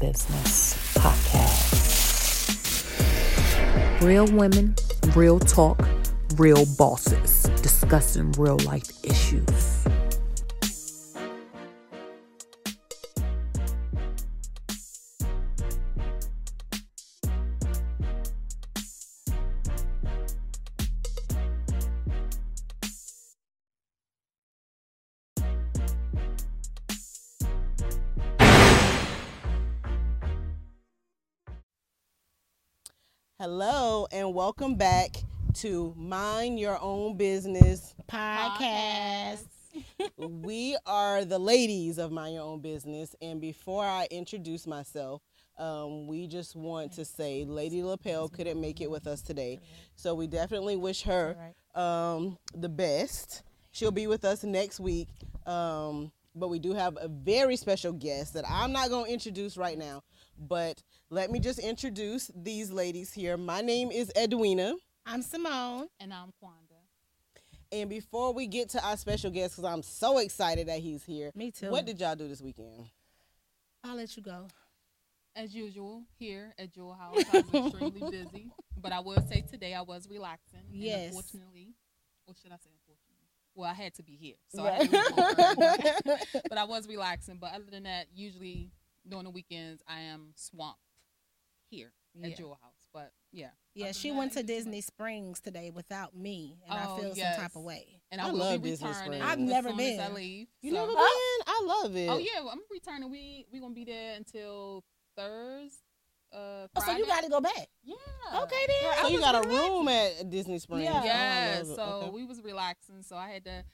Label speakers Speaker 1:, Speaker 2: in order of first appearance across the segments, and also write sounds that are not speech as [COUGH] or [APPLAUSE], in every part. Speaker 1: Business Podcast.
Speaker 2: Real women, real talk, real bosses discussing real life issues.
Speaker 3: Hello and welcome back to Mind Your Own Business podcast. we are the ladies of Mind Your Own Business, and before I introduce myself, um, we just want to say Lady Lapel couldn't make it with us today, so we definitely wish her um, the best. She'll be with us next week, um, but we do have a very special guest that I'm not going to introduce right now. But let me just introduce these ladies here. My name is Edwina.
Speaker 4: I'm Simone.
Speaker 5: And I'm Quanda.
Speaker 3: And before we get to our special guest, because I'm so excited that he's here.
Speaker 4: Me too.
Speaker 3: What did y'all do this weekend?
Speaker 4: I'll let you go.
Speaker 5: As usual, here at Jewel House,
Speaker 4: [LAUGHS]
Speaker 5: I was extremely busy. But I will say today I was relaxing. and
Speaker 4: Yes.
Speaker 5: unfortunately, or should I say unfortunately? Well, I had to be here. So I
Speaker 4: [LAUGHS]
Speaker 5: had to leave [LAUGHS] work. but I was relaxing. But other than that, usually during the weekends, I am swamped here
Speaker 4: Yeah.
Speaker 5: at Jewel House. But yeah.
Speaker 4: Yeah,
Speaker 5: Other
Speaker 4: she
Speaker 5: than
Speaker 4: went
Speaker 5: that,
Speaker 4: to
Speaker 5: it was-
Speaker 4: Disney Springs today without me, and
Speaker 5: Oh,
Speaker 4: I feel
Speaker 5: yes.
Speaker 4: some type of way.
Speaker 5: And I,
Speaker 3: I
Speaker 5: will
Speaker 3: love
Speaker 5: be
Speaker 3: Disney
Speaker 5: returning.
Speaker 3: Springs. I've
Speaker 5: as
Speaker 4: never
Speaker 5: soon as I
Speaker 4: been.
Speaker 5: leave.
Speaker 3: You
Speaker 5: so-
Speaker 3: never been? I love it.
Speaker 5: Oh, yeah. Well, I'm returning. we we going to be there until Thursday. Uh,
Speaker 4: Oh, so you
Speaker 5: Friday.
Speaker 4: got to go back.
Speaker 5: Yeah.
Speaker 4: Okay, then.
Speaker 5: Oh. Girl, I
Speaker 3: So you
Speaker 5: was
Speaker 3: got a
Speaker 5: relaxing.
Speaker 3: room at Disney Springs.
Speaker 4: Yeah.
Speaker 3: Oh, I
Speaker 5: Yeah.
Speaker 3: love it.
Speaker 5: so
Speaker 3: Okay.
Speaker 5: we was relaxing, so I had to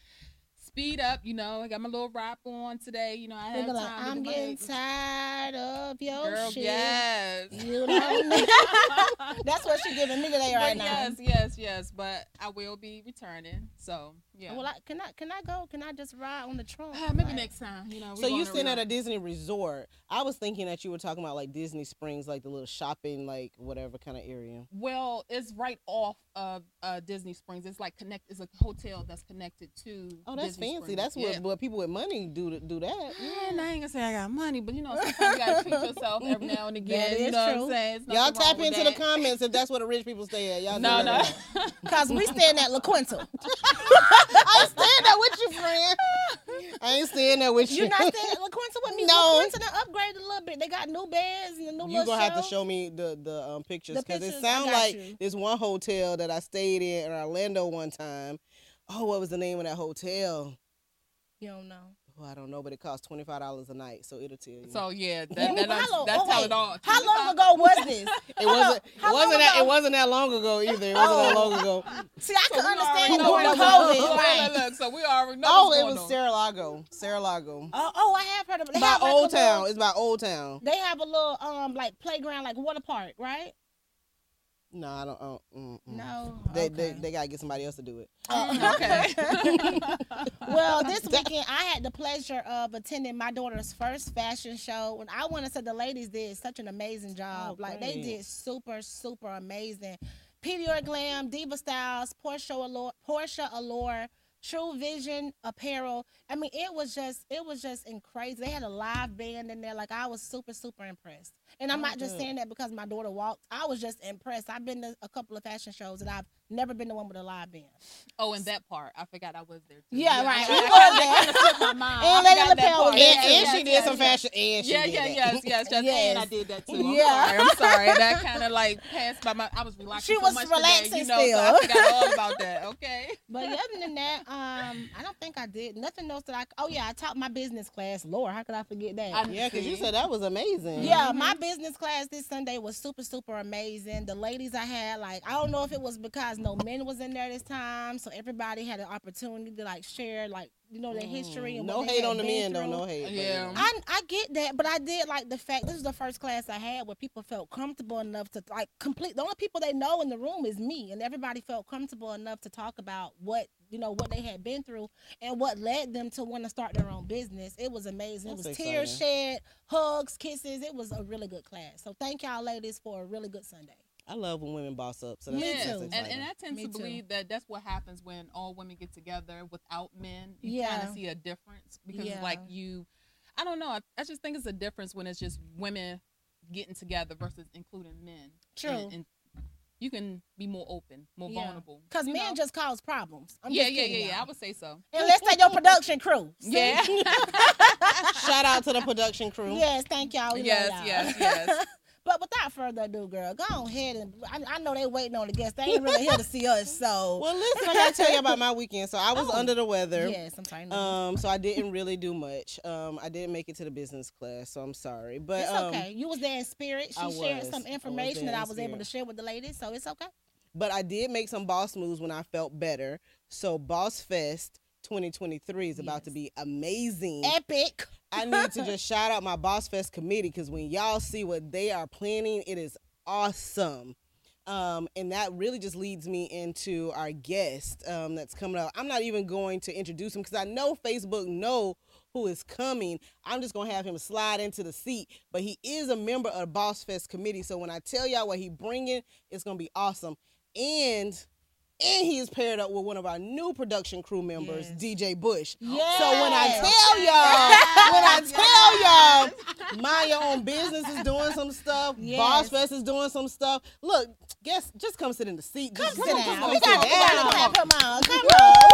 Speaker 5: speed up. You know, I got my little rap on today. You know, I
Speaker 4: They
Speaker 5: had
Speaker 4: be
Speaker 5: time.
Speaker 4: like,
Speaker 5: to
Speaker 4: I'm
Speaker 5: do my-
Speaker 4: getting tired of your
Speaker 5: Girl,
Speaker 4: shit.
Speaker 5: yes. [LAUGHS]
Speaker 3: [LAUGHS]
Speaker 4: You know what I mean?
Speaker 5: But
Speaker 4: That's what she giving me today
Speaker 5: [LAUGHS]
Speaker 4: right now.
Speaker 5: yes, yes, yes. But I will be returning. So yeah.
Speaker 4: Well, I, can I can I go? Can I just ride on the trunk?
Speaker 5: Uh, maybe
Speaker 4: Like,
Speaker 5: next time. You know. we
Speaker 3: So you
Speaker 5: going to
Speaker 3: sitting at a
Speaker 5: relax.
Speaker 3: Disney resort. I was thinking that you were talking about like Disney Springs, like the little shopping, like whatever kind of area.
Speaker 5: Well, it's right off of uh, Disney Springs. It's like connect. It's a hotel that's connected to.
Speaker 3: Oh, that's
Speaker 5: Disney
Speaker 3: fancy.
Speaker 5: Springs.
Speaker 3: That's what,
Speaker 5: Yeah.
Speaker 3: what people with money do to, do that.
Speaker 5: Yeah, and I ain't gonna say I got money, but you know, sometimes you gotta treat yourself every now and again.
Speaker 4: That
Speaker 5: you
Speaker 4: is
Speaker 5: know
Speaker 4: true.
Speaker 5: what I'm saying? It's
Speaker 3: Y'all
Speaker 5: nothing wrong
Speaker 3: tap
Speaker 5: with
Speaker 3: into
Speaker 5: that.
Speaker 3: the comments if that's where the rich people stay at. Y'all
Speaker 5: No,
Speaker 3: do
Speaker 5: no.
Speaker 3: that.
Speaker 4: Cause we staying at La
Speaker 5: [LAUGHS]
Speaker 4: Quinta.
Speaker 3: I ain't staying there with you, friend. I ain't staying there with you.
Speaker 4: You're not staying at La Quinta with me.
Speaker 3: No.
Speaker 4: La Quinta done upgraded a little bit. They got new beds and a new
Speaker 3: You
Speaker 4: little
Speaker 3: gonna have to
Speaker 4: shelf.
Speaker 3: show me the the um, pictures
Speaker 4: The
Speaker 3: because it
Speaker 4: pictures, I
Speaker 3: sounds
Speaker 4: got
Speaker 3: like
Speaker 4: you.
Speaker 3: this one hotel that I stayed in in Orlando one time. Oh, what was the name of that hotel?
Speaker 4: You don't know.
Speaker 3: Oh, I don't know, but it cost twenty five dollars a night, so it'll tell you.
Speaker 5: So yeah, that,
Speaker 4: Well,
Speaker 5: that- that's,
Speaker 4: how long-
Speaker 5: that's
Speaker 4: oh,
Speaker 5: how
Speaker 4: wait.
Speaker 5: it all.
Speaker 4: How long ago was this?
Speaker 5: [LAUGHS]
Speaker 3: it wasn't
Speaker 4: how
Speaker 3: it
Speaker 4: long
Speaker 3: wasn't that
Speaker 4: ago?
Speaker 3: it wasn't that long ago either. It wasn't that long
Speaker 4: [LAUGHS]
Speaker 3: ago.
Speaker 4: See, I
Speaker 5: So
Speaker 4: can
Speaker 5: we already
Speaker 4: understand
Speaker 5: know
Speaker 4: during
Speaker 5: what was-
Speaker 4: COVID.
Speaker 5: look, [LAUGHS]
Speaker 4: Right.
Speaker 5: look, look, so we already know.
Speaker 3: Oh,
Speaker 5: what's
Speaker 3: it
Speaker 5: going
Speaker 3: was
Speaker 5: on.
Speaker 3: Sarah Lago. Sarah Lago.
Speaker 4: Oh, oh, I have heard of it. They
Speaker 3: By
Speaker 4: have like a
Speaker 3: Old Town.
Speaker 4: Little,
Speaker 3: It's by Old Town.
Speaker 4: they have a little um like playground, like water park, right?
Speaker 3: No, I don't. Uh, mm, mm.
Speaker 4: No.
Speaker 3: They,
Speaker 4: okay.
Speaker 3: they they gotta get somebody else to do it.
Speaker 4: Oh,
Speaker 5: okay.
Speaker 3: [LAUGHS]
Speaker 4: well, this weekend I had the pleasure of attending my daughter's first fashion show, and I want to say the ladies did such an amazing job.
Speaker 3: Oh,
Speaker 4: like they
Speaker 3: great.
Speaker 4: did super, super amazing. PDR Glam, Diva Styles, Portia Allure, Portia Allure, True Vision Apparel. I mean, it was just, it was just in crazy. They had a live band in there. Like I was super, super impressed. And I'm
Speaker 3: Oh,
Speaker 4: not just
Speaker 3: good.
Speaker 4: saying that because my daughter walked. I was just impressed. I've been to a couple of fashion shows, and I've never been to one with a live band.
Speaker 5: oh, and that part, I forgot I was there. Too.
Speaker 4: Yeah, right.
Speaker 5: I-
Speaker 4: You
Speaker 5: I-
Speaker 4: was
Speaker 5: I
Speaker 4: there.
Speaker 5: kinda slipped my mind. I
Speaker 4: And Lady
Speaker 5: forgot that
Speaker 4: Lapel
Speaker 5: part.
Speaker 4: was
Speaker 3: And,
Speaker 4: there
Speaker 5: Yes,
Speaker 3: and
Speaker 5: yes,
Speaker 3: she did
Speaker 5: yes,
Speaker 3: some
Speaker 5: yes.
Speaker 3: fashion. And she
Speaker 5: yeah,
Speaker 3: did
Speaker 5: yeah,
Speaker 3: that.
Speaker 5: yes, yes, yes.
Speaker 4: Yes.
Speaker 5: And I did that too. I'm
Speaker 4: Yeah.
Speaker 5: sorry. I'm sorry. That kind of like passed by my. I was relaxing.
Speaker 4: She
Speaker 5: so
Speaker 4: was
Speaker 5: much today,
Speaker 4: relaxing
Speaker 5: you know,
Speaker 4: still.
Speaker 5: So I forgot all about that. Okay.
Speaker 4: But other than that, um, I don't think I did nothing else that I. Oh yeah, I taught my business class. Lord, how could I forget that?
Speaker 5: I'm
Speaker 3: Yeah, because you
Speaker 5: see.
Speaker 3: said that was amazing.
Speaker 4: yeah, my business class this Sunday was super, super amazing. The ladies I had, like, I don't know if it was because no men was in there this time, so everybody had an opportunity to like share, like, you know, their history and
Speaker 3: Mm, no
Speaker 4: what they
Speaker 3: hate
Speaker 4: had
Speaker 3: on the men
Speaker 4: been
Speaker 3: though.
Speaker 4: through.
Speaker 3: No hate. but
Speaker 5: Yeah.
Speaker 4: I, I get that, but I did like the fact this is the first class I had where people felt comfortable enough to like complete. The only people they know in the room is me, and everybody felt comfortable enough to talk about what you know what they had been through and what led them to want to start their own business. It was amazing.
Speaker 3: That's
Speaker 4: it was tears
Speaker 3: exciting.
Speaker 4: shed, hugs, kisses. It was a really good class. So thank y'all, ladies, for a really good Sunday.
Speaker 3: I love when women boss up. So that's,
Speaker 4: Me
Speaker 3: that's
Speaker 4: too.
Speaker 3: exciting.
Speaker 5: And, and I tend
Speaker 4: Me
Speaker 5: to
Speaker 4: too.
Speaker 5: believe that that's what happens when all women get together without men. You kind
Speaker 4: Yeah.
Speaker 5: of see a difference because it's like
Speaker 4: Yeah.
Speaker 5: you, I don't know. I, I just think it's a difference when it's just women getting together versus including men.
Speaker 4: True.
Speaker 5: And, and you can be more open, more
Speaker 4: Yeah.
Speaker 5: vulnerable.
Speaker 4: Because
Speaker 5: you
Speaker 4: men
Speaker 5: know?
Speaker 4: just cause problems. I'm
Speaker 5: yeah,
Speaker 4: just
Speaker 5: yeah,
Speaker 4: kidding,
Speaker 5: yeah, yeah. I
Speaker 4: y'all.
Speaker 5: would say so.
Speaker 4: And let's say your production crew. See?
Speaker 5: Yeah.
Speaker 4: [LAUGHS]
Speaker 3: Shout out to the production crew.
Speaker 4: Yes, thank y'all. We love
Speaker 5: Yes,
Speaker 4: y'all. [LAUGHS]
Speaker 5: yes, yes.
Speaker 4: but without further ado, girl, go ahead and I, I know they waiting on the guests. They ain't really here to see us, so
Speaker 3: [LAUGHS] Well, listen, I gotta tell you about my weekend. So I was
Speaker 4: Oh.
Speaker 3: under the weather.
Speaker 4: yes, I'm sorry. no.
Speaker 3: Um, so I didn't really do much. Um, I didn't make it to the business class, so I'm sorry. But
Speaker 4: it's
Speaker 3: um,
Speaker 4: okay. You was there in spirit. She
Speaker 3: I
Speaker 4: shared
Speaker 3: was. I
Speaker 4: some
Speaker 3: was
Speaker 4: information
Speaker 3: there
Speaker 4: that I
Speaker 3: in
Speaker 4: was able
Speaker 3: spirit.
Speaker 4: to share with the ladies, so it's okay.
Speaker 3: but I did make some boss moves when I felt better. So Boss Fest 2023 is about to
Speaker 5: Yes.
Speaker 3: be amazing.
Speaker 4: Epic.
Speaker 3: I need to just shout out my Boss Fest committee because when y'all see what they are planning, it is awesome. Um, and that really just leads me into our guest um, that's coming up. I'm not even going to introduce him because I know Facebook know who is coming. I'm just gonna have him slide into the seat. But he is a member of the Boss Fest committee, so when I tell y'all what he bringing, it's gonna be awesome. And and he is paired up with one of our new production crew members,
Speaker 4: Yes.
Speaker 3: DJ Bush.
Speaker 4: Yes.
Speaker 3: So when I
Speaker 4: [LAUGHS]
Speaker 3: tell y'all, when I tell y'all, mind your own business is doing some stuff. Boss
Speaker 4: Yes.
Speaker 3: Fest is doing some stuff. Look, guess just come sit in the seat. Just
Speaker 4: sit down.
Speaker 3: come
Speaker 4: we
Speaker 3: sit
Speaker 4: got we gotta
Speaker 3: down.
Speaker 4: clap him on. Come on.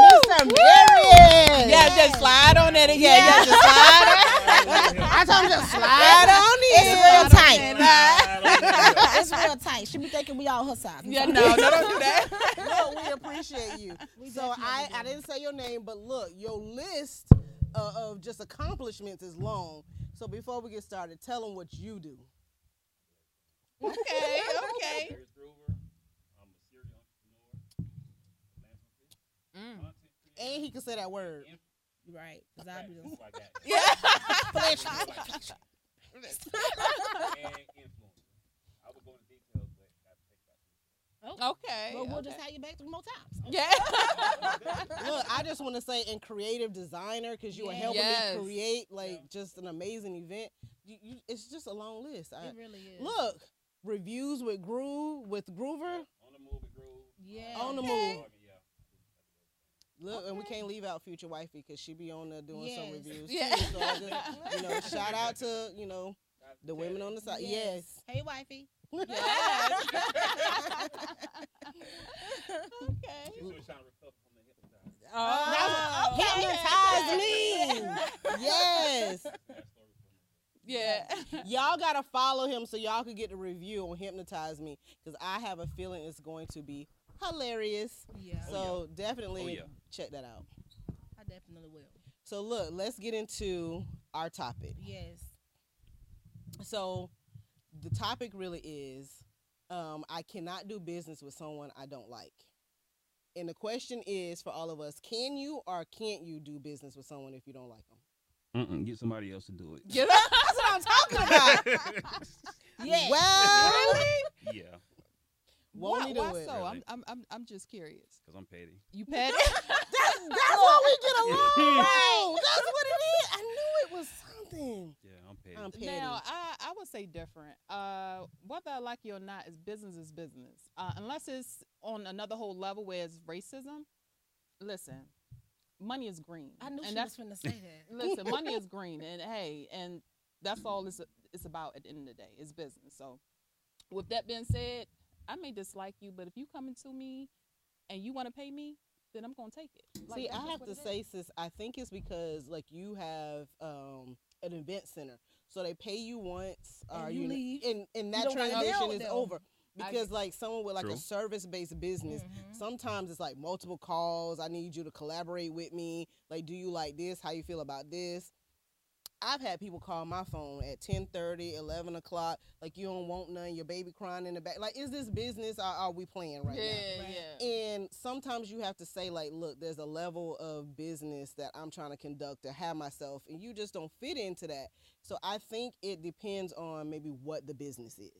Speaker 3: Mr. Marion.
Speaker 5: Yeah, just slide on it. Yeah, yeah.
Speaker 3: just slide. on- I told him [LAUGHS] just slide on
Speaker 4: It's
Speaker 3: it.
Speaker 4: real tight.
Speaker 1: Nah,
Speaker 4: [LAUGHS] it's real tight. She be thinking we all her size. I'm
Speaker 5: [LAUGHS] Yeah,
Speaker 4: sorry.
Speaker 5: no, no, don't do that.
Speaker 3: [LAUGHS] no, we appreciate you.
Speaker 4: [LAUGHS] We
Speaker 3: so
Speaker 4: definitely
Speaker 3: I, I
Speaker 4: do.
Speaker 3: didn't say your name, but look, your list uh, of just accomplishments is long. So before we get started, tell them what you do.
Speaker 5: [LAUGHS]
Speaker 1: I
Speaker 5: Okay, okay.
Speaker 1: don't do that. Darius Grover. I'm a serial entrepreneur, philanthropist,
Speaker 5: Mm.
Speaker 1: content creator,
Speaker 3: And he can say that word.
Speaker 4: Right. 'cause I be the-
Speaker 1: influencer, like that.
Speaker 5: Yeah.
Speaker 1: And influencer. I would go into details, but I think about it.
Speaker 5: Okay.
Speaker 4: But we'll
Speaker 5: okay.
Speaker 4: just have you back three more times.
Speaker 5: Yeah.
Speaker 3: Look, I just want to say, and creative designer, because you were
Speaker 4: Yes.
Speaker 3: helping
Speaker 5: Yes.
Speaker 3: me create like just an amazing event. You, you, it's just a long list. I,
Speaker 4: It really is.
Speaker 3: look, reviews with Groove with Groover.
Speaker 1: On the move, it grew.
Speaker 4: Yeah.
Speaker 3: On the
Speaker 5: Okay.
Speaker 3: move.
Speaker 1: Yeah.
Speaker 3: Look, and we can't leave out future wifey because she be on there doing some
Speaker 4: Yes.
Speaker 3: reviews.
Speaker 5: Yeah.
Speaker 3: Too, so I
Speaker 4: [LAUGHS]
Speaker 3: just, you know, shout out to you know
Speaker 1: Not
Speaker 3: the women on the side. Yes.
Speaker 4: Yes. Hey, wifey. [LAUGHS]
Speaker 5: Yes. okay.
Speaker 1: She's really trying to recover from the hypnotize.
Speaker 5: Oh,
Speaker 3: That's
Speaker 5: okay.
Speaker 3: [LAUGHS] hypnotize
Speaker 4: [LAUGHS]
Speaker 3: me. yes.
Speaker 1: That story for me.
Speaker 5: Yeah. [LAUGHS]
Speaker 3: Y'all gotta follow him so y'all can get the review on hypnotize me because I have a feeling it's going to be hilarious.
Speaker 4: Yeah.
Speaker 3: So definitely
Speaker 1: Oh, yeah.
Speaker 3: check that out.
Speaker 4: I definitely will.
Speaker 3: So look, let's get into our topic.
Speaker 4: Yes.
Speaker 3: So the topic really is um, I cannot do business with someone I don't like. And the question is for all of us, can you or can't you do business with someone if you don't like them?
Speaker 1: Mm-mm, get somebody else to do it. [LAUGHS]
Speaker 5: Get up.
Speaker 3: That's what I'm talking about. [LAUGHS]
Speaker 4: Yes.
Speaker 3: Well,
Speaker 1: yeah,
Speaker 3: won't
Speaker 5: Why-
Speaker 3: he do
Speaker 5: why
Speaker 3: it?
Speaker 5: So I'm,
Speaker 1: Really?
Speaker 5: I'm, I'm, I'm just curious.
Speaker 1: because I'm petty.
Speaker 5: [LAUGHS] You petty?
Speaker 4: [LAUGHS]
Speaker 3: That's why we get along.
Speaker 1: Right.
Speaker 3: That's what it is. I knew it was something.
Speaker 1: Yeah, I'm petty. [LAUGHS]
Speaker 3: I'm petty.
Speaker 5: now, I, I would say different. Uh, whether I like you or not, is business is business. Uh, unless it's on another whole level where it's racism. Listen, money is green.
Speaker 4: I knew
Speaker 5: and
Speaker 4: she
Speaker 5: that's
Speaker 4: was finna say
Speaker 5: [LAUGHS]
Speaker 4: that.
Speaker 5: listen, money is green, and hey, and that's all it's it's about at the end of the day. It's business. So, with that being said, I may dislike you, but if you coming to me and you want to pay me, then I'm gonna take it. Like,
Speaker 3: See,
Speaker 5: that's
Speaker 3: I
Speaker 5: just
Speaker 3: have
Speaker 5: what
Speaker 3: to
Speaker 5: it is.
Speaker 3: say, sis, I think it's because like you have um an event center, so they pay you once,
Speaker 4: And
Speaker 3: or
Speaker 4: you
Speaker 3: kn-
Speaker 4: leave.
Speaker 3: and and that
Speaker 4: don't wanna deal
Speaker 3: transition
Speaker 4: with
Speaker 3: is
Speaker 4: them.
Speaker 3: over.
Speaker 5: I
Speaker 3: Because like someone with like a
Speaker 1: True.
Speaker 3: service based business,
Speaker 4: Mhm.
Speaker 3: sometimes it's like multiple calls. I need you to collaborate with me. Like, do you like this? How you feel about this? I've had people call my phone at 10 11 o'clock. Like, you don't want none. Your baby crying in the back. Like, is this business or are we playing right now?
Speaker 5: yeah,
Speaker 4: Right.
Speaker 5: yeah.
Speaker 3: And sometimes you have to say, like, look, there's a level of business that I'm trying to conduct or have myself, and you just don't fit into that. So I think it depends on maybe what the business is.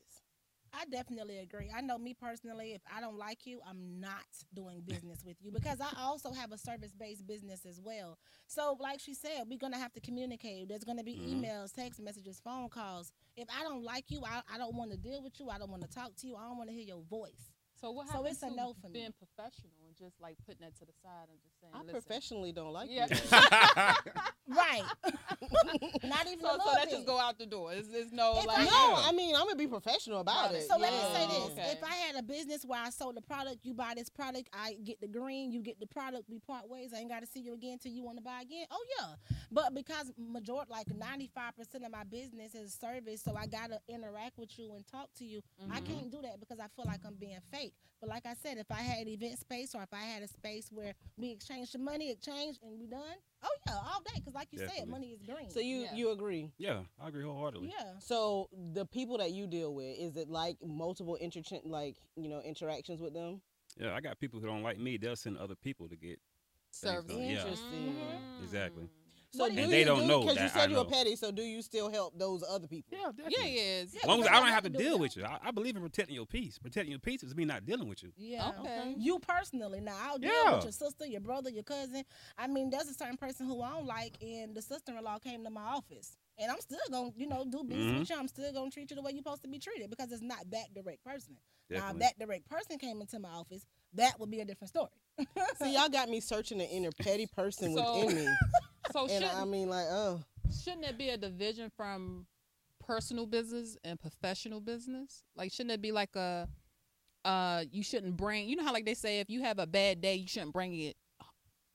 Speaker 4: I definitely agree. I know me personally, if I don't like you, I'm not doing business with you because I also have a service based business as well. So, like she said, we're going to have to communicate. There's going to be
Speaker 1: Mhm.
Speaker 4: emails, text messages, phone calls. If I don't like you, I, I don't want to deal with you. I don't want to talk to you. I don't want to hear your voice.
Speaker 5: So what
Speaker 4: So
Speaker 5: happens
Speaker 4: it's a
Speaker 5: to
Speaker 4: no for me.
Speaker 5: being professional and just like putting that to the side and just saying,
Speaker 3: I
Speaker 5: listen.
Speaker 3: professionally don't like
Speaker 5: Yeah.
Speaker 3: you.
Speaker 6: [LAUGHS]
Speaker 4: Right. [LAUGHS] Not even a
Speaker 5: So,
Speaker 4: little
Speaker 5: so that
Speaker 4: bit.
Speaker 5: just go out the door. It's, it's no
Speaker 4: It's
Speaker 5: like.
Speaker 3: No, I mean I'm gonna be professional about it.
Speaker 4: So let
Speaker 3: yeah.
Speaker 4: me say this:
Speaker 5: Okay.
Speaker 4: If I had a business where I sold a product, you buy this product, I get the green, you get the product, we part ways. I ain't got to see you again till you want to buy again. Oh yeah, but because majority, like ninety five percent of my business is service, so I gotta interact with you and talk to you. I
Speaker 3: Mm-hmm.
Speaker 5: Mhm.
Speaker 4: can't do that because I feel like I'm being fake. But like I said, if I had event space or if I had a space where we exchange some money, exchange, and we done. Oh yeah, all day because like you said,
Speaker 6: Definitely.
Speaker 4: money is green.
Speaker 3: So you
Speaker 5: Yeah.
Speaker 3: you agree?
Speaker 6: Yeah, I agree wholeheartedly.
Speaker 4: yeah.
Speaker 3: So the people that you deal with, is it like multiple intercha- like you know interactions with them?
Speaker 6: Yeah, I got people who don't like me. They'll send other people to get.
Speaker 5: Service.
Speaker 6: Thanks, though. Yeah.
Speaker 3: Interesting.
Speaker 5: Mm.
Speaker 6: Exactly.
Speaker 3: So
Speaker 4: And
Speaker 3: do
Speaker 6: they
Speaker 3: you
Speaker 6: don't
Speaker 3: do,
Speaker 6: know
Speaker 3: because you
Speaker 6: that
Speaker 3: said
Speaker 6: I
Speaker 3: you were
Speaker 6: know.
Speaker 3: petty. So do you still help those other people?
Speaker 5: Yeah, he is.
Speaker 6: As long as
Speaker 4: because
Speaker 6: I
Speaker 4: I
Speaker 6: don't
Speaker 4: have
Speaker 6: have
Speaker 4: to
Speaker 6: to
Speaker 4: do
Speaker 6: deal
Speaker 4: that.
Speaker 6: with you, I, I believe in protecting your peace. Protecting your peace is me not dealing with you.
Speaker 4: Yeah.
Speaker 5: Okay.
Speaker 4: You personally, now I'll deal with
Speaker 6: Yeah.
Speaker 4: your sister, your brother, your cousin. I mean, there's a certain person who I don't like, and the sister-in-law came to my office, and I'm still gonna, you know, do
Speaker 6: Mm-hmm.
Speaker 4: business with you. I'm still gonna treat you the way you're supposed to be treated because it's not that direct person. Now, if
Speaker 6: Definitely.
Speaker 4: that direct person came into my office, that would be a different story.
Speaker 3: See, y'all got me searching the inner petty person
Speaker 5: So-
Speaker 3: within me,
Speaker 5: So
Speaker 3: and
Speaker 5: shouldn't,
Speaker 3: I mean, like, oh,
Speaker 5: shouldn't it be a division from personal business and professional business? Like, shouldn't it be like a, uh, you shouldn't bring. You know how like they say if you have a bad day, you shouldn't bring it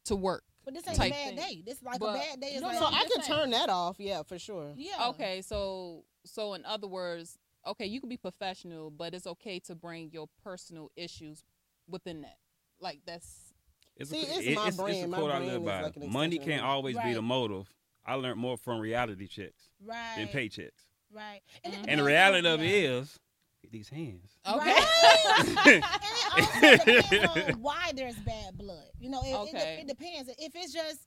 Speaker 5: to work.
Speaker 4: But this ain't a
Speaker 5: Type
Speaker 4: bad
Speaker 5: thing.
Speaker 4: day. This like
Speaker 5: But-
Speaker 4: a bad day. Is
Speaker 5: No,
Speaker 4: like,
Speaker 3: so
Speaker 5: I'm
Speaker 3: I
Speaker 5: just
Speaker 3: could
Speaker 5: saying.
Speaker 3: turn that off. Yeah, for sure.
Speaker 4: yeah.
Speaker 5: Okay, so so in other words, okay, you can be professional, but it's okay to bring your personal issues within that. Like that's
Speaker 6: It's
Speaker 3: See,
Speaker 6: qu-
Speaker 3: it's my brand. My brand is like an
Speaker 6: Money
Speaker 3: extension of
Speaker 6: can't
Speaker 3: me.
Speaker 6: always be
Speaker 4: Right.
Speaker 6: the motive. I learned more from reality checks than
Speaker 4: Right.
Speaker 6: paychecks.
Speaker 4: Right.
Speaker 5: Mhm.
Speaker 4: it
Speaker 6: And the
Speaker 4: depends
Speaker 6: reality
Speaker 4: on-
Speaker 6: of it
Speaker 4: yeah.
Speaker 6: is, get these hands.
Speaker 5: okay.
Speaker 4: And it also depends
Speaker 5: [LAUGHS]
Speaker 4: on why there's bad blood. You know, it, it de-
Speaker 5: Okay.
Speaker 4: it, depends. If it's just,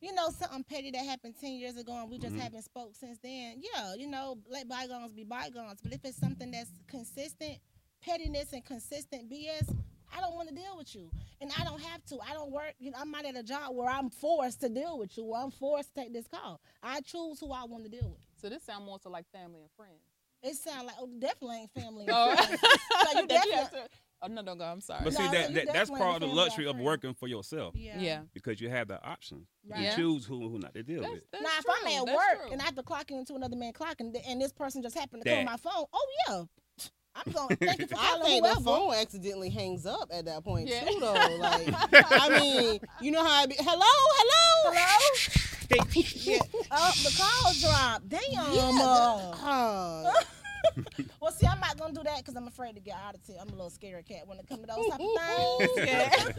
Speaker 4: you know, something petty that happened ten years ago and we just
Speaker 5: Mm-hmm.
Speaker 6: Mhm.
Speaker 4: haven't spoke since then, yeah, you know, let bygones be bygones. But if it's something that's consistent, pettiness and consistent BS. I don't want to deal with you, and I don't have to. I don't work. You know, I'm not at a job where I'm forced to deal with you, where I'm forced to take this call. I choose who I want to deal with.
Speaker 5: [LAUGHS] so this sound more so like family and friends.
Speaker 4: It sounds like oh, definitely ain't family. and
Speaker 5: Oh. [LAUGHS]
Speaker 4: friends. so you
Speaker 5: That you
Speaker 4: definitely,
Speaker 5: have to- oh no, don't go. I'm sorry.
Speaker 6: But see,
Speaker 4: No,
Speaker 6: that,
Speaker 4: you
Speaker 6: that that's
Speaker 4: definitely
Speaker 6: part of the
Speaker 4: understand what I
Speaker 6: luxury of
Speaker 4: feel.
Speaker 6: working for yourself
Speaker 5: yeah.
Speaker 6: because you have the option. You
Speaker 4: Right.
Speaker 6: can choose who and who not to deal
Speaker 5: That's,
Speaker 6: with.
Speaker 5: that's
Speaker 4: now,
Speaker 5: true.
Speaker 4: if I'm at
Speaker 5: That's
Speaker 4: work
Speaker 5: true.
Speaker 4: and I
Speaker 5: [LAUGHS]
Speaker 4: have to clock into another man clock, and, and this person just happened to call
Speaker 6: That.
Speaker 4: my phone, oh yeah, [LAUGHS] I'm going. Thank you for
Speaker 3: [LAUGHS] I
Speaker 4: calling
Speaker 3: think the
Speaker 4: whoever.
Speaker 3: phone accidentally hangs up at that point
Speaker 5: Yeah.
Speaker 3: too, though. Like, I mean, you know how I be. Hello, hello, hello.
Speaker 4: Oh, the call dropped. Damn.
Speaker 5: [LAUGHS]
Speaker 4: [LAUGHS]
Speaker 3: Oh,
Speaker 4: uh, well, see, I'm not gonna do that because I'm afraid to get audited. I'm a little scared cat when it comes to those
Speaker 5: [LAUGHS]
Speaker 4: type of things.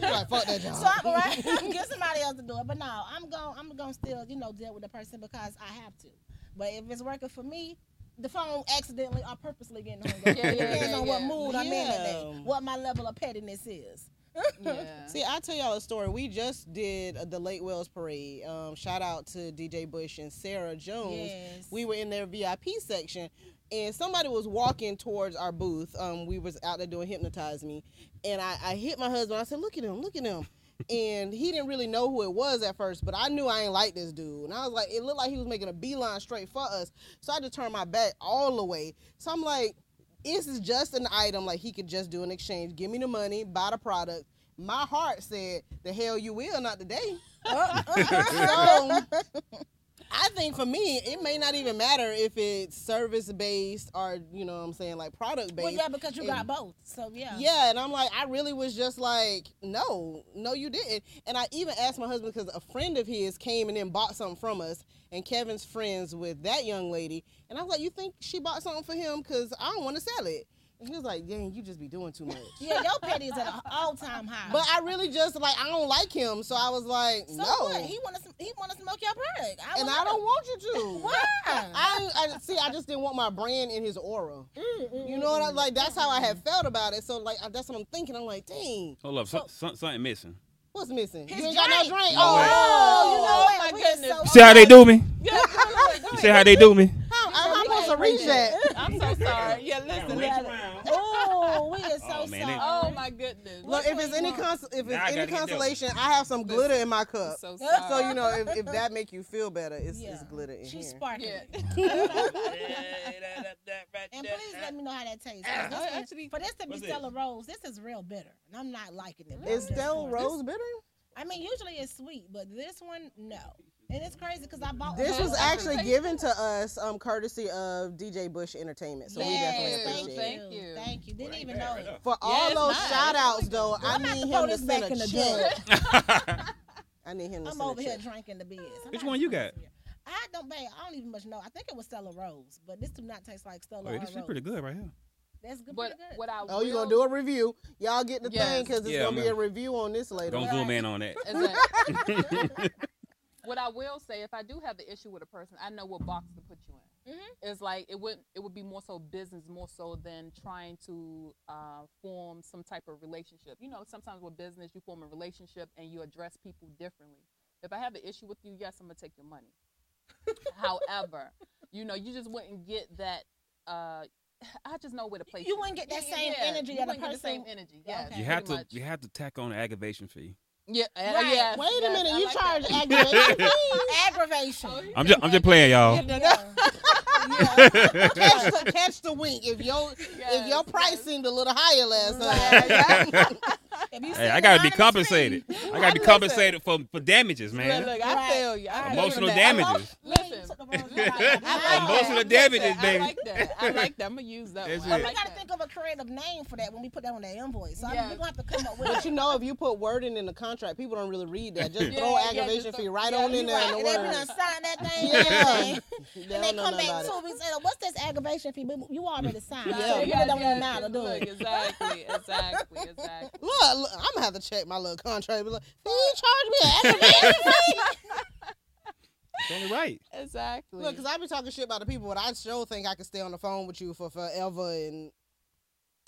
Speaker 3: [LAUGHS] You're like, fuck that job.
Speaker 4: So I'm right. [LAUGHS] Get somebody else to do it. But no, I'm going. I'm going to still, you know, deal with the person because I have to. But if it's working for me, the phone accidentally or purposely getting hung up.
Speaker 5: [LAUGHS] Yeah, yeah,
Speaker 4: it depends
Speaker 5: yeah,
Speaker 4: on what
Speaker 5: yeah.
Speaker 4: mood I'm in that day,
Speaker 3: Yeah.
Speaker 4: what my level of pettiness is.
Speaker 3: [LAUGHS]
Speaker 5: yeah.
Speaker 3: See, I tell y'all a story. We just did uh, the Late Wells Parade. Um, shout out to DJ Bush and Sarah Jones.
Speaker 4: Yes.
Speaker 3: We were in their VIP section, and somebody was walking towards our booth. Um, we was out there doing hypnotize me, and I, I hit my husband. I said, "Look at him! Look at him!" and he didn't really know who it was at first, but I knew I ain't like this dude. And I was like, it looked like he was making a beeline straight for us. So I had to turn my back all the way. So I'm like, this is just an item like he could just do an exchange. Give me the money, buy the product. My heart said, the hell you will, not today. so, I think for me, it may not even matter if it's service based or, you know what I'm saying, like product
Speaker 4: Well,
Speaker 3: based.
Speaker 4: yeah, because you got
Speaker 3: And-
Speaker 4: both. So yeah.
Speaker 3: Yeah, and I'm like, I really was just like, no, no, you didn't. And I even asked my husband because a friend of his came and then bought something from us, and Kevin's friends with that young lady. And I was like, you think she bought something for him? Because I don't want to sell it. And he was like, dang, you just be doing
Speaker 4: [LAUGHS]
Speaker 3: too much.
Speaker 4: Yeah, your petty is at an all-time high.
Speaker 3: But I really just like, I don't like him. So I was like,
Speaker 4: so
Speaker 3: no.
Speaker 4: what? He want to he want to smoke your product. I
Speaker 3: and
Speaker 4: would
Speaker 3: I don't
Speaker 4: never-
Speaker 3: want you
Speaker 4: [LAUGHS]
Speaker 3: to.
Speaker 4: Why?
Speaker 3: I, I see. I just didn't want my brand in his aura. You know what I like? That's how I had felt about it. So like, I- that's what I'm thinking. I'm like, dang,
Speaker 6: Hold up, so, so, something missing.
Speaker 3: what's missing?
Speaker 4: His
Speaker 3: you ain't got no
Speaker 4: drink.
Speaker 3: drink.
Speaker 6: No way.
Speaker 4: Oh, you know
Speaker 5: Oh,
Speaker 4: what?
Speaker 5: my
Speaker 4: We are
Speaker 5: goodness.
Speaker 4: so- [LAUGHS]
Speaker 5: [LAUGHS] You
Speaker 6: See how they do me? You see how they do me?
Speaker 3: How, how am I supposed to reach that?
Speaker 5: I'm so sorry. Yeah, listen. listen.
Speaker 4: Oh, we are so
Speaker 6: Oh, man, they-
Speaker 4: sorry.
Speaker 5: Oh my goodness.
Speaker 3: Look, if it's any cons- if
Speaker 6: Now I
Speaker 3: it's any
Speaker 6: gotta get that
Speaker 3: consolation, I have some glitter in my cup.
Speaker 5: so sorry.
Speaker 3: So you know, if, if
Speaker 4: [LAUGHS]
Speaker 3: that make you feel better, it's,
Speaker 4: Yeah. [LAUGHS]
Speaker 3: it's glitter in
Speaker 4: She's
Speaker 3: here.
Speaker 4: sparkling.
Speaker 5: [LAUGHS] Yeah.
Speaker 6: that, right
Speaker 4: And please let me know how that tastes. 'cause this
Speaker 5: I
Speaker 4: one-
Speaker 5: actually-
Speaker 4: for this to be
Speaker 1: what's
Speaker 4: Stella Rose, this is real bitter, and I'm not liking it.
Speaker 3: Is
Speaker 4: This
Speaker 3: Stella
Speaker 4: one-
Speaker 3: Rose bitter?
Speaker 4: I mean, usually it's sweet, but this one, no. And it's crazy because I bought
Speaker 3: This
Speaker 5: Okay,
Speaker 3: was
Speaker 5: okay.
Speaker 3: actually given to us um, courtesy of DJ Bush Entertainment, so we definitely
Speaker 5: Yes, thank
Speaker 3: appreciate it.
Speaker 5: you.
Speaker 4: Thank you. Thank you. Didn't even know it.
Speaker 3: For all
Speaker 5: it's
Speaker 3: those
Speaker 5: nice.
Speaker 3: shout outs, though, I
Speaker 4: I'm about
Speaker 3: need
Speaker 4: to throw
Speaker 3: him to
Speaker 4: this back in
Speaker 3: send a
Speaker 4: the
Speaker 3: check.
Speaker 4: jug.
Speaker 3: I need him to
Speaker 4: I'm
Speaker 3: send
Speaker 4: over
Speaker 3: a
Speaker 4: here
Speaker 3: check.
Speaker 4: drinking the beers. I'm
Speaker 6: Which
Speaker 4: not
Speaker 6: one you
Speaker 4: drinking
Speaker 6: got?
Speaker 4: beer. I don't, babe. I don't even much know. I think it was Stella Rose, but this do not taste like Stella
Speaker 6: Wait,
Speaker 4: or
Speaker 6: Oh, this is
Speaker 4: Rose.
Speaker 6: pretty good right here.
Speaker 4: That's good.
Speaker 5: But
Speaker 4: pretty good.
Speaker 5: what I
Speaker 3: Oh, you
Speaker 5: will-
Speaker 3: gonna do a review? Y'all get the thing
Speaker 5: Yes.
Speaker 3: because it's
Speaker 6: Yeah,
Speaker 3: gonna be
Speaker 6: man.
Speaker 3: a review on this later. [LAUGHS]
Speaker 6: Don't zoom in on that.
Speaker 5: is that- what I will say, if I do have the issue with a person, I know what box to put you in.
Speaker 4: Mhm.
Speaker 5: It's like it would it would be more so business, more so than trying to uh, form some type of relationship. You know, sometimes with business, you form a relationship and you address people differently. If I have an issue with you, yes, I'm gonna take
Speaker 4: [LAUGHS]
Speaker 5: your money. However, you know, you just wouldn't get that. Uh, I just know where to place you.
Speaker 4: You wouldn't get that same energy
Speaker 5: you
Speaker 4: that a
Speaker 5: wouldn't get the same
Speaker 4: person-
Speaker 5: energy. Yes,
Speaker 4: Okay.
Speaker 5: pretty
Speaker 6: You have to
Speaker 5: much.
Speaker 6: you have to tack on an aggravation fee.
Speaker 5: Yeah, uh,
Speaker 4: Right.
Speaker 5: yes,
Speaker 3: Wait a
Speaker 5: yes,
Speaker 3: minute,
Speaker 5: I
Speaker 3: you
Speaker 5: like
Speaker 4: [LAUGHS]
Speaker 5: that.
Speaker 3: charge aggravation.
Speaker 4: aggravation.
Speaker 5: Oh,
Speaker 6: I'm just I'm just playing, [LAUGHS] y'all.
Speaker 4: Yeah.
Speaker 3: catch, the, catch the wink if your if
Speaker 5: Yes,
Speaker 3: your price
Speaker 5: yes.
Speaker 3: seemed a little higher last
Speaker 4: Right.
Speaker 3: night.
Speaker 4: If you
Speaker 6: Hey,
Speaker 4: seen
Speaker 6: I gotta be
Speaker 4: Anonymous
Speaker 6: compensated.
Speaker 4: Reed,
Speaker 6: I gotta be compensated for, for damages, man.
Speaker 5: Look, look, I
Speaker 4: Right.
Speaker 5: feel you. I feel
Speaker 6: Emotional
Speaker 5: you on that.
Speaker 6: damages.
Speaker 4: Listen,
Speaker 5: Listen.
Speaker 4: took the
Speaker 6: [LAUGHS]
Speaker 4: wrong
Speaker 6: Emotional
Speaker 5: [LAUGHS]
Speaker 4: side. I like that.
Speaker 5: I like
Speaker 6: damages,
Speaker 5: that. I
Speaker 6: baby.
Speaker 5: like that. I like that. I'm gonna use that
Speaker 6: That's
Speaker 5: one. I
Speaker 6: it.
Speaker 4: We
Speaker 5: like
Speaker 4: gotta
Speaker 5: that.
Speaker 4: think of a creative name for that when we put that on that invoice. So I mean,
Speaker 5: Yeah.
Speaker 4: we're gonna have to
Speaker 3: [LAUGHS]
Speaker 4: come up with.
Speaker 3: but you know, if you put wording in the contract, people don't really read that. Just
Speaker 5: Yeah,
Speaker 3: throw
Speaker 5: yeah,
Speaker 3: aggravation
Speaker 5: just
Speaker 3: fee
Speaker 5: throw-
Speaker 3: right
Speaker 5: yeah,
Speaker 3: on
Speaker 5: you
Speaker 3: in there
Speaker 4: right,
Speaker 3: in
Speaker 4: and
Speaker 3: the
Speaker 4: they be
Speaker 3: word.
Speaker 4: done
Speaker 3: [LAUGHS]
Speaker 4: sign that thing.
Speaker 3: Yeah.
Speaker 4: Yeah.
Speaker 3: They
Speaker 4: And they
Speaker 3: don't know
Speaker 4: come
Speaker 3: nothing
Speaker 4: back
Speaker 3: about it.
Speaker 4: two weeks later. What's this aggravation fee? But you already signed.
Speaker 5: Nah,
Speaker 4: So
Speaker 3: Yeah.
Speaker 4: it
Speaker 5: yeah,
Speaker 4: really don't
Speaker 5: yeah,
Speaker 4: even matter, do
Speaker 5: look,
Speaker 4: it?
Speaker 5: Exactly, exactly, exactly.
Speaker 3: Look, look, I'm gonna have to check my little contract. Be like, they ain't charge me an aggravation fee.
Speaker 6: It's only right.
Speaker 5: Exactly.
Speaker 3: Look, because I be talking shit about the people, but I sure think I could stay on the phone with you for forever. And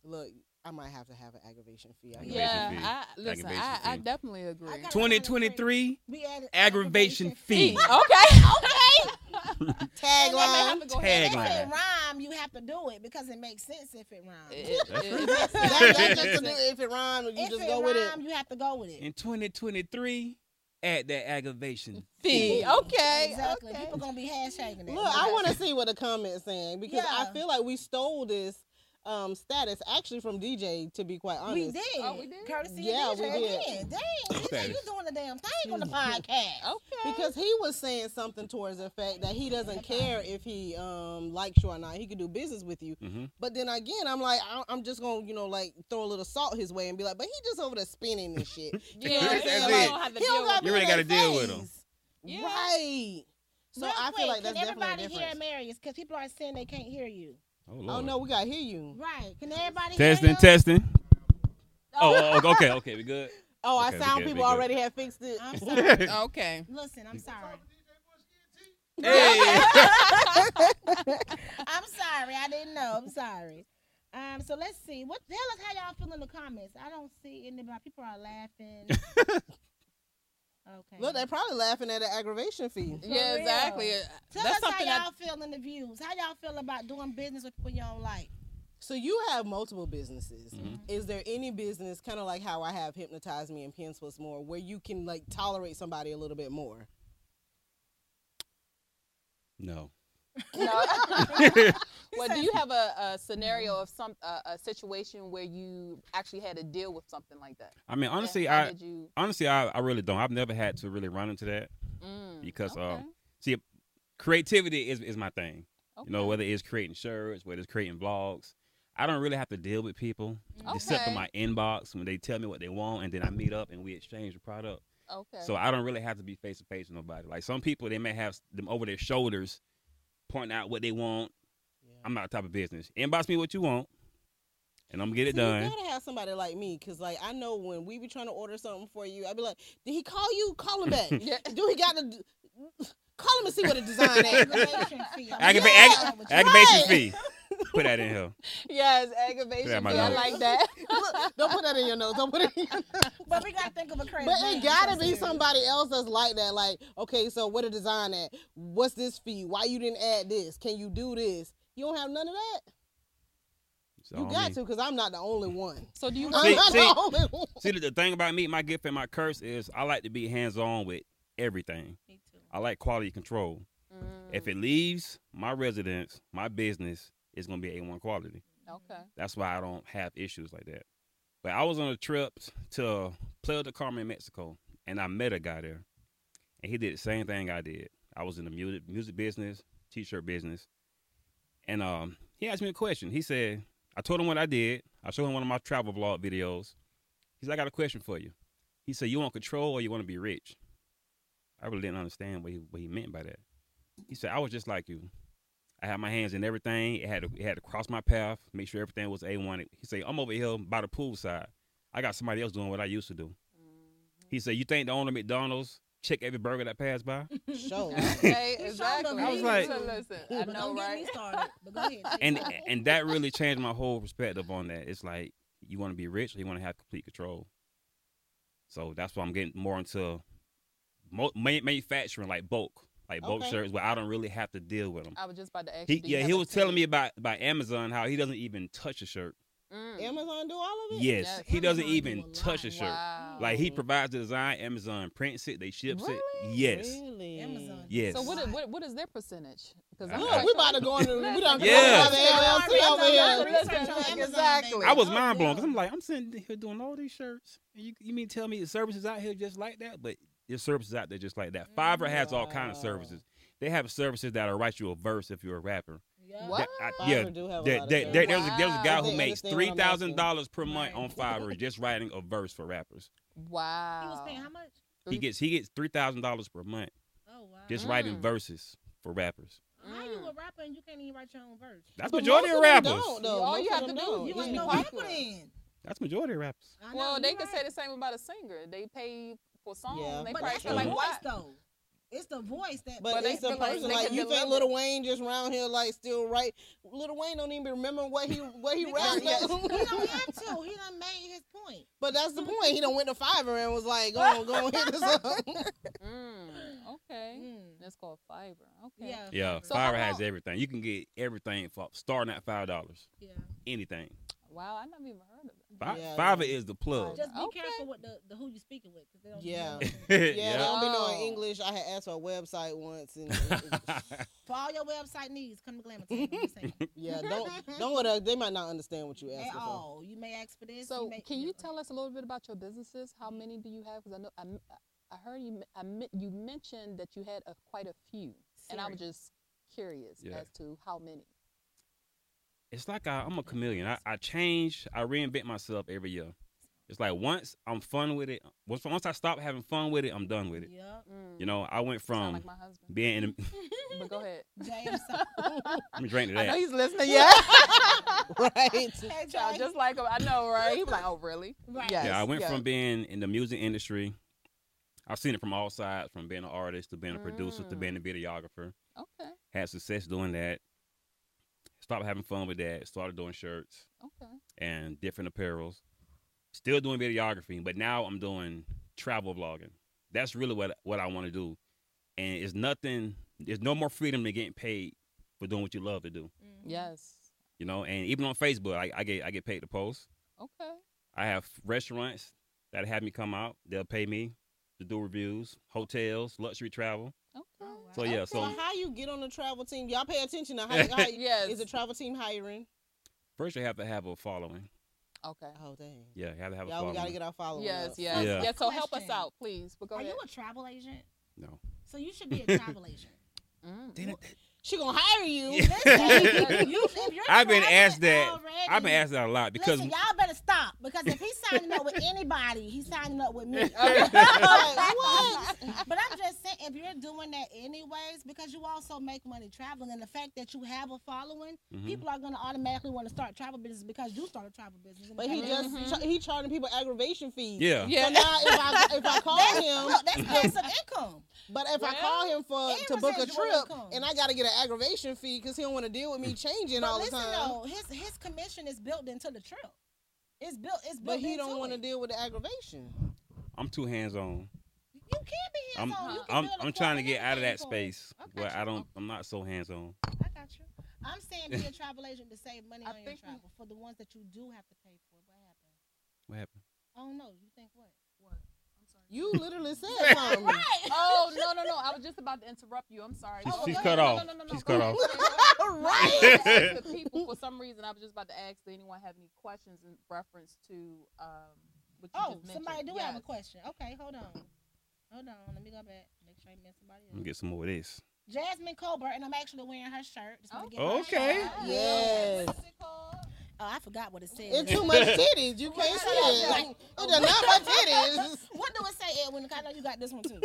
Speaker 3: look, I might have to have an aggravation fee. I guess.
Speaker 5: yeah,
Speaker 6: Aggravation fee.
Speaker 5: I, listen,
Speaker 6: Aggravation
Speaker 5: I, I
Speaker 6: fee.
Speaker 5: definitely agree.
Speaker 4: I got-
Speaker 6: 2023
Speaker 4: We added
Speaker 6: aggravation fee.
Speaker 5: okay, [LAUGHS] okay.
Speaker 4: And
Speaker 3: [LAUGHS]
Speaker 4: they may have
Speaker 3: Tagline.
Speaker 4: to go ahead. If it
Speaker 6: Tagline.
Speaker 4: rhyme, you have to do it because it makes sense if it rhymes.
Speaker 5: It- it-
Speaker 6: That's
Speaker 5: it-
Speaker 6: right.
Speaker 5: makes
Speaker 3: That,
Speaker 5: sense.
Speaker 3: that's just to
Speaker 5: [LAUGHS]
Speaker 3: do if it rhymes, you
Speaker 4: if
Speaker 3: just
Speaker 4: it
Speaker 3: go with it.
Speaker 4: rhyme, you have to go with it.
Speaker 6: In 2023, add that aggravation
Speaker 5: fee. Okay,
Speaker 4: exactly.
Speaker 5: okay.
Speaker 4: People gonna be hashtagging that.
Speaker 3: Look, I want to see what the comments saying because I
Speaker 4: Yeah.
Speaker 3: feel like we stole this um, status actually from DJ. To be quite honest,
Speaker 4: We did.
Speaker 5: Oh, we did?
Speaker 4: Courtesy
Speaker 3: Yeah,
Speaker 4: of
Speaker 3: we
Speaker 4: DJ
Speaker 3: did.
Speaker 4: again. Dang, DJ, you
Speaker 6: Status.
Speaker 4: doing the damn thing on the podcast.
Speaker 5: Okay.
Speaker 3: because he was saying something towards the fact that he doesn't care if he um, likes you or not. He could do business with you.
Speaker 6: Mhm.
Speaker 3: But then again, I'm like, I- I'm just gonna, you know, like throw a little salt his way and be like, but he just over there spinning this
Speaker 4: [LAUGHS]
Speaker 3: shit.
Speaker 5: yeah,
Speaker 3: know what I'm
Speaker 5: you
Speaker 3: saying?
Speaker 5: don't
Speaker 6: Like,
Speaker 5: have to
Speaker 3: He
Speaker 5: deal
Speaker 3: don't
Speaker 5: with
Speaker 3: gotta
Speaker 5: it.
Speaker 3: be
Speaker 6: You really
Speaker 3: in
Speaker 6: gotta
Speaker 3: their
Speaker 6: deal with
Speaker 3: face.
Speaker 6: him.
Speaker 5: Yeah.
Speaker 3: right? So
Speaker 4: Real
Speaker 3: I
Speaker 4: quick,
Speaker 3: feel like
Speaker 4: can
Speaker 3: that's definitely
Speaker 4: everybody
Speaker 3: a
Speaker 4: hear
Speaker 3: difference.
Speaker 4: Marius? Because people are saying they can't hear you.
Speaker 6: Oh, Lord.
Speaker 3: Oh no, we gotta hear you.
Speaker 4: Right? Can everybody
Speaker 6: Testing,
Speaker 4: hear
Speaker 6: testing. Oh, oh, okay, okay, we good.
Speaker 3: Oh,
Speaker 6: Okay, we
Speaker 3: our sound
Speaker 6: good, we
Speaker 3: people
Speaker 6: good.
Speaker 3: already have fixed it. [LAUGHS]
Speaker 4: I'm
Speaker 6: [LAUGHS]
Speaker 4: sorry.
Speaker 5: [LAUGHS] Okay.
Speaker 4: Listen, I'm sorry.
Speaker 6: Hey,
Speaker 4: I'm sorry. I didn't know. I'm sorry. Um, so let's see. What tell us how y'all feel in the comments? I don't see anybody. People are laughing. okay.
Speaker 3: Look, they're probably laughing at the aggravation fee.
Speaker 5: Yeah,
Speaker 4: real.
Speaker 5: exactly.
Speaker 4: Tell
Speaker 5: That's
Speaker 4: us how
Speaker 5: something I
Speaker 4: y'all feel in the views. How y'all feel about doing business with people you don't like?
Speaker 3: So you have multiple businesses.
Speaker 6: Mhm.
Speaker 3: Is there any business kind of like how I have hypnotized me and pins was more, where you can like tolerate somebody a little bit more?
Speaker 6: no.
Speaker 3: [LAUGHS]
Speaker 6: [LAUGHS]
Speaker 5: No. well, do you have a, a scenario of some uh, a situation where you actually had to deal with something like that?
Speaker 6: I mean,
Speaker 5: And
Speaker 6: honestly,
Speaker 5: how
Speaker 6: I
Speaker 5: did you?
Speaker 6: honestly I, I really don't. I've never had to really run into that
Speaker 5: Mm,
Speaker 6: because
Speaker 5: okay,
Speaker 6: um, see, creativity is is my thing.
Speaker 5: okay.
Speaker 6: You know, whether it's creating shirts, whether it's creating vlogs, I don't really have to deal with people except for
Speaker 5: Okay.
Speaker 6: my inbox when they tell me what they want, and then I meet up and we exchange the product.
Speaker 5: Okay.
Speaker 6: So I don't really have to be face to face with nobody. Like some people, they may have them over their shoulders, pointing out what they want. I'm not the type of business. Inbox me what you want, and I'm gonna get it
Speaker 3: So
Speaker 6: done.
Speaker 3: You gotta have somebody like me, cause like I know when we be trying to order something for you, I'd be like, "Did he call you? Call him
Speaker 6: [LAUGHS]
Speaker 3: back.
Speaker 5: Yeah.
Speaker 3: Do he got to call him and see what the
Speaker 6: [LAUGHS]
Speaker 3: design is?"
Speaker 4: Aggravation fee. I'm
Speaker 6: Aggrava-
Speaker 4: sorry.
Speaker 6: ag- aggravation fee. Put that in here.
Speaker 5: [LAUGHS] yes, aggravation.
Speaker 6: Yeah, my
Speaker 5: fee, I
Speaker 6: notes.
Speaker 5: like that.
Speaker 3: [LAUGHS] Look, don't put that in your nose. Don't put it. In your...
Speaker 4: But we gotta think of a creative.
Speaker 3: But
Speaker 4: name.
Speaker 3: it
Speaker 4: I'm
Speaker 3: gotta
Speaker 4: so
Speaker 3: be
Speaker 4: serious.
Speaker 3: somebody else that's like that. Like, okay, so what a design at? What's this fee? Why you didn't add this? Can you do this? You don't have none of that.
Speaker 6: So
Speaker 3: you
Speaker 6: I
Speaker 3: got
Speaker 6: mean-
Speaker 3: to, cause I'm not the only one.
Speaker 5: So do you?
Speaker 3: I'm
Speaker 6: [LAUGHS] See,
Speaker 3: not
Speaker 6: see.
Speaker 3: the only one.
Speaker 6: [LAUGHS] See, the, the thing about me, my gift and my curse is I like to be hands on with everything.
Speaker 4: Me too.
Speaker 6: I like quality control.
Speaker 5: Mm,
Speaker 6: If it leaves my residence, my business, it's gonna be A one quality.
Speaker 5: Okay.
Speaker 6: That's why I don't have issues like that. But I was on a trip to Playa del Carmen, Mexico, and I met a guy there, and he did the same thing I did. I was in the music music business, t-shirt business, and um, he asked me a question. He said, "I told him what I did. I showed him one of my travel vlog videos. He's like, I got a question for you. He said, you want control or you want to be rich? I really didn't understand what he what he meant by that. He said, I was just like you. I had my hands in everything. It had to, it had to cross my path, make sure everything was a one. He said, I'm over here by the poolside. I got somebody else doing what I used to do.
Speaker 5: Mm-hmm.
Speaker 6: He said, you think the owner of McDonald's check every burger that passed by?
Speaker 3: Show.
Speaker 6: [LAUGHS]
Speaker 5: Okay,
Speaker 4: He showed
Speaker 5: exactly.
Speaker 4: them
Speaker 6: I was like-
Speaker 5: so listen, I
Speaker 4: But
Speaker 5: know,
Speaker 4: don't get
Speaker 5: right?
Speaker 4: me started. But go [LAUGHS] ahead.
Speaker 5: [LAUGHS]
Speaker 6: and and that really changed my whole perspective on that. It's like you want to be rich or you want to have complete control. So that's why I'm getting more into mo- ma- manufacturing, like bulk, like bulk
Speaker 3: Okay.
Speaker 6: shirts, where I don't really have to deal with them.
Speaker 5: I was just about to ask. you,
Speaker 6: He,
Speaker 5: do you
Speaker 6: yeah,
Speaker 5: have
Speaker 6: he
Speaker 5: a
Speaker 6: was telling
Speaker 5: team?
Speaker 6: me about about Amazon how he doesn't even touch a shirt.
Speaker 5: Mm.
Speaker 3: Amazon do all of it.
Speaker 6: Yes,
Speaker 5: Yes.
Speaker 6: he doesn't
Speaker 4: Amazon do
Speaker 6: even
Speaker 4: a lot.
Speaker 6: touch a shirt.
Speaker 5: Wow.
Speaker 6: Like he provides the design, Amazon prints it, they ships it.
Speaker 5: Really?
Speaker 6: Yes,
Speaker 3: Really?
Speaker 4: Amazon.
Speaker 6: yes.
Speaker 5: So what, i- what? What is their percentage? Because
Speaker 6: I-
Speaker 3: Look, we about to go into we done
Speaker 6: [LAUGHS] Yes.
Speaker 3: yeah. the LLC over here.
Speaker 5: Exactly.
Speaker 6: I was mind blown because I'm like, I'm sitting here doing all these shirts. And you, you mean tell me the services out here just like that? But there's services out there just like that. Fiverr has all kind of
Speaker 3: Wow.
Speaker 6: services. They have services that'll write you a verse if you're a rapper.
Speaker 4: Yeah.
Speaker 5: What?
Speaker 6: That- I-
Speaker 3: Fiverr do
Speaker 6: yeah,
Speaker 3: have a
Speaker 6: that-
Speaker 3: lot of
Speaker 6: that- that- there's, a, there's a guy
Speaker 5: Wow.
Speaker 6: who
Speaker 5: They
Speaker 6: makes
Speaker 3: understand what
Speaker 6: three
Speaker 3: I'm
Speaker 6: thousand dollars per
Speaker 4: Right.
Speaker 6: month on Fiverr just writing a verse for rappers.
Speaker 5: Wow.
Speaker 4: He was paying how much?
Speaker 6: He gets he gets three thousand dollars per month
Speaker 4: Oh wow.
Speaker 6: just
Speaker 5: Mm.
Speaker 6: writing verses for rappers.
Speaker 4: How
Speaker 3: Mm.
Speaker 4: you a rapper and you can't even write your own verse?
Speaker 6: That's
Speaker 3: But
Speaker 6: majority
Speaker 3: most
Speaker 6: of
Speaker 3: of them
Speaker 6: rappers.
Speaker 3: don't, though.
Speaker 5: All
Speaker 3: Most
Speaker 5: you
Speaker 3: of
Speaker 5: have
Speaker 3: them
Speaker 5: to do is
Speaker 3: don't.
Speaker 5: you
Speaker 4: You
Speaker 5: Just
Speaker 4: ain't
Speaker 5: be
Speaker 4: no
Speaker 5: quiet.
Speaker 4: rapper then.
Speaker 6: That's majority of rappers.
Speaker 4: I know,
Speaker 5: Well,
Speaker 4: you
Speaker 5: they can
Speaker 4: right.
Speaker 5: say the same about a singer. They pay for songs.
Speaker 3: Yeah.
Speaker 5: They
Speaker 4: But
Speaker 5: probably
Speaker 4: that's
Speaker 5: feel
Speaker 4: the
Speaker 5: like
Speaker 4: voice
Speaker 5: what?
Speaker 4: though. It's the voice that.
Speaker 3: But,
Speaker 5: But they
Speaker 3: it's a
Speaker 5: feel like
Speaker 3: person
Speaker 5: they
Speaker 3: like, [LAUGHS]
Speaker 5: can
Speaker 3: you think
Speaker 5: deliver.
Speaker 3: Little Wayne just round here like still right. Little Wayne don't even remember what he what
Speaker 5: [LAUGHS]
Speaker 3: he
Speaker 4: Because
Speaker 3: rapped.
Speaker 4: he don't he
Speaker 3: about.
Speaker 4: don't have to. He done made his point.
Speaker 3: but that's the point. He done went to Fiverr and was like, go on, go on, hit this up.
Speaker 5: Mm, [LAUGHS] okay.
Speaker 4: Mm.
Speaker 5: That's called fiber. Okay.
Speaker 4: Yeah.
Speaker 6: Yeah,
Speaker 5: So how
Speaker 6: Fiverr has
Speaker 5: long-
Speaker 6: everything. You can get everything for starting at five dollars.
Speaker 4: Yeah.
Speaker 6: Anything.
Speaker 5: Wow, I never even heard of it.
Speaker 6: Fi-
Speaker 3: Yeah,
Speaker 6: Fiverr
Speaker 3: yeah.
Speaker 6: is the plug.
Speaker 4: Just be
Speaker 5: Okay.
Speaker 4: careful with the, the who you speaking with. 'cause they don't
Speaker 3: Yeah. [LAUGHS]
Speaker 4: know.
Speaker 6: [LAUGHS] [LAUGHS] yeah.
Speaker 3: Yeah, they don't be knowing
Speaker 5: Oh.
Speaker 3: English. I had asked for a website once, and it-
Speaker 6: [LAUGHS]
Speaker 3: it-
Speaker 4: For all your website needs, come to Glamour Town. I'm
Speaker 3: [LAUGHS]
Speaker 4: just saying.
Speaker 3: yeah, don't don't let her, They might not understand what you
Speaker 4: At
Speaker 3: asking [LAUGHS] for.
Speaker 4: all. You may ask for this.
Speaker 5: So,
Speaker 4: may,
Speaker 5: can you tell us a little bit about your businesses? How many do you have? Because I know I, m- I heard you. m- I me- you mentioned that you had a, quite a few, and I was just curious
Speaker 6: Yeah.
Speaker 5: as to how many.
Speaker 6: it's like I, I'm a chameleon. I, I change, I reinvent myself every year. It's like once I'm fun with it, once once I stop having fun with it, I'm done with it.
Speaker 4: Yeah.
Speaker 5: [LAUGHS] Mm.
Speaker 6: You know, I went
Speaker 5: Sound
Speaker 6: from
Speaker 5: like my husband.
Speaker 6: being
Speaker 4: [LAUGHS]
Speaker 6: in. The,
Speaker 5: [LAUGHS] But go ahead.
Speaker 4: James.
Speaker 3: [LAUGHS]
Speaker 6: [LAUGHS]
Speaker 4: so-
Speaker 6: let me drink to
Speaker 5: I know
Speaker 6: that.
Speaker 5: he's listening. Yeah.
Speaker 4: [LAUGHS]
Speaker 3: Right?
Speaker 4: Hey,
Speaker 5: Child,
Speaker 4: Jay.
Speaker 5: just like him. I know, right? He was like, oh, really?
Speaker 4: Right.
Speaker 5: Yes,
Speaker 6: Yeah, I went
Speaker 5: yes.
Speaker 6: from being in the music industry. I've seen it from all sides, from being an artist to being a producer to
Speaker 5: Mm.
Speaker 6: being a videographer.
Speaker 5: Okay.
Speaker 6: Had success doing that. Stopped having fun with that. Started doing shirts.
Speaker 5: Okay.
Speaker 6: and different apparels. Still doing videography, but now I'm doing travel vlogging. That's really what what I want to do. And it's nothing. There's no more freedom than getting paid for doing what you love to do.
Speaker 4: Mm-hmm.
Speaker 5: Yes.
Speaker 6: You know, and even on Facebook, I, I get I get paid to post.
Speaker 5: Okay.
Speaker 6: I have restaurants that have me come out. They'll pay me to do reviews, hotels, luxury travel.
Speaker 5: Okay.
Speaker 4: Oh, wow.
Speaker 6: So yeah,
Speaker 3: So,
Speaker 6: so
Speaker 3: how you get on the travel team? Y'all pay attention to how.
Speaker 6: [LAUGHS]
Speaker 3: how
Speaker 5: Yes.
Speaker 3: Is the travel team hiring?
Speaker 6: first you have to have a following.
Speaker 5: Okay.
Speaker 3: Oh dang.
Speaker 6: Yeah, you have to have a
Speaker 3: Y'all, we
Speaker 6: following.
Speaker 3: gotta get our followers.
Speaker 5: Yes,
Speaker 3: up.
Speaker 5: yes.
Speaker 6: Yeah.
Speaker 5: Yeah. so help us
Speaker 4: Question.
Speaker 5: out, please. But go
Speaker 4: Are
Speaker 5: ahead.
Speaker 4: you a travel agent?
Speaker 6: No.
Speaker 4: So you should
Speaker 6: [LAUGHS]
Speaker 4: be a travel agent.
Speaker 5: Mm.
Speaker 6: Didn't-
Speaker 3: She gonna hire you.
Speaker 6: Yeah. [LAUGHS]
Speaker 4: Listen, you- if you're
Speaker 6: I've
Speaker 4: traveling
Speaker 6: been asked that.
Speaker 4: already-
Speaker 6: I've been asked that a lot because
Speaker 4: Listen, y'all better stop because if he's signing
Speaker 6: [LAUGHS]
Speaker 4: up with anybody, he's signing up with me. [LAUGHS]
Speaker 3: Like, what?
Speaker 4: But I'm just saying, if you're doing that anyways, because you also make money traveling, and the fact that you have a following,
Speaker 6: Mhm.
Speaker 4: people are gonna automatically want to start travel business because you started travel business.
Speaker 3: But he just
Speaker 5: Mhm.
Speaker 3: cha- he charging people aggravation fees.
Speaker 6: yeah,
Speaker 5: Yeah.
Speaker 3: So now if I if I
Speaker 4: that's,
Speaker 3: call him,
Speaker 4: look, that's passive income.
Speaker 3: but if I
Speaker 5: Well,
Speaker 3: call him for to
Speaker 4: everyone
Speaker 3: book a
Speaker 4: says you wanna
Speaker 3: trip,
Speaker 4: come.
Speaker 3: and I gotta get an aggravation fee because he don't want to deal with me changing
Speaker 4: But
Speaker 3: all the
Speaker 4: listen
Speaker 3: time.
Speaker 4: though, his his commission is built into the trip. It's built. It's built.
Speaker 3: But he
Speaker 4: into
Speaker 3: don't want to
Speaker 4: it.
Speaker 3: deal with the aggravation.
Speaker 6: I'm too hands on.
Speaker 4: You can't be
Speaker 6: I'm
Speaker 4: hands on. You can
Speaker 6: I'm
Speaker 4: build a
Speaker 6: I'm trying to
Speaker 4: corporate
Speaker 6: get out of that
Speaker 4: income.
Speaker 6: space
Speaker 4: I got
Speaker 6: where
Speaker 4: you.
Speaker 6: I don't I'm not so hands on.
Speaker 4: I got you. I'm saying
Speaker 6: [LAUGHS]
Speaker 4: be a travel agent to save money
Speaker 5: I
Speaker 4: on your
Speaker 5: think we-
Speaker 4: travel for the ones that you do have to pay for. What happened?
Speaker 6: What happened?
Speaker 4: I don't know. You think what? What? I'm sorry.
Speaker 3: You [LAUGHS] literally said something.
Speaker 5: Oh no no no! I was just
Speaker 4: Oh,
Speaker 5: about to interrupt you. I'm sorry.
Speaker 6: She's-
Speaker 5: Go
Speaker 6: she's
Speaker 5: ahead.
Speaker 6: cut
Speaker 5: No,
Speaker 4: [LAUGHS]
Speaker 6: off.
Speaker 5: No, no, no, no,
Speaker 6: She's
Speaker 5: go
Speaker 6: cut
Speaker 5: ahead.
Speaker 6: off.
Speaker 5: Go ahead.
Speaker 3: right.
Speaker 6: [LAUGHS]
Speaker 5: Go ahead. The people some reason, I was just about to ask, did anyone have any questions in reference to um, what you
Speaker 4: Oh,
Speaker 5: just mentioned?
Speaker 4: somebody do have a
Speaker 5: Yes.
Speaker 4: question. Okay, hold on. Hold on. Let me go back. Make sure I ain't miss somebody
Speaker 6: I'm gonna
Speaker 4: else.
Speaker 6: get some more of this.
Speaker 4: Jasmine Colbert, and I'm actually wearing her shirt. Just wanna get my
Speaker 6: Okay.
Speaker 4: shirt out.
Speaker 3: Yes.
Speaker 5: What's it called?
Speaker 4: Oh, I forgot what it says.
Speaker 3: It's too much titties. You can't see it. It's not my titties.
Speaker 4: [LAUGHS] what do it say, Edwin? 'Cause I know you got this one too.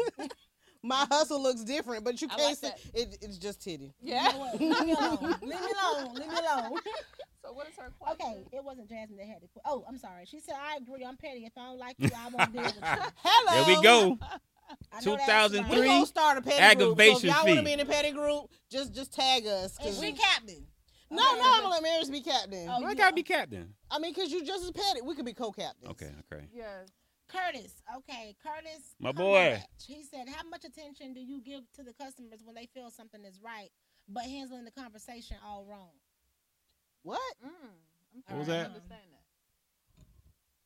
Speaker 3: My hustle looks different, but you
Speaker 5: I
Speaker 3: can't
Speaker 5: like
Speaker 3: see it. It's just titty.
Speaker 4: You
Speaker 5: Yeah.
Speaker 4: know what? Leave me alone. Leave me alone. Leave me alone.
Speaker 5: So what is her question?
Speaker 4: Okay, it wasn't Jasmine that had it. Oh, I'm sorry. She said, I agree. I'm petty. If I don't like you, I won't deal with you.
Speaker 3: Hello.
Speaker 4: Oh,
Speaker 6: There we go. [LAUGHS]
Speaker 4: I know that's right.
Speaker 6: 2003.
Speaker 3: We gonna start a petty group. So
Speaker 6: Aggravation
Speaker 3: if y'all want to
Speaker 6: fee.
Speaker 3: be in a petty group, just just tag us. 'cause
Speaker 4: And we
Speaker 3: we-
Speaker 4: captain.
Speaker 3: no, no, I'm gonna let Maris be captain.
Speaker 4: Oh,
Speaker 6: Why I
Speaker 4: you-
Speaker 6: gotta be captain?
Speaker 3: I mean, cause you just as petty. We could be co-captains.
Speaker 6: Okay, okay.
Speaker 5: Yes.
Speaker 4: Curtis. Okay, Curtis.
Speaker 6: My
Speaker 4: come on
Speaker 6: boy.
Speaker 4: back. He said, How much attention do you give to the customers when they feel something is right, but handling the conversation all wrong?
Speaker 3: What?
Speaker 5: Mm. I'm
Speaker 4: What was
Speaker 5: trying to
Speaker 4: that?
Speaker 5: Understand that.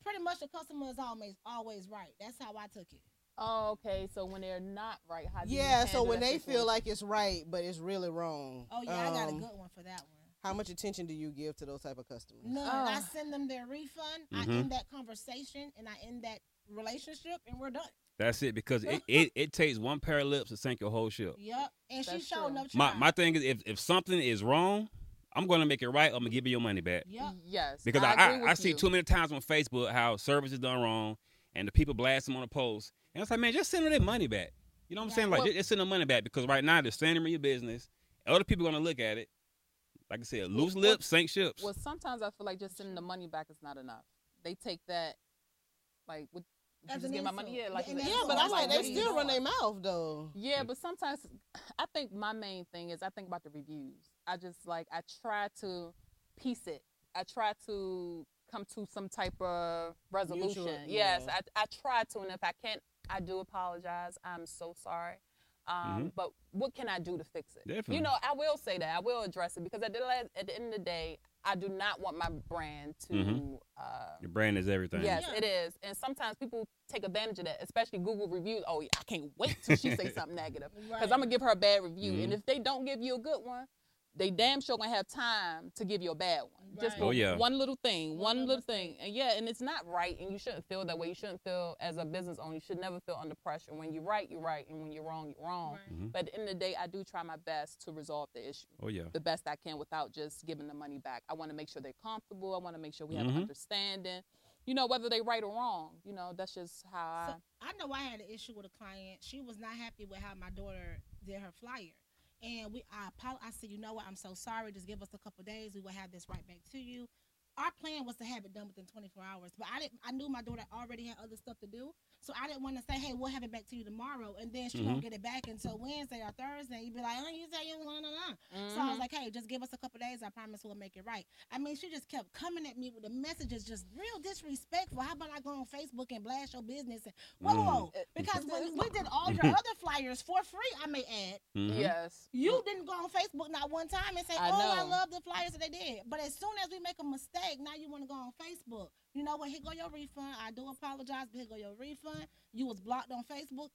Speaker 4: Pretty much the customer is always always right. That's how I took it.
Speaker 5: Oh, okay. So when they're not right, how do you
Speaker 3: Yeah. So
Speaker 5: handle
Speaker 3: when
Speaker 5: that
Speaker 3: they feel
Speaker 5: situation?
Speaker 3: like it's right, but it's really wrong.
Speaker 4: Oh yeah, I got a
Speaker 3: um,
Speaker 4: good one for that one.
Speaker 3: How much attention do you give to those type of customers?
Speaker 4: None. I
Speaker 5: Oh.
Speaker 4: send them their refund. I
Speaker 6: Mhm.
Speaker 4: end that conversation and I end that relationship and we're done.
Speaker 6: That's it because it, it, it takes one pair of lips to sink your whole ship.
Speaker 4: Yep. And she
Speaker 5: That's
Speaker 4: showed
Speaker 5: true.
Speaker 4: no
Speaker 6: My
Speaker 4: child.
Speaker 6: my thing is if, if something is wrong, I'm gonna make it right. I'm gonna give you your money back.
Speaker 4: Yep.
Speaker 5: Yes.
Speaker 6: Because
Speaker 5: I,
Speaker 6: I,
Speaker 5: agree
Speaker 6: I, I,
Speaker 5: with
Speaker 6: see
Speaker 5: you.
Speaker 6: too many times on Facebook how service is done wrong and the people blast them on a post. And it's like, man, just send them their money back. You know what I'm saying? Like,
Speaker 5: Well-
Speaker 6: just, just send them money back because right now they're standing in your business. Other people going to look at it. Like I said, loose
Speaker 5: Well-
Speaker 6: lips, sink ships.
Speaker 5: Well, sometimes I feel like just sending the money back is not enough. They take that, like, what, you
Speaker 4: As an
Speaker 5: just get my money.
Speaker 4: insult.
Speaker 5: Yeah, like,
Speaker 4: And
Speaker 5: it's
Speaker 4: that's
Speaker 5: an
Speaker 3: Yeah,
Speaker 4: what
Speaker 5: insult.
Speaker 3: but
Speaker 4: I'm
Speaker 3: I'm
Speaker 4: like,
Speaker 3: like,
Speaker 4: what
Speaker 3: they
Speaker 4: are you
Speaker 3: still run
Speaker 4: doing?
Speaker 3: their mouth though.
Speaker 5: Yeah, but sometimes I think my main thing is I think about the reviews. I just like I try to piece it. I try to come to some type of resolution. yes,
Speaker 3: yeah.
Speaker 5: I I try to, and if I can't, I do apologize. I'm so sorry. Um, But what can I do to fix it?
Speaker 6: Definitely.
Speaker 5: You know, I will say that I will address it because at the last, at the end of the day, I do not want my brand to.
Speaker 6: Mhm.
Speaker 5: Uh,
Speaker 6: Your brand is everything.
Speaker 5: Yes,
Speaker 4: Yeah.
Speaker 5: it is. And sometimes people take advantage of that, especially Google reviews. Oh, I can't wait till she say something negative because I'm
Speaker 4: Right.
Speaker 5: gonna give her a bad review. And
Speaker 6: Mhm.
Speaker 5: if they don't give you a good one, they damn sure gonna have time to give you a bad one. Just
Speaker 4: Right.
Speaker 5: for
Speaker 6: Oh, yeah.
Speaker 5: one little thing, one,
Speaker 4: little
Speaker 5: little thing. And yeah, and it's not right. And you shouldn't feel that way. You shouldn't feel as a business owner. You should never feel under pressure. When you're right, you're right, and when you're wrong, you're wrong.
Speaker 4: Right.
Speaker 6: Mhm.
Speaker 5: But at the end of the day, I do try my best to resolve the issue
Speaker 6: Oh, yeah.
Speaker 5: the best I can without just giving the money back. I want to make sure they're comfortable. I want to make sure we have
Speaker 6: Mhm.
Speaker 5: an understanding. You know, whether they right or wrong. You know, that's just how
Speaker 4: So I know I had an issue with a client. She was not happy with how my daughter did her flyer. And we I apologized. I said, you know what? I'm so sorry. Just give us a couple days. We will have this right back to you. Our plan was to have it done within 24 hours, but I didn't. I knew my daughter already had other stuff to do, so I didn't want to say, "Hey, we'll have it back to you tomorrow," and then she won't get it back until Wednesday or Thursday. You'd be like, "Oh, you say you want to
Speaker 5: I.
Speaker 4: So I was
Speaker 5: Mhm.
Speaker 4: like, hey, just give us a couple days. I promise we'll make it right. I mean, she just kept coming at me with the messages, just real disrespectful. How about I go on Facebook and blast your business? And, whoa, whoa, whoa.
Speaker 5: Mm.
Speaker 4: Because when we did all
Speaker 5: [LAUGHS]
Speaker 4: your other flyers for free, I may add,
Speaker 6: Mhm.
Speaker 5: yes.
Speaker 4: you didn't go on Facebook not one time and say,
Speaker 5: I
Speaker 4: oh, I
Speaker 5: know.
Speaker 4: love the flyers that they did. But as soon as we make a mistake, now you want to go on Facebook. You know what? Here go your refund. I do apologize, but here go your refund. You was blocked on Facebook,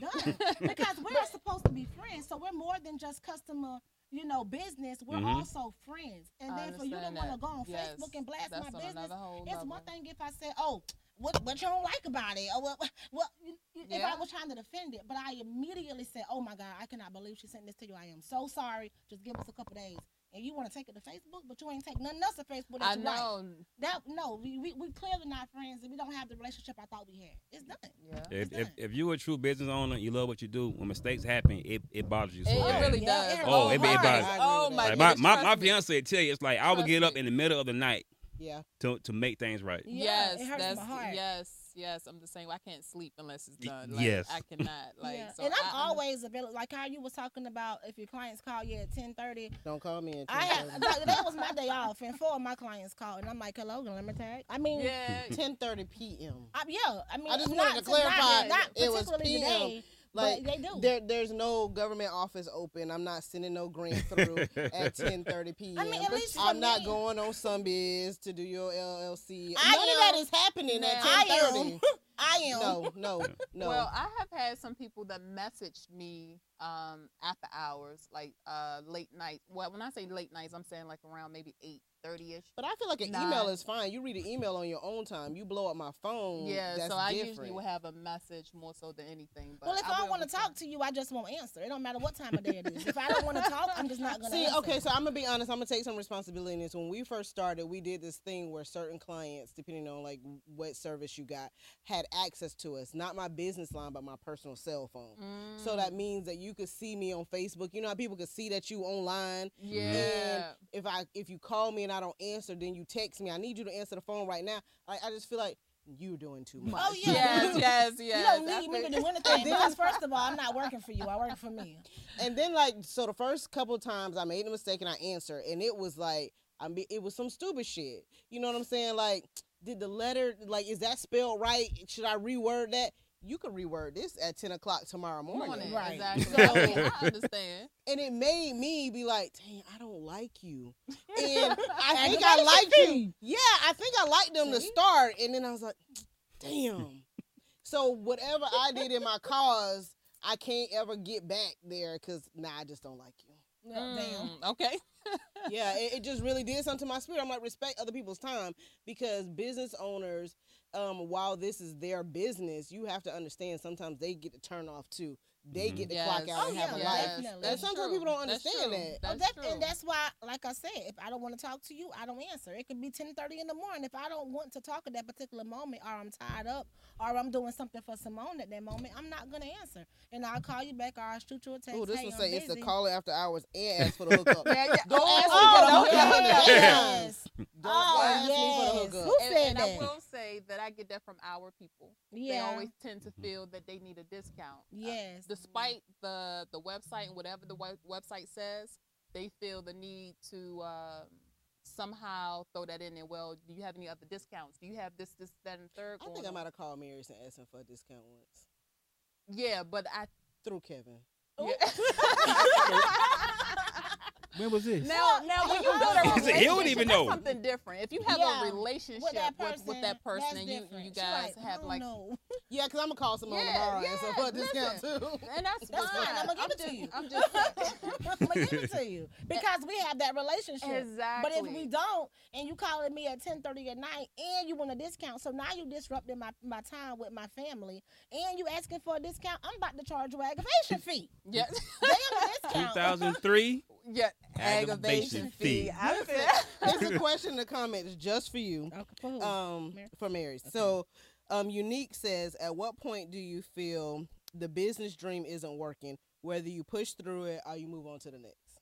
Speaker 4: Instagram, done. because we're supposed to be friends, so we're more than just customer, you know, business. We're
Speaker 6: Mhm.
Speaker 4: also friends. And
Speaker 5: Mm-hmm. I
Speaker 4: then for you to
Speaker 5: understand
Speaker 4: want to
Speaker 5: that.
Speaker 4: go on
Speaker 5: Yes,
Speaker 4: Facebook and blast
Speaker 5: that's
Speaker 4: my
Speaker 5: on
Speaker 4: business,
Speaker 5: another whole
Speaker 4: it's one
Speaker 5: level.
Speaker 4: thing if I say, oh, what what you don't like about it, or what, what, what you- you- if I
Speaker 5: Yeah.
Speaker 4: was trying to defend it, but I immediately said, oh my God, I cannot believe she sent this to you. I am so sorry. Just give us a couple days. And you want to take it to Facebook, but you ain't take nothing else to Facebook.
Speaker 5: I
Speaker 4: That you like.
Speaker 5: know.
Speaker 4: That no, we, we we clearly not friends, and we don't have the relationship I thought we had. It's done.
Speaker 5: Yeah. It,
Speaker 6: If, if,
Speaker 4: done.
Speaker 6: if you're a true business owner, you love what you do. When mistakes happen, it, it bothers you so bad.
Speaker 5: it really
Speaker 4: Yeah, it
Speaker 5: does.
Speaker 4: hurts.
Speaker 6: Oh, it be- it
Speaker 5: hard.
Speaker 6: bothers-
Speaker 5: Oh my
Speaker 6: like my,
Speaker 5: goodness,
Speaker 6: my,
Speaker 5: trust
Speaker 6: my
Speaker 5: me.
Speaker 6: fiance tell you, it's like I would
Speaker 5: Trust
Speaker 6: get up
Speaker 5: me.
Speaker 6: in the middle of the night
Speaker 3: Yeah.
Speaker 6: to, to make things right.
Speaker 4: Yeah,
Speaker 5: yes,
Speaker 4: it hurts
Speaker 5: that's
Speaker 4: my heart.
Speaker 5: yes, yes. I'm the same. way. I can't sleep unless it's
Speaker 6: Y-
Speaker 5: done. Like,
Speaker 6: yes.
Speaker 5: I cannot. Like,
Speaker 4: yeah.
Speaker 5: so
Speaker 4: and I'm
Speaker 5: I under-
Speaker 4: always available. Like how you was talking about if your clients call you at ten thirty.
Speaker 3: Don't call me. Until
Speaker 4: I had like, that was my day off, and four of my clients called, and I'm like, hello, let me tag. [LAUGHS] I mean, [LAUGHS] yeah.
Speaker 5: Yeah.
Speaker 6: Hmm.
Speaker 3: 10:30 p.m.
Speaker 4: I, yeah, I mean,
Speaker 3: I just
Speaker 4: not
Speaker 3: wanted to clarify
Speaker 4: Not, not
Speaker 3: it was
Speaker 4: particularly
Speaker 3: PM,
Speaker 4: today,
Speaker 3: Like
Speaker 4: but they do.
Speaker 3: there, there's no government office open. I'm not sending no grant through
Speaker 6: [LAUGHS]
Speaker 3: at 10:30 p.m.
Speaker 4: I mean, at least for
Speaker 3: I'm not
Speaker 4: me.
Speaker 3: going on Sunbiz to do your LLC.
Speaker 4: I
Speaker 3: None of that
Speaker 4: am.
Speaker 3: is happening at
Speaker 5: Nah.
Speaker 4: I [LAUGHS]
Speaker 3: 10:30.
Speaker 4: am. I am.
Speaker 3: No, no, no.
Speaker 5: Well, I have had some people that messaged me um, after hours, like uh, late night. Well, when I say late nights, I'm saying like around maybe eight thirty ish.
Speaker 3: but I feel like an
Speaker 5: Nah.
Speaker 3: email is fine. You read an email on your own time. You blow up my phone.
Speaker 5: Yeah,
Speaker 3: that's
Speaker 5: so I
Speaker 3: different.
Speaker 5: usually will have a message more so than anything. But
Speaker 4: Well, if I,
Speaker 5: will
Speaker 4: want to
Speaker 5: respond.
Speaker 4: talk to you, I just won't answer. It don't matter what time of day it is. If I
Speaker 3: [LAUGHS]
Speaker 4: don't want to talk, I'm just not gonna.
Speaker 3: See,
Speaker 4: answer.
Speaker 3: okay, so I'm gonna be honest. I'm gonna take some responsibility in this. When we first started, we did this thing where certain clients, depending on like what service you got, had access to us. Not my business line, but my personal cell phone.
Speaker 5: Mm,
Speaker 4: Mm.
Speaker 3: So that means that you could see me on Facebook. You know how people could see that you online.
Speaker 5: yeah,
Speaker 3: If I if you call me and I don't answer, then you text me. I need you to answer the phone right now. I, I just feel like you're doing too much.
Speaker 4: Oh,
Speaker 3: [LAUGHS]
Speaker 4: yeah.
Speaker 5: yes, yes, yes.
Speaker 4: you don't need me
Speaker 5: After-
Speaker 4: to
Speaker 5: [LAUGHS]
Speaker 4: do
Speaker 3: then-
Speaker 4: anything because first of all, I'm not working for you. I work for me.
Speaker 3: And then like so the first couple of times I made a mistake and I answered and it was like I mean it was some stupid shit. You know what I'm saying? Like did the letter like is that spelled right? Should I reword that? You could reword this at ten o'clock tomorrow morning.
Speaker 5: morning,
Speaker 4: Right.
Speaker 3: [LAUGHS]
Speaker 5: exactly. So, I understand.
Speaker 3: And it made me be like, dang, I don't like you. And I
Speaker 4: And
Speaker 3: think
Speaker 4: the
Speaker 3: I
Speaker 4: relationship.
Speaker 3: liked you. Yeah, I think I liked them to
Speaker 4: See?
Speaker 3: start. And then I was like, damn. so whatever I did in my cause, I can't ever get back there because nah, I just don't like you.
Speaker 4: Yeah, Damn.
Speaker 5: Mm, okay.
Speaker 3: yeah, it, it just really did something to my spirit. I'm like, respect other people's time because business owners, um, while this is their business, you have to understand sometimes they get to turn off too. They get to clock out
Speaker 5: Yes.
Speaker 4: Oh,
Speaker 3: and have a
Speaker 4: yeah,
Speaker 3: life.
Speaker 4: definitely.
Speaker 3: And
Speaker 5: That's
Speaker 3: sometimes
Speaker 5: true.
Speaker 3: people don't
Speaker 5: That's
Speaker 3: understand
Speaker 5: true.
Speaker 3: that.
Speaker 4: Oh,
Speaker 5: That's
Speaker 4: that-
Speaker 5: true.
Speaker 4: and that's why, like I said, if I don't want to talk to you, I don't answer. It could be ten thirty in the morning. If I don't want to talk at that particular moment, or I'm tied up, or I'm doing something for Simone at that moment, I'm not gonna answer. And I'll call you back, or I'll shoot you a text.
Speaker 3: Oh, this
Speaker 4: hey,
Speaker 3: one
Speaker 4: I'm
Speaker 3: say it's the
Speaker 4: busy."
Speaker 3: caller after hours [LAUGHS] and ask for the hookup.
Speaker 5: Yeah, yeah.
Speaker 3: Don't ask
Speaker 4: Oh,
Speaker 5: [LAUGHS]
Speaker 3: me for the
Speaker 4: yes.
Speaker 3: hookup.
Speaker 4: yes.
Speaker 3: Don't
Speaker 4: Oh,
Speaker 3: ask me for
Speaker 4: yes.
Speaker 3: the hookup.
Speaker 4: Who
Speaker 5: and,
Speaker 4: said
Speaker 5: and
Speaker 4: that?
Speaker 5: I will say that I get that from our people. They
Speaker 4: yeah.
Speaker 5: always tend
Speaker 6: Mm-hmm.
Speaker 5: to feel that they need a discount. Uh,
Speaker 4: yes.
Speaker 5: despite the the website and whatever the we- website says, they feel the need to um, somehow throw that in there. Well, do you have any other discounts? Do you have this, this, that, and third?
Speaker 3: I
Speaker 5: going
Speaker 3: think I
Speaker 5: on?
Speaker 3: might have called Mary's and asked him for a discount once
Speaker 5: Yeah, but I.
Speaker 3: through Kevin.
Speaker 4: Oh. [LAUGHS]
Speaker 5: [LAUGHS]
Speaker 6: When was this?
Speaker 5: now, now when you build a
Speaker 6: He said
Speaker 5: relationship,
Speaker 6: he don't even know.
Speaker 5: that's something different. If you have
Speaker 4: Yeah,
Speaker 5: a
Speaker 4: with
Speaker 5: relationship
Speaker 4: with that person,
Speaker 5: with, with that person,
Speaker 4: that's
Speaker 5: and you,
Speaker 4: different.
Speaker 5: you
Speaker 4: She
Speaker 5: guys
Speaker 4: like,
Speaker 5: have
Speaker 4: "I
Speaker 5: like
Speaker 4: don't
Speaker 5: [LAUGHS]
Speaker 4: know." [LAUGHS]
Speaker 3: Yeah, because I'm gonna call someone
Speaker 5: Yeah,
Speaker 3: tomorrow and ask her
Speaker 5: yeah,
Speaker 3: for a discount [LAUGHS] too.
Speaker 4: [LAUGHS]
Speaker 5: And that's,
Speaker 4: That's
Speaker 5: fine.
Speaker 4: fine. I'ma give
Speaker 5: I'm
Speaker 4: it to
Speaker 5: just,
Speaker 4: you.
Speaker 5: I'm just
Speaker 4: [LAUGHS] I'm gonna give it to you because we have that relationship.
Speaker 5: Eh, exactly.
Speaker 4: But if we don't, and you calling me at ten thirty at night, and you want a discount, so now you disrupting my, my time with my family, and you asking for a discount, I'm about to charge you an aggravation fee.
Speaker 5: yeah,
Speaker 4: Damn
Speaker 5: [LAUGHS]
Speaker 4: the
Speaker 5: uh,
Speaker 4: discount.
Speaker 6: 2003.
Speaker 5: yeah,
Speaker 6: Aggravation fee.
Speaker 5: I
Speaker 4: [LAUGHS]
Speaker 5: said,
Speaker 3: There's a question in the comments just for you.
Speaker 4: Okay, for who?
Speaker 3: um
Speaker 4: Mary?
Speaker 3: for Mary. So um Unique says, at what point do you feel the business dream isn't working? Whether you push through it or you move on to the next.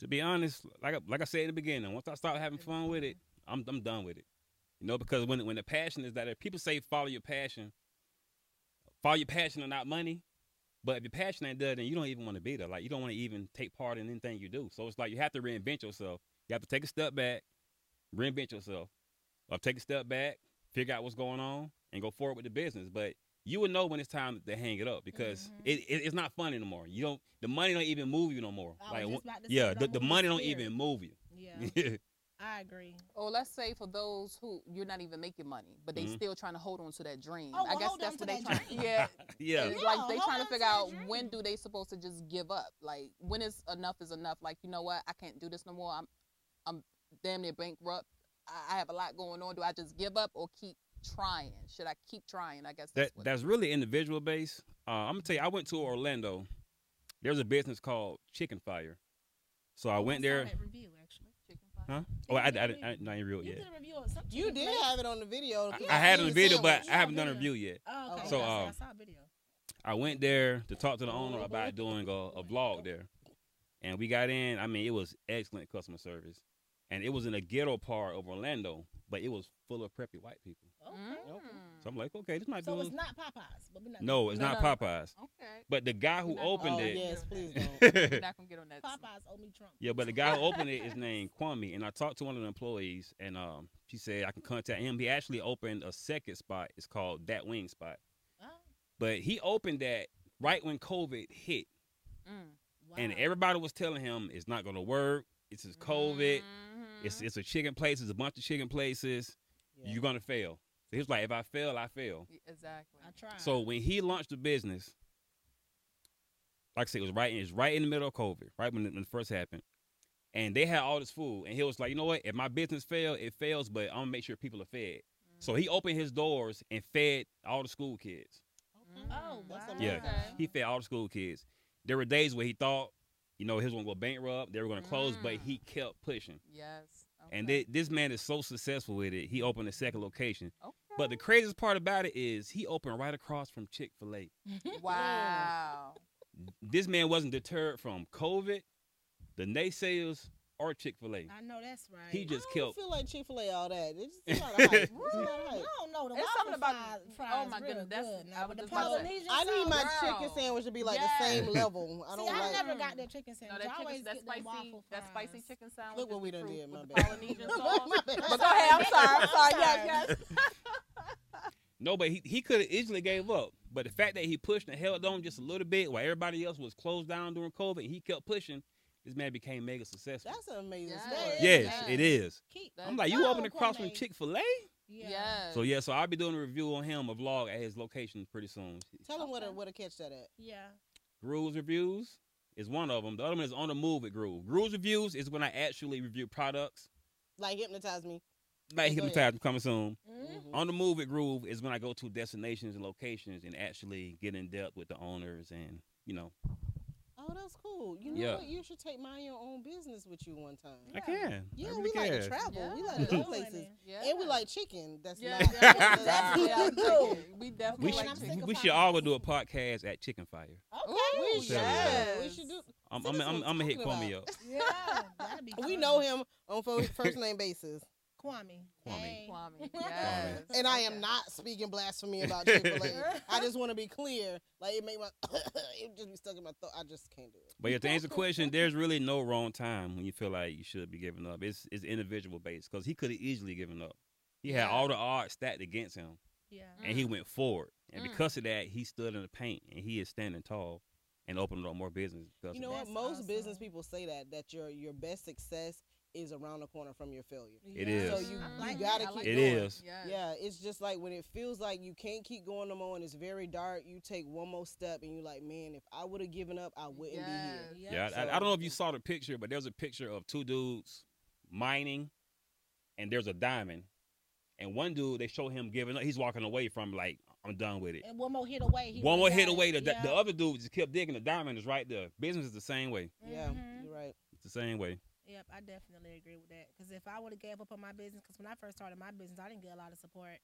Speaker 6: To be honest, like I, like I said in the beginning, once I start having fun with it, I'm I'm done with it. You know, because when when the passion is that, if people say follow your passion, follow your passion or not money, but if your passion ain't there, then you don't even want to be there. Like you don't want to even take part in anything you do. So it's like you have to reinvent yourself. You have to take a step back, reinvent yourself, or take a step back, figure out what's going on, and go forward with the business. But you will know when it's time to hang it up because it, it it's not fun anymore. You don't the money don't even move you no more.
Speaker 4: I was
Speaker 6: Like,
Speaker 4: Oh, just
Speaker 6: wh-
Speaker 4: about to say,
Speaker 6: yeah,
Speaker 4: don't
Speaker 6: the,
Speaker 4: move
Speaker 6: the
Speaker 4: your
Speaker 6: money don't
Speaker 4: spirit.
Speaker 6: even move you.
Speaker 4: Yeah,
Speaker 6: Yeah.
Speaker 4: I agree.
Speaker 5: or let's say for those who you're not even making money, but they
Speaker 6: Mhm.
Speaker 5: still trying to hold on to that dream.
Speaker 4: Oh,
Speaker 5: I
Speaker 4: well,
Speaker 5: guess
Speaker 4: hold on
Speaker 5: that's
Speaker 4: to
Speaker 5: what they
Speaker 4: that
Speaker 5: trying.
Speaker 4: dream.
Speaker 5: Yeah,
Speaker 6: [LAUGHS] yeah.
Speaker 5: it's
Speaker 4: Yeah,
Speaker 5: like they
Speaker 4: hold
Speaker 5: trying
Speaker 4: on
Speaker 5: to
Speaker 4: to
Speaker 5: figure
Speaker 4: that
Speaker 5: out
Speaker 4: dream.
Speaker 5: when do they supposed to just give up? Like when is enough is enough? Like you know what? I can't do this no more. I'm I'm damn near bankrupt. I, I have a lot going on. Do I just give up or keep trying? Should I keep trying? I guess
Speaker 6: That
Speaker 5: that's what.
Speaker 6: that's really individual based. Uh, I'm gonna tell you, I went to Orlando. There's a business called Chicken Fire, so
Speaker 4: Oh,
Speaker 6: I went there.
Speaker 4: review actually.
Speaker 5: Chicken fry.
Speaker 6: Huh? Oh, I, I,
Speaker 4: You did a
Speaker 6: didn't, I didn't, not even real
Speaker 4: You
Speaker 6: yet.
Speaker 4: did a review of something.
Speaker 3: You did have it on the video.
Speaker 6: I,
Speaker 3: You
Speaker 6: I had it
Speaker 3: made
Speaker 6: in the
Speaker 3: a
Speaker 6: video, but
Speaker 3: sandwich.
Speaker 6: I haven't done a
Speaker 4: Yeah.
Speaker 6: review yet.
Speaker 4: Oh, okay.
Speaker 3: So,
Speaker 4: okay, I
Speaker 6: um,
Speaker 4: saw a video.
Speaker 6: I went there to talk to the owner about doing a, a vlog there, and we got in. I mean, it was excellent customer service, and it was in a ghetto part of Orlando, but it was full of preppy white people.
Speaker 5: Mm. Hmm.
Speaker 6: So I'm like, okay, this might
Speaker 4: So
Speaker 6: be.
Speaker 4: it's not Popeyes, but we're not.
Speaker 6: no, it's
Speaker 5: No,
Speaker 6: not
Speaker 5: no.
Speaker 6: Popeyes,
Speaker 5: Okay.
Speaker 6: but the guy who
Speaker 5: No.
Speaker 6: opened
Speaker 3: Oh
Speaker 5: that.
Speaker 3: yes, please
Speaker 6: [LAUGHS]
Speaker 3: don't.
Speaker 6: it.
Speaker 5: We're not gonna get on that.
Speaker 4: Popeyes owe me Trump.
Speaker 6: [LAUGHS] Yeah, but the guy who opened it is named Kwame, and I talked to one of the employees, and um, she said I can contact him. He actually opened a second spot. It's called That Wing Spot,
Speaker 4: Oh,
Speaker 6: but he opened that right when COVID hit,
Speaker 5: Mm.
Speaker 4: wow.
Speaker 6: and everybody was telling him it's not gonna work. It's just COVID. It's
Speaker 5: Mhm.
Speaker 6: it's a chicken place. It's a bunch of chicken places.
Speaker 3: Yeah.
Speaker 6: You're gonna fail. He was like, if I fail, I fail.
Speaker 5: Y- Exactly.
Speaker 4: I tried.
Speaker 6: So when he launched the business, like I said, it was right in it's right in the middle of COVID, right when it, when it first happened. And they had all this food. And he was like, you know what? If my business fail, it fails, but I'm gonna make sure people are fed. So he opened his doors and fed all the school kids.
Speaker 4: Oh,
Speaker 5: Mm.
Speaker 4: wow.
Speaker 3: That's
Speaker 6: Yeah.
Speaker 5: Okay.
Speaker 6: He fed all the school kids. There were days where he thought, you know, he was gonna go bankrupt, they were gonna close, but
Speaker 5: Mm.
Speaker 6: he kept pushing.
Speaker 5: Yes.
Speaker 6: And
Speaker 5: okay.
Speaker 6: thi- this man is so successful with it, he opened a second location.
Speaker 5: Okay.
Speaker 6: But the craziest part about it is he opened right across from Chick fil A.
Speaker 3: [LAUGHS]
Speaker 5: wow.
Speaker 6: This man wasn't deterred from COVID, the naysayers, or Chick fil A.
Speaker 4: [LAUGHS] I know that's right.
Speaker 6: He
Speaker 3: I
Speaker 6: just
Speaker 3: don't
Speaker 6: killed.
Speaker 3: feel like Chick Fil A all that. It's
Speaker 6: [LAUGHS]
Speaker 3: just a lot of hype. It's a lot of
Speaker 4: I
Speaker 3: hype.
Speaker 4: don't know. The
Speaker 5: It's
Speaker 4: waffle
Speaker 5: something about-
Speaker 4: fries,
Speaker 5: oh
Speaker 4: fries
Speaker 5: my
Speaker 4: real
Speaker 5: goodness, that's-
Speaker 4: good.
Speaker 5: I
Speaker 4: Now,
Speaker 5: was
Speaker 4: with the
Speaker 5: just about to say.
Speaker 4: Polynesian
Speaker 3: I need my
Speaker 4: sauce-
Speaker 5: Girl.
Speaker 3: chicken sandwich to be like
Speaker 5: Yes.
Speaker 3: the
Speaker 6: [LAUGHS]
Speaker 3: same level. I
Speaker 4: See,
Speaker 3: don't
Speaker 4: I
Speaker 3: like.
Speaker 4: never
Speaker 5: Mm.
Speaker 4: got their chicken
Speaker 5: No,
Speaker 4: sandwich.
Speaker 5: that
Speaker 4: I always
Speaker 5: chicken, that
Speaker 4: get them
Speaker 5: spicy,
Speaker 4: waffle
Speaker 5: that
Speaker 4: fries.
Speaker 5: spicy chicken sandwich.
Speaker 3: Look what we done
Speaker 5: fruit,
Speaker 3: did, [LAUGHS] my
Speaker 5: with the
Speaker 3: bad.
Speaker 5: Polynesian sauce. [LAUGHS] But
Speaker 3: But
Speaker 5: go ahead. I'm sorry. I'm
Speaker 4: I'm
Speaker 5: sorry. Yes, yes.
Speaker 4: sorry.
Speaker 6: No, but he, he could have easily gave up. But the fact that he pushed and held on just a little bit while everybody else was closed down during COVID, and he kept pushing, this man became mega successful.
Speaker 3: That's an amazing
Speaker 5: Yes.
Speaker 3: story.
Speaker 4: That
Speaker 6: yes,
Speaker 5: yes.
Speaker 6: it is.
Speaker 4: Keep-
Speaker 5: That-
Speaker 6: I'm like, you
Speaker 4: Wow,
Speaker 6: opened across from
Speaker 4: Kwame.
Speaker 6: Chick fil A?
Speaker 4: Yeah.
Speaker 5: Yes.
Speaker 6: So, yeah, so I'll be doing a review on him, a vlog at his location pretty soon.
Speaker 3: Tell him where to
Speaker 5: Okay.
Speaker 3: where to catch that at.
Speaker 4: Yeah.
Speaker 6: Grooves Reviews is one of them. The other one is On the Move with Groove. Grooves Reviews is when I actually review products.
Speaker 3: Like hypnotize me.
Speaker 6: Like
Speaker 3: Oh, go ahead.
Speaker 6: Hypnotize coming soon.
Speaker 5: Mm-hmm.
Speaker 4: Mm.
Speaker 3: Mhm.
Speaker 6: On the Move with Groove is when I go to destinations and locations and actually get in depth with the owners and, you know,
Speaker 3: Oh, that's cool. You know
Speaker 6: Yeah.
Speaker 3: what? You should take mind your own business with you one time.
Speaker 6: I
Speaker 5: Yeah.
Speaker 6: can.
Speaker 3: Yeah,
Speaker 6: I
Speaker 3: we
Speaker 6: really
Speaker 3: like
Speaker 6: can.
Speaker 3: to travel. We like
Speaker 4: I'm
Speaker 3: to go
Speaker 5: [LAUGHS]
Speaker 4: doing
Speaker 6: [LAUGHS]
Speaker 3: places.
Speaker 4: it.
Speaker 5: yeah.
Speaker 3: And we like chicken. That's [LAUGHS]
Speaker 5: Yeah,
Speaker 3: not.
Speaker 5: yeah, yeah,
Speaker 3: That's-
Speaker 5: yeah,
Speaker 3: no.
Speaker 5: chicken. We definitely
Speaker 6: We
Speaker 4: Well,
Speaker 5: like
Speaker 4: I'm
Speaker 6: should,
Speaker 4: sick
Speaker 5: chicken.
Speaker 4: of
Speaker 6: we should
Speaker 4: fire.
Speaker 6: always do a podcast at Chicken Fire.
Speaker 4: Okay.
Speaker 5: Ooh,
Speaker 3: We should.
Speaker 5: yes.
Speaker 3: We should do.
Speaker 6: I'm,
Speaker 3: See, this
Speaker 6: I'm, I'm,
Speaker 3: what
Speaker 6: I'm
Speaker 3: I'm
Speaker 6: gonna hit
Speaker 3: talking
Speaker 6: Kwame up.
Speaker 4: Yeah. That'd be
Speaker 3: We
Speaker 4: fun.
Speaker 3: know him on fir- first name basis.
Speaker 4: Kwame.
Speaker 6: Kwame.
Speaker 4: Hey.
Speaker 5: Kwame.
Speaker 3: [LAUGHS]
Speaker 5: Yes.
Speaker 3: And I
Speaker 5: Okay.
Speaker 3: am not speaking blasphemy about Chick Fil [LAUGHS]
Speaker 6: [LAUGHS]
Speaker 3: A. I just want to be clear. Like it make my [COUGHS] it just be stuck in my throat. I just can't do it.
Speaker 6: But yeah, to answer the question, there's really no wrong time when you feel like you should be giving up. It's it's individual based because he could have easily given up. He had
Speaker 5: Yeah.
Speaker 6: all the odds stacked against him.
Speaker 4: Yeah.
Speaker 6: and he went forward. And
Speaker 5: Mm.
Speaker 6: because of that, he stood in the paint and he is standing tall and opening up more business. Because
Speaker 3: You know
Speaker 6: of
Speaker 3: what?
Speaker 4: That's
Speaker 3: Most business
Speaker 4: awesome.
Speaker 3: people say that that your your best success is around the corner from your failure.
Speaker 6: It
Speaker 4: Yeah.
Speaker 6: is.
Speaker 3: So you-
Speaker 5: Mm.
Speaker 3: you
Speaker 5: I
Speaker 3: gotta
Speaker 5: like
Speaker 3: keep
Speaker 6: It
Speaker 5: that.
Speaker 3: going.
Speaker 6: is.
Speaker 5: Yes.
Speaker 3: Yeah, it's just like when it feels like you can't keep going no more and it's very dark, you take one more step and you're like, man, if I would have given up, I wouldn't
Speaker 5: Yes.
Speaker 3: be
Speaker 6: that. Yeah, I, I- I don't know if you saw the picture, but there's a picture of two dudes mining, and there's a diamond, and one dude they show him giving up. He's walking away from like I'm done with it.
Speaker 4: And one more hit away. he
Speaker 6: one more
Speaker 4: would've
Speaker 6: hit
Speaker 4: got it.
Speaker 6: away, the,
Speaker 4: Yeah.
Speaker 6: the other dude just kept digging. The diamond is right there. Business is the same way.
Speaker 3: here. Yeah,
Speaker 4: Mhm.
Speaker 3: you're right.
Speaker 6: It's the same way.
Speaker 4: Yep, I definitely agree with that. Because if I would have gave up on my business, because when I first started my business, I didn't get a lot of support,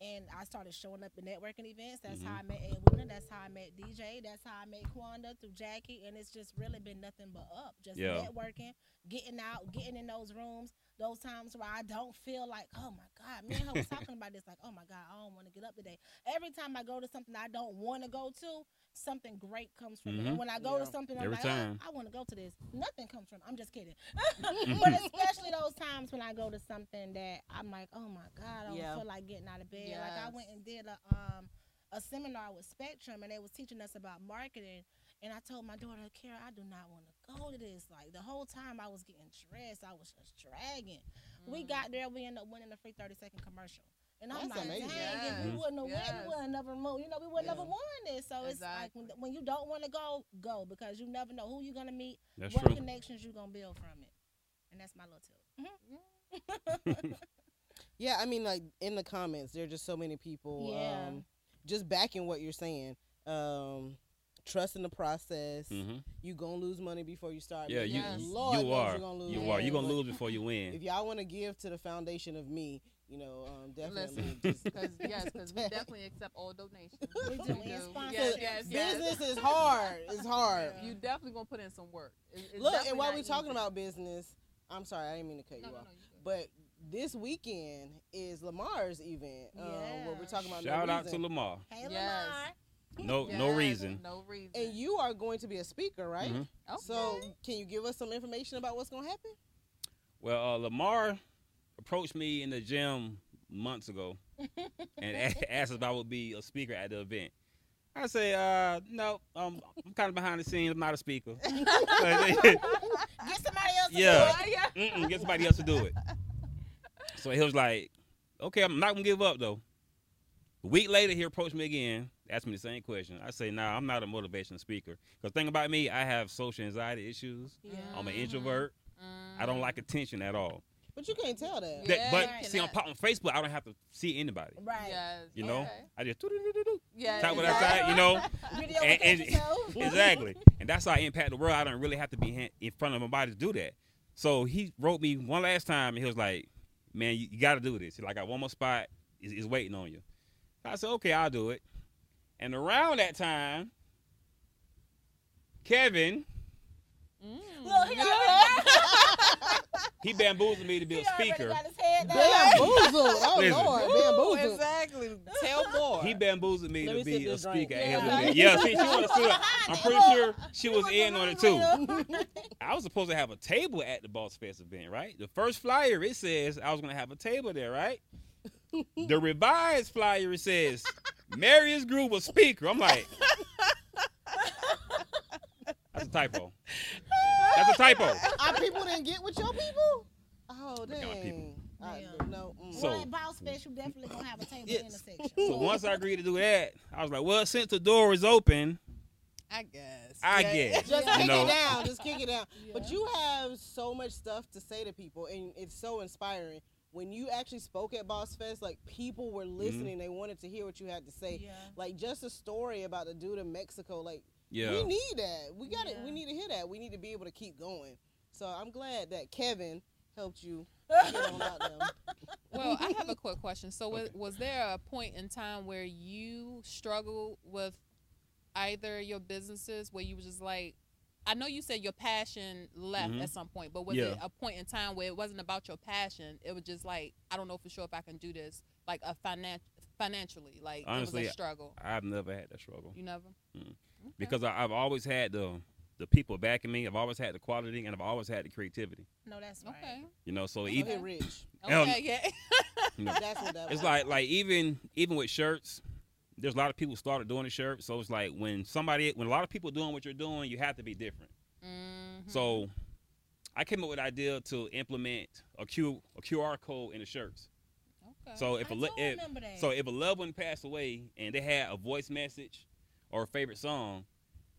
Speaker 4: and I started showing up in networking events. That's
Speaker 6: Mm-hmm.
Speaker 4: how I met Ed Wooner. That's how I met DJ. That's how I met Quanda through Jackie. And it's just really been nothing but up. Just
Speaker 6: Yeah.
Speaker 4: networking, getting out, getting in those rooms. Those times where I don't feel like, oh my God, me and
Speaker 6: [LAUGHS]
Speaker 4: her was talking about this, like, oh my God, I don't want to get up today. Every time I go to something I don't want to go to, something great comes from it. And
Speaker 6: Mhm.
Speaker 4: when I go
Speaker 3: Yeah.
Speaker 4: to something, I'm
Speaker 6: Every
Speaker 4: like, "Ah,
Speaker 6: time.
Speaker 4: I want to go to this. Nothing comes from. I'm just kidding. [LAUGHS]
Speaker 3: [LAUGHS]
Speaker 4: but especially those times when I go to something that I'm like, oh my god, I don't
Speaker 3: Yeah.
Speaker 4: feel like getting out of bed. Like I
Speaker 5: Yes.
Speaker 4: went and did a um a seminar with Spectrum, and they was teaching us about marketing. And I told my daughter, Kara, I do not want to go to this. Like the whole time I was getting dressed, I was just dragging. We
Speaker 5: Mm.
Speaker 4: got there, we ended up winning a free thirty second commercial. And I'm
Speaker 3: That's
Speaker 4: like,
Speaker 3: amazing.
Speaker 4: dang, if we
Speaker 5: Yes.
Speaker 4: wouldn't have won,
Speaker 5: Yes.
Speaker 4: we wouldn't have removed. You know, we wouldn't have
Speaker 3: Yeah.
Speaker 4: won this. So it's like when,
Speaker 5: Exactly.
Speaker 4: when you don't want to go, go because you never know who you're gonna meet
Speaker 6: That's
Speaker 4: what
Speaker 6: true.
Speaker 4: connections you gonna build from it? And that's my little tip. Mm-hmm.
Speaker 3: Yeah, I mean, like in the comments, there are just so many people
Speaker 4: Yeah.
Speaker 3: um, just backing what you're saying. Um, trust in the process.
Speaker 6: hmm
Speaker 3: You gonna lose money before you start.
Speaker 6: Yeah,
Speaker 3: making
Speaker 6: you
Speaker 5: Yes.
Speaker 3: it.
Speaker 6: you
Speaker 3: Lord knows
Speaker 6: are
Speaker 3: You're gonna lose
Speaker 6: you are
Speaker 3: money,
Speaker 6: you gonna
Speaker 3: but
Speaker 6: lose before you
Speaker 3: If
Speaker 6: win.
Speaker 3: y'all want to give to the foundation of me, you know, um, definitely.
Speaker 5: Listen,
Speaker 3: just- [LAUGHS]
Speaker 5: [LAUGHS] Cause, yes, because we definitely accept all donations.
Speaker 4: We do. And sponsorships.
Speaker 5: Yes, yes, yes.
Speaker 3: Business is hard. It's hard.
Speaker 5: You definitely gonna put in some work. It- it's
Speaker 3: Look,
Speaker 5: definitely
Speaker 3: and while
Speaker 5: not
Speaker 3: we're talking
Speaker 5: easy.
Speaker 3: about business, I'm sorry, I didn't mean to cut
Speaker 5: no,
Speaker 3: you
Speaker 5: no,
Speaker 3: off.
Speaker 5: no, you good.
Speaker 3: But this weekend is Lamar's event. Um, Where we're
Speaker 4: Yeah.
Speaker 3: talking about
Speaker 6: Shout
Speaker 3: no
Speaker 6: out to
Speaker 3: reason.
Speaker 6: Lamar.
Speaker 4: Hey,
Speaker 5: Yes.
Speaker 4: Lamar.
Speaker 6: No no
Speaker 5: Yes,
Speaker 6: reason.
Speaker 5: No reason.
Speaker 3: And you are going to be a speaker, right?
Speaker 6: Mhm.
Speaker 5: Okay.
Speaker 3: So can you give us some information about what's going to happen?
Speaker 6: Well, uh, Lamar approached me in the gym months ago and a- [LAUGHS] asked if I would be a speaker at the event. I say, uh, no, um, I'm kind of behind the scenes. I'm not a speaker. [LAUGHS] Mm-mm,
Speaker 4: Get somebody else.
Speaker 6: Yeah.
Speaker 4: To do it.
Speaker 5: yeah.
Speaker 6: get somebody else to do it. So he was like, okay, I'm not gonna give up though. A week later, he approached me again, asked me the same question. I say, nah, I'm not a motivational speaker. Because thing about me, I have social anxiety issues. I'm an
Speaker 5: Mhm.
Speaker 6: introvert.
Speaker 5: Mm.
Speaker 6: I don't like attention at all.
Speaker 3: But you can't tell that.
Speaker 5: Yeah.
Speaker 6: That- but
Speaker 5: you
Speaker 6: see, on,
Speaker 5: cannot.
Speaker 6: pop- on Facebook, I don't have to see anybody.
Speaker 4: Right.
Speaker 5: Yes.
Speaker 6: You know,
Speaker 5: Okay.
Speaker 6: I just do-do-do-do-do,
Speaker 5: Yeah.
Speaker 6: type what I
Speaker 5: exactly.
Speaker 6: type, you know.
Speaker 4: You deal
Speaker 6: And-
Speaker 4: with
Speaker 6: and-
Speaker 4: that yourself?
Speaker 6: [LAUGHS] exactly. And that's how I impact the world. I don't really have to be ha- in front of nobody to do that. So he wrote me one last time, and he was like, "Man, you, you got to do this. Like, I got one more spot is, is waiting on you." I said, "Okay, I'll do it." And around that time, Kevin
Speaker 5: Mm.
Speaker 4: Look, he already,
Speaker 6: he bamboozled me to be
Speaker 4: he
Speaker 6: a
Speaker 4: already
Speaker 6: speaker.
Speaker 4: got his head down.
Speaker 3: Bamboozled.
Speaker 5: [LAUGHS]
Speaker 3: Oh
Speaker 6: Listen.
Speaker 3: Lord,
Speaker 5: Ooh,
Speaker 3: bamboozled.
Speaker 5: exactly.
Speaker 3: [LAUGHS]
Speaker 5: Tell more.
Speaker 6: He bamboozled me
Speaker 3: Let
Speaker 6: to
Speaker 3: me sip
Speaker 6: be a
Speaker 3: this drink.
Speaker 6: speaker at his
Speaker 4: Yeah.
Speaker 6: event. Yeah, see, she was I'm pretty sure
Speaker 3: [LAUGHS]
Speaker 6: she was in on it too. I was supposed to have a table at the Boss Fest event, right? The first flyer it says I was gonna have a table there, right? the
Speaker 7: [LAUGHS]
Speaker 6: revised flyer it says Marius Groove was speaker. I'm like, that's a typo. That's a typo.
Speaker 3: Our people didn't get with your people. Oh
Speaker 6: Look at my people.
Speaker 3: dang. I
Speaker 4: Yeah.
Speaker 3: don't know. Mm.
Speaker 6: So-
Speaker 4: well, at Bow Special, definitely gonna have a table
Speaker 6: Yes.
Speaker 4: in the
Speaker 6: [LAUGHS]
Speaker 4: section.
Speaker 6: So once I agreed to do that, I was like, well, since the door is open,
Speaker 7: I guess.
Speaker 6: I
Speaker 7: Yeah.
Speaker 6: guess.
Speaker 3: Just
Speaker 6: You
Speaker 3: kick
Speaker 6: know.
Speaker 3: it down. Just kick it down. But
Speaker 5: Yeah.
Speaker 3: you have so much stuff to say to people, and it's so inspiring. When you actually spoke at Boss Fest, like people
Speaker 6: Mm-hmm.
Speaker 3: were listening. They wanted to hear what you had to say.
Speaker 4: Yeah.
Speaker 3: [LAUGHS] Like just a story about the dude in Mexico. Like we
Speaker 6: Yeah.
Speaker 3: need that. We got to
Speaker 5: Yeah.
Speaker 3: We need to hear that. We need to be able to keep going. So I'm glad that Kevin helped you get on out
Speaker 6: [LAUGHS]
Speaker 3: there.
Speaker 7: Well, I have a
Speaker 5: quick question. So, was,
Speaker 6: Okay.
Speaker 7: was there a point in time where you struggled with either your businesses where you was just like I know you said your passion left
Speaker 6: Mhm.
Speaker 7: at some point, but was
Speaker 6: Yeah.
Speaker 7: it a point in time where it wasn't about your passion? It was just like I don't know for sure if I can do this, like a finan- financially, like it
Speaker 6: Honestly,
Speaker 7: was a struggle.
Speaker 6: I've never had that struggle.
Speaker 7: You never.
Speaker 6: Mm.
Speaker 7: Okay.
Speaker 6: Because I, I've always had the the people backing me. I've always had the quality and I've always had the creativity.
Speaker 4: No, that's right.
Speaker 7: okay,
Speaker 6: You know, so e
Speaker 3: You
Speaker 6: even
Speaker 3: hit
Speaker 6: [LAUGHS]
Speaker 3: rich.
Speaker 6: Um,
Speaker 7: okay, yeah.
Speaker 6: you know,
Speaker 3: That's what that was.
Speaker 6: it's like like even even with shirts, there's a lot of people started doing the shirt. So it's like when somebody when a lot of people doing what you're doing, you have to be different.
Speaker 7: Mhm.
Speaker 5: Mm-hmm.
Speaker 6: So I came up with an idea to implement a Q a QR code in the
Speaker 5: Uh,
Speaker 6: shirts.
Speaker 7: Mm-hmm. okay.
Speaker 6: So if a
Speaker 4: I
Speaker 6: le-
Speaker 4: do
Speaker 6: if,
Speaker 4: remember that.
Speaker 6: so if a loved one passed away and they had a voice message or a favorite song,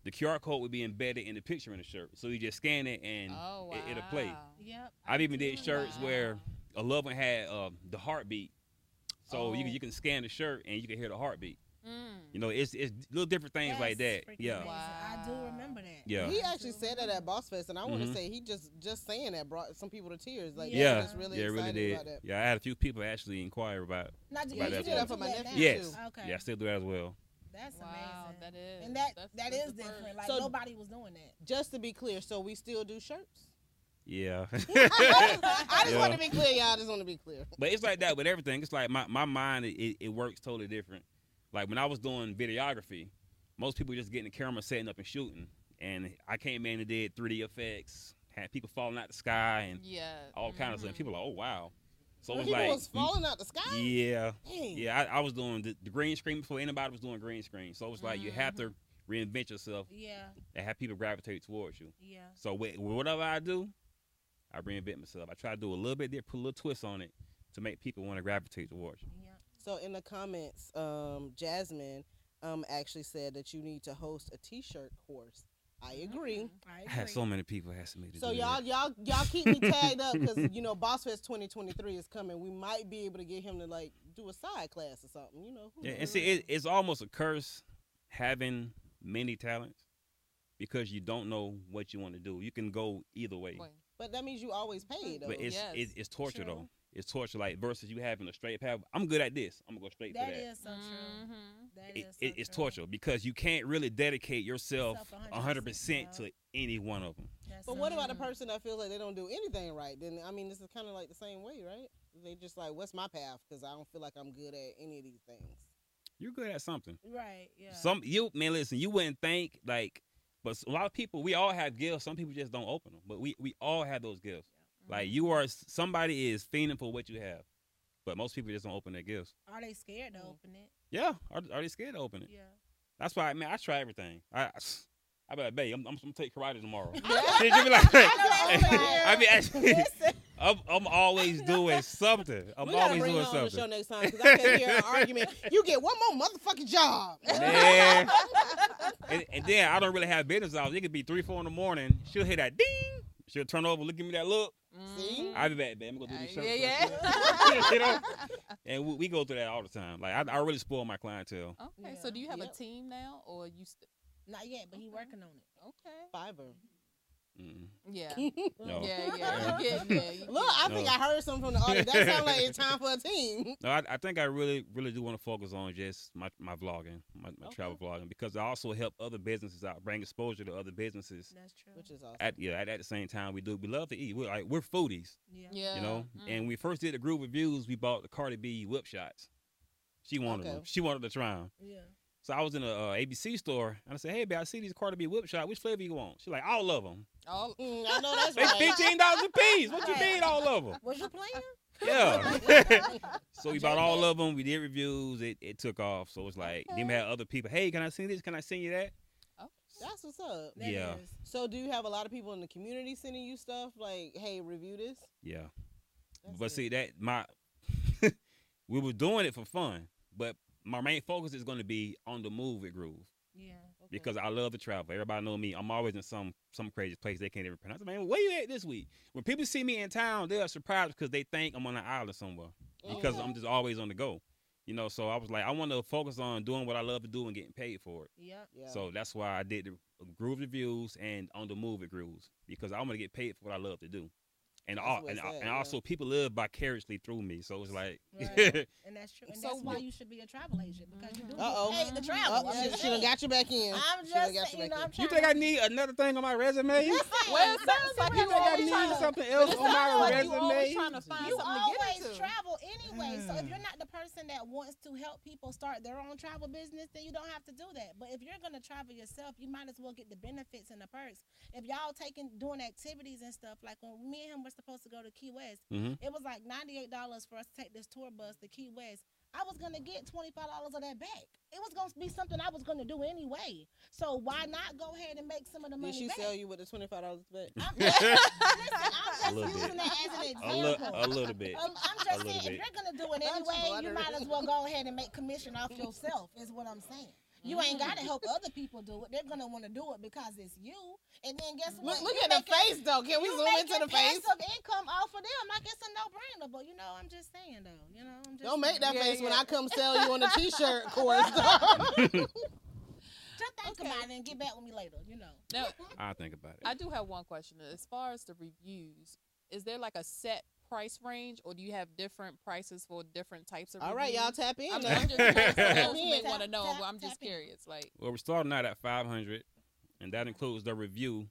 Speaker 6: the QR code would be embedded in the picture in the shirt. So you just scan it and
Speaker 7: oh, wow.
Speaker 6: it- it'll play.
Speaker 4: Yep.
Speaker 6: I've even did
Speaker 4: Yeah.
Speaker 6: shirts where
Speaker 7: Wow.
Speaker 6: a loved one had uh, the heartbeat. So you,
Speaker 7: Oh.
Speaker 6: you can scan the shirt and you can hear the heartbeat.
Speaker 7: Mm.
Speaker 6: You know, it's it's little different things like that.
Speaker 4: That's freaking
Speaker 6: Yeah.
Speaker 4: amazing. I do
Speaker 7: Wow.
Speaker 4: remember that.
Speaker 6: Yeah.
Speaker 3: He actually said that at Boss Fest, and I want to
Speaker 6: Mhm.
Speaker 3: say he just just saying that brought some people to tears. Like,
Speaker 4: Yeah.
Speaker 3: yeah, just really
Speaker 6: yeah, it
Speaker 3: excited
Speaker 6: really did.
Speaker 3: about that.
Speaker 6: Yeah, I had a few people actually inquire about it.
Speaker 4: Not
Speaker 6: Right,
Speaker 4: you
Speaker 6: that's
Speaker 4: did
Speaker 6: what-
Speaker 4: it for my nephew.
Speaker 6: Yes.
Speaker 4: Okay.
Speaker 6: Yeah, I still do that as well.
Speaker 4: That's
Speaker 7: Wow,
Speaker 4: amazing.
Speaker 7: that is.
Speaker 4: and that
Speaker 7: that's,
Speaker 4: that
Speaker 7: that's
Speaker 4: is
Speaker 7: the first.
Speaker 4: different. Like
Speaker 3: So-
Speaker 4: nobody was doing
Speaker 6: [LAUGHS]
Speaker 4: that. [LAUGHS]
Speaker 3: Just to be clear, so we still do shirts.
Speaker 6: Yeah. [LAUGHS]
Speaker 3: I just
Speaker 6: Yeah.
Speaker 3: want to be clear, y'all. I just want to be clear.
Speaker 6: but it's like that with everything. It's like my, my mind, it, it works totally different. Like when I was doing videography, most people just getting the camera, setting up and shooting. And I came in and did 3D effects, had people falling out the sky and
Speaker 7: Yeah.
Speaker 6: all kinds
Speaker 7: mhm.
Speaker 6: of
Speaker 4: Mm-hmm.
Speaker 6: stuff. People are like, oh, wow. So it was
Speaker 3: People
Speaker 6: like,
Speaker 3: was falling out the sky.
Speaker 6: yeah.
Speaker 3: Dang.
Speaker 6: Yeah, I, I was doing the, the green screen before anybody was doing green screen. So it was like you have
Speaker 4: Mm-hmm.
Speaker 6: to reinvent yourself
Speaker 4: Yeah.
Speaker 6: and have people gravitate towards you.
Speaker 4: Yeah.
Speaker 6: So with, with whatever I do, I reinvent myself. I try to do a little bit different, put a little twist on it to make people want to gravitate towards you.
Speaker 4: Yeah.
Speaker 3: So in the comments, um, Jasmine um, actually said that you need to host a T-shirt course. I agree.
Speaker 4: I
Speaker 6: I
Speaker 4: agree.
Speaker 6: had so many people asking me to
Speaker 3: So
Speaker 6: do
Speaker 3: y'all,
Speaker 6: that.
Speaker 3: y'all, y'all keep me tagged up because you know Boss Fest 2023 is coming. We might be able to get him to like do a side class or something. You know. who
Speaker 6: Yeah, and
Speaker 3: knows?
Speaker 6: see, it, it's almost a curse having many talents because you don't know what you want to do. You can go either way.
Speaker 7: Wait.
Speaker 3: But that means you always paid though.
Speaker 6: But it's
Speaker 7: Yes.
Speaker 6: it, it's
Speaker 7: True.
Speaker 6: torture though. It's torture like versus you having a straight path. I'm good at this. I'm gonna go straight
Speaker 4: That
Speaker 6: for that.
Speaker 4: is so
Speaker 3: Mm-hmm.
Speaker 4: true.
Speaker 7: Mhm.
Speaker 4: That
Speaker 6: it,
Speaker 4: is so
Speaker 6: it, it's
Speaker 4: true.
Speaker 6: torture because you can't really dedicate yourself
Speaker 4: Yourself 100%,
Speaker 6: 100% to any one of them.
Speaker 4: That's
Speaker 3: But
Speaker 4: so
Speaker 3: what about the
Speaker 4: true.
Speaker 3: person that feels like they don't do anything right? Then I mean, this is kind of like the same way, right? They just like, what's my path? Because I don't feel like I'm good at any of these things.
Speaker 6: You're good at something.
Speaker 4: Right. Yeah.
Speaker 6: Some you man, listen, you wouldn't think like, but a lot of people we all have gifts. Some people just don't open them, but we we all have those gifts.
Speaker 4: mm-hmm.
Speaker 6: Like
Speaker 3: Mm-hmm.
Speaker 6: you are somebody is fiending for what you have, but most people just don't open their gifts.
Speaker 4: Are they scared to
Speaker 3: Mm.
Speaker 4: open it?
Speaker 6: Yeah, are, are they scared to open it?
Speaker 4: Yeah.
Speaker 6: That's why man, I try everything. I
Speaker 3: [LAUGHS]
Speaker 6: [LAUGHS] I be like, babe, I'm, I'm, gonna take karate tomorrow. Shit, you be like,
Speaker 4: know,
Speaker 6: I be actually, [LAUGHS] I'm, I'm always doing something. I'm
Speaker 3: we gotta
Speaker 6: always
Speaker 3: bring her
Speaker 6: doing
Speaker 3: on the show
Speaker 6: something.
Speaker 3: next time because I can hear an argument. You get one more motherfucking job.
Speaker 6: [LAUGHS] Man. and, and then I don't really have business hours. It could be three, four in the morning. She'll hear that ding. She'll turn over, look at me that look.
Speaker 3: See?
Speaker 6: I'll be back, babe. I'm gonna do this
Speaker 7: Uh,
Speaker 6: shirt.
Speaker 7: Mm-hmm. yeah,
Speaker 6: first. [LAUGHS] you know? And we, we go through that all the time. Like I, I really spoil my clientele.
Speaker 7: [LAUGHS] Okay,
Speaker 4: Yeah.
Speaker 7: so do you have
Speaker 4: Yep.
Speaker 7: a team now, or you? St-
Speaker 4: Not yet, but he
Speaker 3: Mm-hmm.
Speaker 7: Okay.
Speaker 4: working on
Speaker 7: okay.
Speaker 4: it.
Speaker 3: Fiverr.
Speaker 6: Mm-mm.
Speaker 7: Yeah.
Speaker 6: No.
Speaker 4: [LAUGHS]
Speaker 7: Yeah, yeah. You get, yeah you
Speaker 3: Look, I think
Speaker 6: No.
Speaker 3: I heard something from the audience. That sounds like it's time for a
Speaker 6: [LAUGHS]
Speaker 3: team.
Speaker 6: No, I, I think I really, really do want to focus on just my, my vlogging, my, my
Speaker 7: Okay.
Speaker 6: travel vlogging, because I also help other businesses out, bring exposure to other businesses.
Speaker 4: That's true.
Speaker 3: Which is awesome.
Speaker 6: At yeah, at, at the same time, we do we love to eat. We're like we're foodies,
Speaker 4: yeah.
Speaker 7: get- yeah.
Speaker 6: you know.
Speaker 7: Mm.
Speaker 6: And when we first did the group reviews, we bought the Cardi B whip shots. She wanted
Speaker 3: Okay.
Speaker 6: them. She wanted to try them.
Speaker 4: Yeah.
Speaker 6: So I was in a uh, ABC store and I said, "Hey, babe, I see these Cardi B whip shots. Which flavor you want?" She like, "All of them.
Speaker 7: all,
Speaker 3: Mm, I know
Speaker 6: [LAUGHS]
Speaker 3: that's
Speaker 6: They
Speaker 3: right.
Speaker 6: fifteen dollars a piece. What you mean, all
Speaker 3: [LAUGHS]
Speaker 6: of them?
Speaker 4: Was you playing?
Speaker 6: Yeah." [LAUGHS] So we bought all of them. We did reviews. It, it took off. So it's like then we had other people. Hey, can I send this? Can I send you that?
Speaker 3: That's what's up.
Speaker 4: That
Speaker 6: Yeah.
Speaker 4: is.
Speaker 3: So do you have a lot of people in the community sending you stuff like, hey, review this?
Speaker 6: Yeah.
Speaker 3: That's
Speaker 6: but
Speaker 3: good.
Speaker 6: see that my [LAUGHS] we were doing it for fun, but my main focus is going to be on the move at Groove
Speaker 4: Yeah.
Speaker 3: Okay.
Speaker 6: because I love to travel. Everybody know me. I'm always in some some crazy place they can't even pronounce. Man, where you at this week? When people see me in town, they are surprised because they think I'm on an island somewhere because
Speaker 3: Okay.
Speaker 6: I'm just always on the go. You know, so I was like, I want to focus on doing what I love to do and getting paid for it.
Speaker 4: Yep.
Speaker 3: Yeah.
Speaker 6: So that's why I did the uh, groove reviews and on the move at grooves because I want to get paid for what I love to do, and
Speaker 3: That's
Speaker 6: all,
Speaker 3: what's
Speaker 6: and, uh,
Speaker 3: up,
Speaker 6: and
Speaker 3: yeah.
Speaker 6: also people live vicariously through me. So it's like, [LAUGHS]
Speaker 4: Right. And that's true. And
Speaker 7: So
Speaker 4: that's why
Speaker 7: what-
Speaker 4: you should be a travel agent because you do
Speaker 3: Uh-oh.
Speaker 4: get paid to travel.
Speaker 3: Oh,
Speaker 4: I'm
Speaker 3: she,
Speaker 4: just
Speaker 3: she done
Speaker 4: saying.
Speaker 3: got you back in.
Speaker 4: I'm
Speaker 3: She done
Speaker 4: just
Speaker 3: got
Speaker 4: saying, you know,
Speaker 3: back in.
Speaker 4: I'm trying
Speaker 6: you think I need another thing on my resume?
Speaker 4: [LAUGHS]
Speaker 6: You
Speaker 7: well, it sounds like you
Speaker 6: think I
Speaker 7: always trying
Speaker 6: need
Speaker 7: to-
Speaker 6: something
Speaker 7: but
Speaker 6: else
Speaker 7: it
Speaker 6: on
Speaker 7: sounds
Speaker 6: my
Speaker 7: like oh, you always
Speaker 6: resume?
Speaker 7: trying to find
Speaker 4: You
Speaker 7: something to
Speaker 4: always
Speaker 7: get into.
Speaker 4: travel anyway. So if
Speaker 6: Mm.
Speaker 4: you're not the person that wants to help people start their own travel business, then you don't have to do that. But if you're gonna travel yourself, you might as well get the benefits and the perks. If y'all taking doing activities and stuff, like when me and him were supposed to go to Key West,
Speaker 6: Mhm.
Speaker 4: it was like ninety eight dollars for us to take this tour bus to Key West. I was gonna get twenty five dollars of that back. It was gonna be something I was gonna do anyway. So why not go ahead and make some of the money
Speaker 3: Did she
Speaker 4: back?
Speaker 3: sell you with the twenty five dollars back?
Speaker 6: [LAUGHS]
Speaker 4: I'm just, listen, I'm
Speaker 6: little
Speaker 4: just using
Speaker 6: bit.
Speaker 4: that as an
Speaker 6: A,
Speaker 3: [LAUGHS]
Speaker 4: example.
Speaker 6: li- a little bit.
Speaker 4: Um, I'm
Speaker 6: A
Speaker 4: just
Speaker 6: little
Speaker 4: saying, if
Speaker 6: bit.
Speaker 4: you're gonna do it
Speaker 3: That's
Speaker 4: anyway,
Speaker 3: water.
Speaker 4: you might as well go ahead and make commission off yourself. Is what I'm saying. You ain't
Speaker 3: Mm.
Speaker 4: gotta help other people do it. They're gonna want to do it because it's you. And then guess what?
Speaker 3: Look, look
Speaker 4: You
Speaker 3: at the
Speaker 4: making-
Speaker 3: face though. Can we
Speaker 4: you
Speaker 3: zoom
Speaker 4: making
Speaker 3: into the face?
Speaker 4: passive income off of them. Like it's a no-brainer. But you know, I'm just saying though. You know, I'm just
Speaker 3: Don't make that
Speaker 7: Yeah,
Speaker 3: face when
Speaker 7: yeah.
Speaker 3: I come sell you [LAUGHS] on a t-shirt course. [LAUGHS] dog.
Speaker 4: Just think
Speaker 7: Okay.
Speaker 4: about it and get back with me later. You know.
Speaker 7: Now,
Speaker 6: I think about it.
Speaker 7: I do have one question. As far as the reviews, is there like a set price range, or do you have different prices for different types of?
Speaker 3: All right, y'all
Speaker 7: reviews?
Speaker 3: tap in.
Speaker 7: I'm,
Speaker 3: now.
Speaker 7: I'm just curious.
Speaker 6: [LAUGHS]
Speaker 7: for
Speaker 6: Tap
Speaker 7: those who may
Speaker 4: in.
Speaker 7: want to
Speaker 4: Tap,
Speaker 7: know,
Speaker 4: tap,
Speaker 7: but I'm just
Speaker 4: tap in.
Speaker 7: curious. Like,
Speaker 6: Well, we're starting out at 500, and that includes the review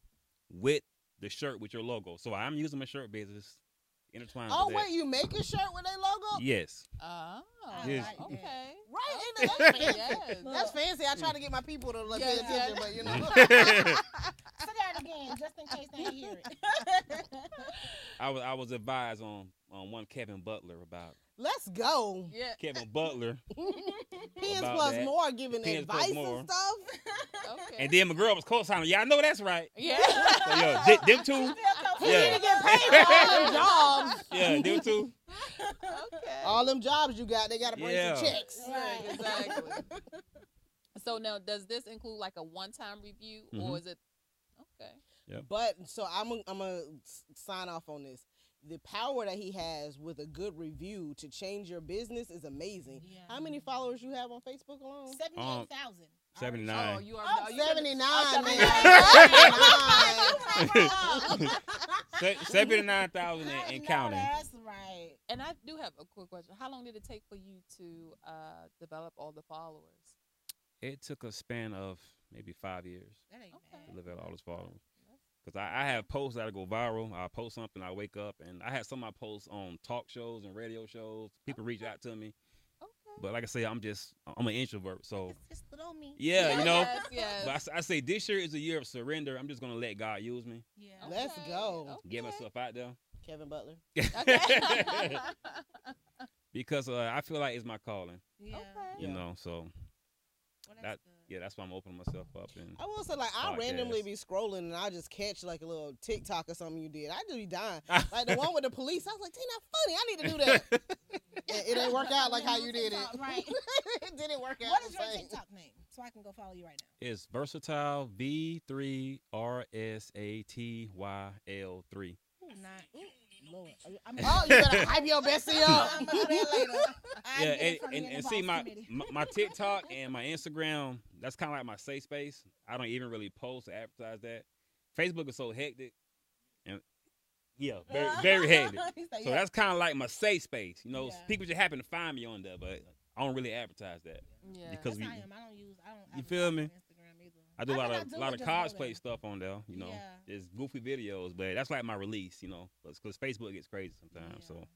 Speaker 6: with the shirt with your logo. So I'm using my shirt business intertwined.
Speaker 3: Oh
Speaker 6: with that.
Speaker 3: wait, you make a shirt with a logo? [LAUGHS]
Speaker 6: Yes. [LAUGHS]
Speaker 7: oh,
Speaker 6: Yes.
Speaker 4: like that.
Speaker 7: okay.
Speaker 3: Right.
Speaker 7: Okay,
Speaker 3: in the- That's [LAUGHS] fancy.
Speaker 7: yes.
Speaker 4: Look.
Speaker 3: That's fancy. I try to get my people to like, pay
Speaker 7: Yeah, yeah.
Speaker 3: attention, but you know.
Speaker 6: [LAUGHS]
Speaker 4: Say that again, just in case they hear
Speaker 3: [LAUGHS]
Speaker 4: it. [LAUGHS]
Speaker 6: I was I was advised on on one Kevin Butler about
Speaker 3: Let's go.
Speaker 7: Yeah.
Speaker 6: Kevin Butler.
Speaker 3: Pins
Speaker 6: About
Speaker 3: plus
Speaker 6: that.
Speaker 3: more giving
Speaker 6: Pins plus
Speaker 3: advice
Speaker 6: more.
Speaker 3: and stuff. [LAUGHS]
Speaker 7: Okay.
Speaker 6: And then my girl was co-signing. Yeah, I know that's right. [LAUGHS]
Speaker 7: yeah.
Speaker 6: So, yo, th- them two.
Speaker 3: We need
Speaker 6: Yeah.
Speaker 3: to get paid for all
Speaker 6: [LAUGHS]
Speaker 3: them jobs.
Speaker 6: Yeah, them
Speaker 3: [LAUGHS]
Speaker 6: two.
Speaker 3: Oh,
Speaker 7: okay.
Speaker 3: All them jobs you got, they gotta bring
Speaker 6: Yeah.
Speaker 3: some checks.
Speaker 7: Right, exactly.
Speaker 4: [LAUGHS]
Speaker 7: so now, does this include like a one-time review, or
Speaker 6: Mhm.
Speaker 7: is it? Okay.
Speaker 3: But so I'm gonna I'm gonna s- sign off on this. The power that he has with a good review to change your business is amazing.
Speaker 4: Yeah.
Speaker 3: How many followers you have on Facebook alone?
Speaker 4: Seventy-eight thousand.
Speaker 6: Seventy
Speaker 7: Oh,
Speaker 6: nine.
Speaker 7: you are.
Speaker 4: Oh,
Speaker 7: are you gonna-
Speaker 3: 79,
Speaker 7: I'm
Speaker 3: man.
Speaker 4: [LAUGHS]
Speaker 6: [LAUGHS] Seventy nine thousand and, and counting.
Speaker 4: That's right.
Speaker 7: And I do have a quick question. How long did it take for you to uh, develop all the followers?
Speaker 6: It took a span of maybe five years
Speaker 4: That ain't
Speaker 7: Okay.
Speaker 6: to live out all this followers. Cause I, I have posts that'll go viral. I post something, I wake up, and I had some of my posts on talk shows and radio shows. People reach out to me,
Speaker 7: Okay.
Speaker 6: but like I say, I'm just I'm an introvert, so
Speaker 4: It's just little me.
Speaker 6: yeah, you know.
Speaker 7: Yes, yes.
Speaker 6: [LAUGHS] But I s- I, say this year is a year of surrender. I'm just gonna let God use me,
Speaker 4: Yeah.
Speaker 7: Okay,
Speaker 3: Let's go.
Speaker 6: get
Speaker 7: okay.
Speaker 6: myself out there,
Speaker 3: Kevin Butler.
Speaker 6: [LAUGHS]
Speaker 7: Okay. [LAUGHS]
Speaker 6: because uh, I feel like it's my calling,
Speaker 4: Yeah.
Speaker 7: Okay.
Speaker 6: you
Speaker 3: Yeah.
Speaker 6: know. So
Speaker 4: Well,
Speaker 6: that
Speaker 4: good.
Speaker 6: yeah, that's why I'm opening myself up. And
Speaker 7: Oh.
Speaker 3: I will say, like, I
Speaker 6: Podcast.
Speaker 3: randomly be scrolling and I just catch like a little TikTok or something you did. I just be
Speaker 6: [LAUGHS]
Speaker 3: dying. Like the one with the police, I was like, they not funny. I need to do that.
Speaker 6: [LAUGHS]
Speaker 3: And it didn't work out like how you did it.
Speaker 4: [LAUGHS] TikTok, right.
Speaker 3: [LAUGHS] it didn't work out.
Speaker 4: What
Speaker 3: the
Speaker 4: is your
Speaker 3: same.
Speaker 4: TikTok name? So I can go follow you right now.
Speaker 6: it's versatile V three R S A T Y L three.
Speaker 4: Not, Mm. Lord. [LAUGHS] I'm
Speaker 3: [LAUGHS] Oh, you better hype
Speaker 4: [LAUGHS]
Speaker 3: your bestie up.
Speaker 4: I'm gonna do
Speaker 3: [LAUGHS]
Speaker 4: that later. [LAUGHS] I
Speaker 6: Yeah,
Speaker 4: get it
Speaker 6: and,
Speaker 4: from you
Speaker 6: and,
Speaker 4: in the
Speaker 6: and see
Speaker 4: boss
Speaker 6: my,
Speaker 4: committee.
Speaker 6: my my TikTok and my Instagram. That's kind of like my safe space. I don't even really post or advertise that. Facebook is so hectic, and yeah, very
Speaker 4: [LAUGHS]
Speaker 6: very hectic.
Speaker 4: He said,
Speaker 6: So
Speaker 4: yeah.
Speaker 6: that's kind of like my safe space. You know,
Speaker 4: Yeah.
Speaker 6: people just happen to find me on there, but I don't really advertise that.
Speaker 5: Yeah.
Speaker 6: Because-
Speaker 4: That's
Speaker 6: 'cause we-
Speaker 4: how I am. I don't use. I don't.
Speaker 6: You feel
Speaker 4: advertise
Speaker 6: me?
Speaker 4: on Instagram either.
Speaker 6: I do a
Speaker 4: mean,
Speaker 6: lot
Speaker 4: I
Speaker 6: of
Speaker 4: do,
Speaker 6: lot
Speaker 4: but
Speaker 6: of
Speaker 4: just go
Speaker 6: cosplay
Speaker 4: there.
Speaker 6: stuff on there. You know,
Speaker 4: Yeah.
Speaker 6: it's goofy videos, but that's like my release. You know, because Facebook gets crazy sometimes.
Speaker 4: Yeah.
Speaker 6: So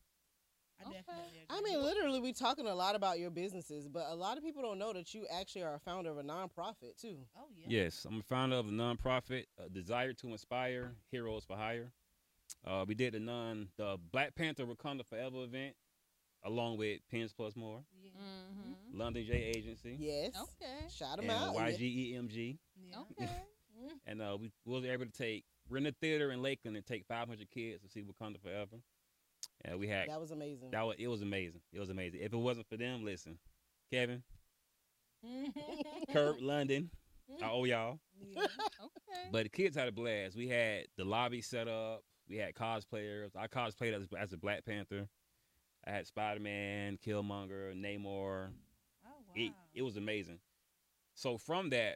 Speaker 4: I
Speaker 5: Okay.
Speaker 4: definitely
Speaker 3: I
Speaker 4: agree.
Speaker 3: mean, literally, we talking a lot about your businesses, but a lot of people don't know that you actually are a founder of a nonprofit too.
Speaker 4: Oh yeah.
Speaker 6: yes, I'm a founder of the nonprofit uh, Desire to Inspire Heroes for Hire. Uh, we did the non the Black Panther Wakanda Forever event, along with Pins Plus More,
Speaker 4: Yeah.
Speaker 5: Mm-hmm.
Speaker 6: London J Agency,
Speaker 3: Yes.
Speaker 5: Okay.
Speaker 3: Shout them
Speaker 6: and
Speaker 3: out.
Speaker 6: YGEMG.
Speaker 4: Yeah. Oh,
Speaker 5: Okay. [LAUGHS]
Speaker 6: and uh, we, we was able to take we're in the theater in Lakeland and take 500 kids to see Wakanda Forever. And we had
Speaker 3: That was amazing.
Speaker 6: that was it was amazing. It was amazing. If it wasn't for them, listen,
Speaker 3: [LAUGHS]
Speaker 6: Kevin, Kurt, London,
Speaker 3: Mm-hmm.
Speaker 6: I owe y'all.
Speaker 4: Yeah.
Speaker 5: Okay.
Speaker 6: But the kids had a blast. We had the lobby set up. We had cosplayers. I cosplayed as, as a Black Panther. I had Spider Man, Killmonger,
Speaker 4: Oh
Speaker 6: Namor.
Speaker 4: wow.
Speaker 6: It it was amazing. So from that,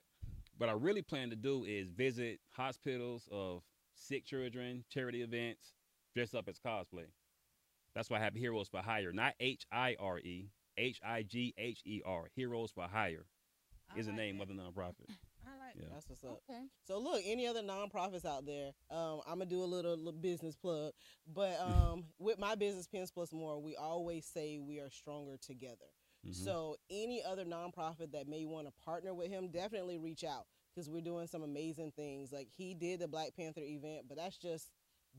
Speaker 6: what I really plan to do is visit hospitals of sick children, charity events, dress up as cosplay. That's why I have Heroes for Hire, not H I R E, H I G H E R. Heroes for Hire
Speaker 4: I
Speaker 6: is the
Speaker 4: like
Speaker 6: name
Speaker 4: that.
Speaker 6: of the
Speaker 4: [LAUGHS]
Speaker 6: nonprofit.
Speaker 4: I like
Speaker 6: Yeah.
Speaker 3: That's what's up.
Speaker 5: Okay.
Speaker 3: So look, any other nonprofits out there? Um, I'm gonna do a little, little business plug, but um, with my business, Pens Plus More, we always say we are stronger together.
Speaker 6: Mhm.
Speaker 3: So any other nonprofit that may want to partner with him, definitely reach out because we're doing some amazing things. Like he did the Black Panther event, but that's just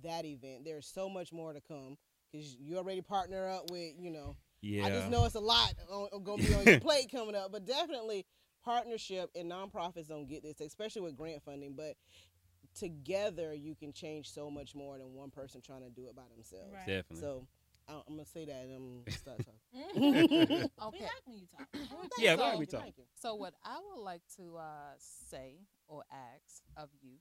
Speaker 3: that event. There's so much more to come because you already partner up with, you know.
Speaker 6: yeah.
Speaker 3: I just know it's a lot on, gonna be on
Speaker 6: [LAUGHS]
Speaker 3: your plate coming up, but definitely partnership and nonprofits don't get this, especially with grant funding. But together, you can change so much more than one person trying to do it by themselves.
Speaker 4: Right.
Speaker 6: Definitely.
Speaker 3: So I, I'm gonna say that and I'm gonna
Speaker 6: [LAUGHS]
Speaker 3: start talking. [LAUGHS]
Speaker 4: Mm. we
Speaker 5: [LAUGHS] Okay.
Speaker 4: like when you talk.
Speaker 3: Thank
Speaker 6: Yeah,
Speaker 3: you,
Speaker 6: why
Speaker 3: thank
Speaker 6: we
Speaker 3: you,
Speaker 6: talk?
Speaker 3: thank you.
Speaker 5: So what I would like to uh, say or ask of you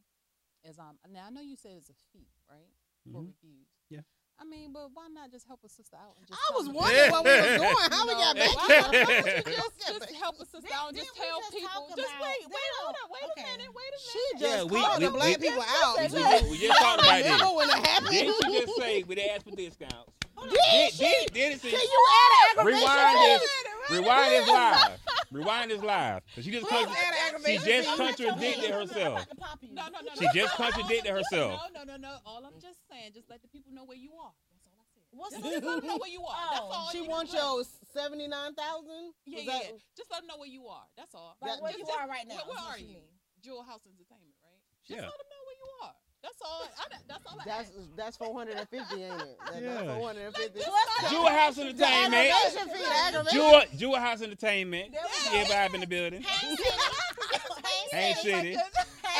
Speaker 5: is um now I know you said it's a fee, right? For
Speaker 6: Mhm.
Speaker 5: reviews.
Speaker 6: Yeah.
Speaker 5: I mean, but why not just help a sister out? And just
Speaker 3: I
Speaker 5: tell
Speaker 3: was
Speaker 5: them-
Speaker 3: wondering what we
Speaker 6: [LAUGHS]
Speaker 3: was doing, how we
Speaker 5: No,
Speaker 3: got back.
Speaker 5: why-
Speaker 3: here.
Speaker 5: why
Speaker 3: How
Speaker 5: don't
Speaker 3: we
Speaker 5: [LAUGHS] Just,
Speaker 4: [LAUGHS]
Speaker 3: got
Speaker 5: just
Speaker 3: back?
Speaker 5: help a sister out and
Speaker 4: Did-
Speaker 5: just
Speaker 4: did we
Speaker 5: tell
Speaker 4: just
Speaker 5: people.
Speaker 4: talk
Speaker 5: Just
Speaker 4: about-
Speaker 5: wait, wait, hold
Speaker 4: Damn,
Speaker 5: up, wait
Speaker 4: okay.
Speaker 5: a minute, wait a
Speaker 3: She
Speaker 5: minute.
Speaker 3: just
Speaker 6: Yeah, we-
Speaker 3: called
Speaker 6: we-
Speaker 3: the black
Speaker 6: we-
Speaker 3: people out.
Speaker 6: we, we, we just talked
Speaker 5: [LAUGHS]
Speaker 6: about
Speaker 3: Remember
Speaker 6: this.
Speaker 3: when it happened?
Speaker 6: Didn't you just say we didn't ask for discounts?
Speaker 3: Did she?
Speaker 6: did, did it say,
Speaker 3: Can you add an aggravation
Speaker 6: Rewind
Speaker 3: to
Speaker 6: this.
Speaker 3: it?
Speaker 6: Rewind this live. Rewind this live. 'Cause she just
Speaker 3: Please
Speaker 6: contra-
Speaker 3: add an
Speaker 6: she
Speaker 3: aggravation
Speaker 6: just
Speaker 3: to it.
Speaker 6: contradicted
Speaker 4: I'm
Speaker 6: herself.
Speaker 4: about to pop you.
Speaker 5: No, no, no.
Speaker 6: She
Speaker 5: no.
Speaker 6: just
Speaker 5: All I'm
Speaker 6: contradicted
Speaker 5: just-
Speaker 6: herself.
Speaker 5: No, no, no, no. All I'm just saying, just let the people know where you are. That's all I
Speaker 3: [LAUGHS]
Speaker 5: said.
Speaker 4: What's
Speaker 5: Just let them know where you are. That's
Speaker 4: Oh,
Speaker 5: all.
Speaker 3: She
Speaker 5: you
Speaker 3: wants
Speaker 5: just let-
Speaker 3: your seventy nine thousand.
Speaker 5: Yeah, yeah, yeah. Just let them know where you are. That's all.
Speaker 4: [LAUGHS] Like where
Speaker 5: Just-
Speaker 4: you
Speaker 5: just-
Speaker 4: are right now.
Speaker 5: Where,
Speaker 4: is what
Speaker 5: where are
Speaker 4: she
Speaker 5: you?
Speaker 4: mean.
Speaker 5: Jewel House Entertainment, right? Just
Speaker 6: Yeah.
Speaker 5: let them know where you are. That's all. I, that's all. I
Speaker 3: That's
Speaker 5: ask.
Speaker 3: that's four hundred and fifty, ain't it? That, That's
Speaker 6: Yeah.
Speaker 3: four hundred and fifty.
Speaker 6: Jewel House Entertainment.
Speaker 3: Aggravation fee, the aggravation.
Speaker 6: Jewel, Jewel House Entertainment.
Speaker 4: There we go.
Speaker 6: Everybody in the building. Hey City.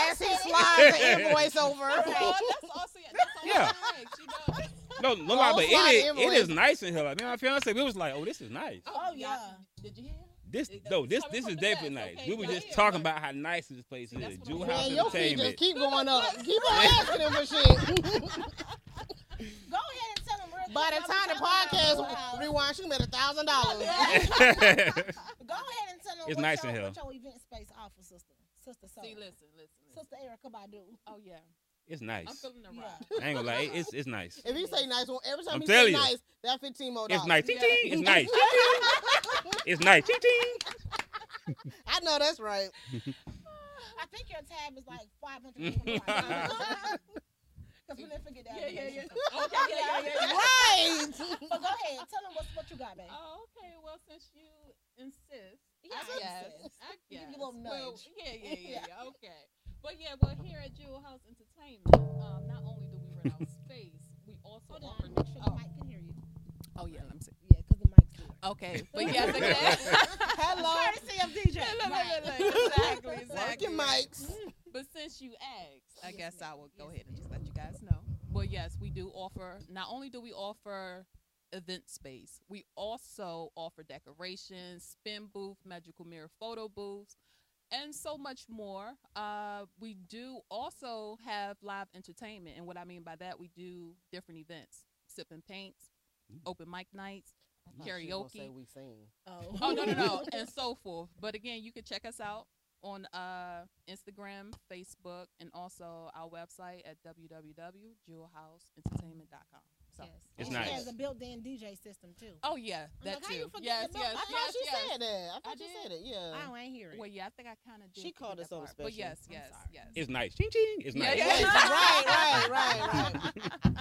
Speaker 3: As he slides the
Speaker 5: [LAUGHS]
Speaker 3: invoice over.
Speaker 5: That's all. That's all. So yeah, that's all.
Speaker 6: Yeah.
Speaker 5: I ask, you know?
Speaker 6: No, no lie, but it
Speaker 3: slide
Speaker 6: is,
Speaker 3: invoice.
Speaker 6: it is nice in here. Like, me and my fiance, we was like, oh, this is nice.
Speaker 4: Oh,
Speaker 5: y'all-
Speaker 4: yeah.
Speaker 5: Did you hear? him?
Speaker 6: This,
Speaker 5: It-
Speaker 6: no,
Speaker 5: it's
Speaker 6: this,
Speaker 5: coming
Speaker 6: this
Speaker 5: from
Speaker 6: is
Speaker 5: the
Speaker 6: definitely
Speaker 5: best,
Speaker 6: nice.
Speaker 5: okay,
Speaker 6: We were
Speaker 5: y'all
Speaker 6: just
Speaker 5: hear,
Speaker 6: talking
Speaker 5: but-
Speaker 6: about how nice this place
Speaker 5: that's
Speaker 6: is.
Speaker 5: what I'm
Speaker 6: Jewel
Speaker 5: saying.
Speaker 6: House
Speaker 3: Man, your feet just
Speaker 6: Entertainment.
Speaker 3: keep going
Speaker 5: [LAUGHS]
Speaker 3: up. Keep on asking him for shit.
Speaker 4: Go ahead and tell them real quick.
Speaker 3: By the time
Speaker 4: what we
Speaker 3: the
Speaker 4: talking
Speaker 5: [LAUGHS]
Speaker 4: about.
Speaker 3: podcast rewinds, she made a thousand dollars.
Speaker 4: Go ahead
Speaker 6: [LAUGHS]
Speaker 4: and tell them
Speaker 6: It's
Speaker 4: what,
Speaker 6: nice
Speaker 4: your,
Speaker 6: in
Speaker 4: what your event space offers, sister. Sister, so.
Speaker 5: See, listen, listen, listen.
Speaker 4: Sister Erica Badu.
Speaker 5: Oh yeah,
Speaker 6: it's
Speaker 5: I'm
Speaker 6: nice.
Speaker 5: feeling the
Speaker 4: Yeah.
Speaker 5: ride.
Speaker 6: I ain't gonna lie, it- it's, it's nice.
Speaker 3: If you say nice, well, every time
Speaker 6: I'm
Speaker 3: you
Speaker 6: telling
Speaker 3: say
Speaker 6: you.
Speaker 3: nice, that fifteen more dollars.
Speaker 6: It's nice. Ting, ting.
Speaker 5: [LAUGHS]
Speaker 6: It's nice. Ting, ting. It's nice. Ting, ting.
Speaker 3: I know that's
Speaker 5: [LAUGHS]
Speaker 3: right.
Speaker 4: I think your tab is like [LAUGHS]
Speaker 6: [LAUGHS]
Speaker 4: 500 Because we didn't forget that.
Speaker 5: Yeah, yeah,
Speaker 4: information.
Speaker 5: yeah. Okay, yeah, yeah, yeah. yeah.
Speaker 3: Right.
Speaker 4: But go ahead. Tell them what's, what you got, babe.
Speaker 5: Oh, okay. Well, since you insist,
Speaker 4: Yeah,
Speaker 5: I
Speaker 4: I
Speaker 5: guess.
Speaker 4: insist.
Speaker 5: [LAUGHS] I
Speaker 4: Give
Speaker 5: guess.
Speaker 4: you a little
Speaker 5: Well,
Speaker 4: nudge.
Speaker 5: yeah, yeah,
Speaker 4: Yeah.
Speaker 5: [LAUGHS] yeah, yeah. Okay. But yeah, well, here at Jewel House Entertainment, um, not only do we [LAUGHS] rent out space, we also
Speaker 4: Hold on.
Speaker 5: offer.
Speaker 4: Make sure the
Speaker 5: oh,
Speaker 4: mic can hear you.
Speaker 5: oh yeah, let me see.
Speaker 4: Yeah, because the mic's here.
Speaker 5: [LAUGHS] Okay, but
Speaker 4: [LAUGHS]
Speaker 5: yes, exactly.
Speaker 3: Hello.
Speaker 4: Courtesy of
Speaker 5: [LAUGHS]
Speaker 4: DJ.
Speaker 5: Look, look, look, look, [LAUGHS] Exactly, exactly. Mm.
Speaker 3: Working mics.
Speaker 5: But since you asked, I
Speaker 4: Yes,
Speaker 5: guess
Speaker 4: ma'am.
Speaker 5: I will go
Speaker 4: Yes,
Speaker 5: ahead and just let you guys know. But yes, we do offer. Not only do we offer event space, we also offer decorations, spin booth, magical mirror photo booths, and so much more. Uh, we do also have live entertainment, and what I mean by that, we do different events, sip and paints, open mic nights. Karaoke.
Speaker 3: we sing.
Speaker 4: Oh.
Speaker 5: Oh no
Speaker 4: [LAUGHS]
Speaker 5: no no, and so forth. But again, you can check us out on uh, Instagram, Facebook, and also our website at www.jewelhouseentertainment.com. So.
Speaker 8: Yes.
Speaker 6: It's
Speaker 4: she
Speaker 6: nice.
Speaker 4: has a built-in DJ system too.
Speaker 5: Oh yeah,
Speaker 4: I'm
Speaker 5: that
Speaker 4: like, how
Speaker 5: too.
Speaker 4: you forget
Speaker 5: yes,
Speaker 4: about-
Speaker 5: yes,
Speaker 4: I
Speaker 3: I thought
Speaker 5: yes,
Speaker 3: she
Speaker 5: yes.
Speaker 3: said that. I
Speaker 5: I
Speaker 3: thought she
Speaker 5: did.
Speaker 3: said it. Yeah.
Speaker 5: [LAUGHS]
Speaker 4: Oh, I ain't hear it.
Speaker 5: Well, yeah, I think I kind of did.
Speaker 3: She
Speaker 5: forget
Speaker 3: called us
Speaker 5: that
Speaker 3: on
Speaker 5: part. But
Speaker 3: special.
Speaker 5: yes,
Speaker 4: I'm
Speaker 5: yes,
Speaker 4: sorry.
Speaker 5: yes.
Speaker 6: It's nice. Ching ching. It's
Speaker 5: Yeah,
Speaker 6: nice.
Speaker 5: yeah.
Speaker 3: Yes, right, right, right, right.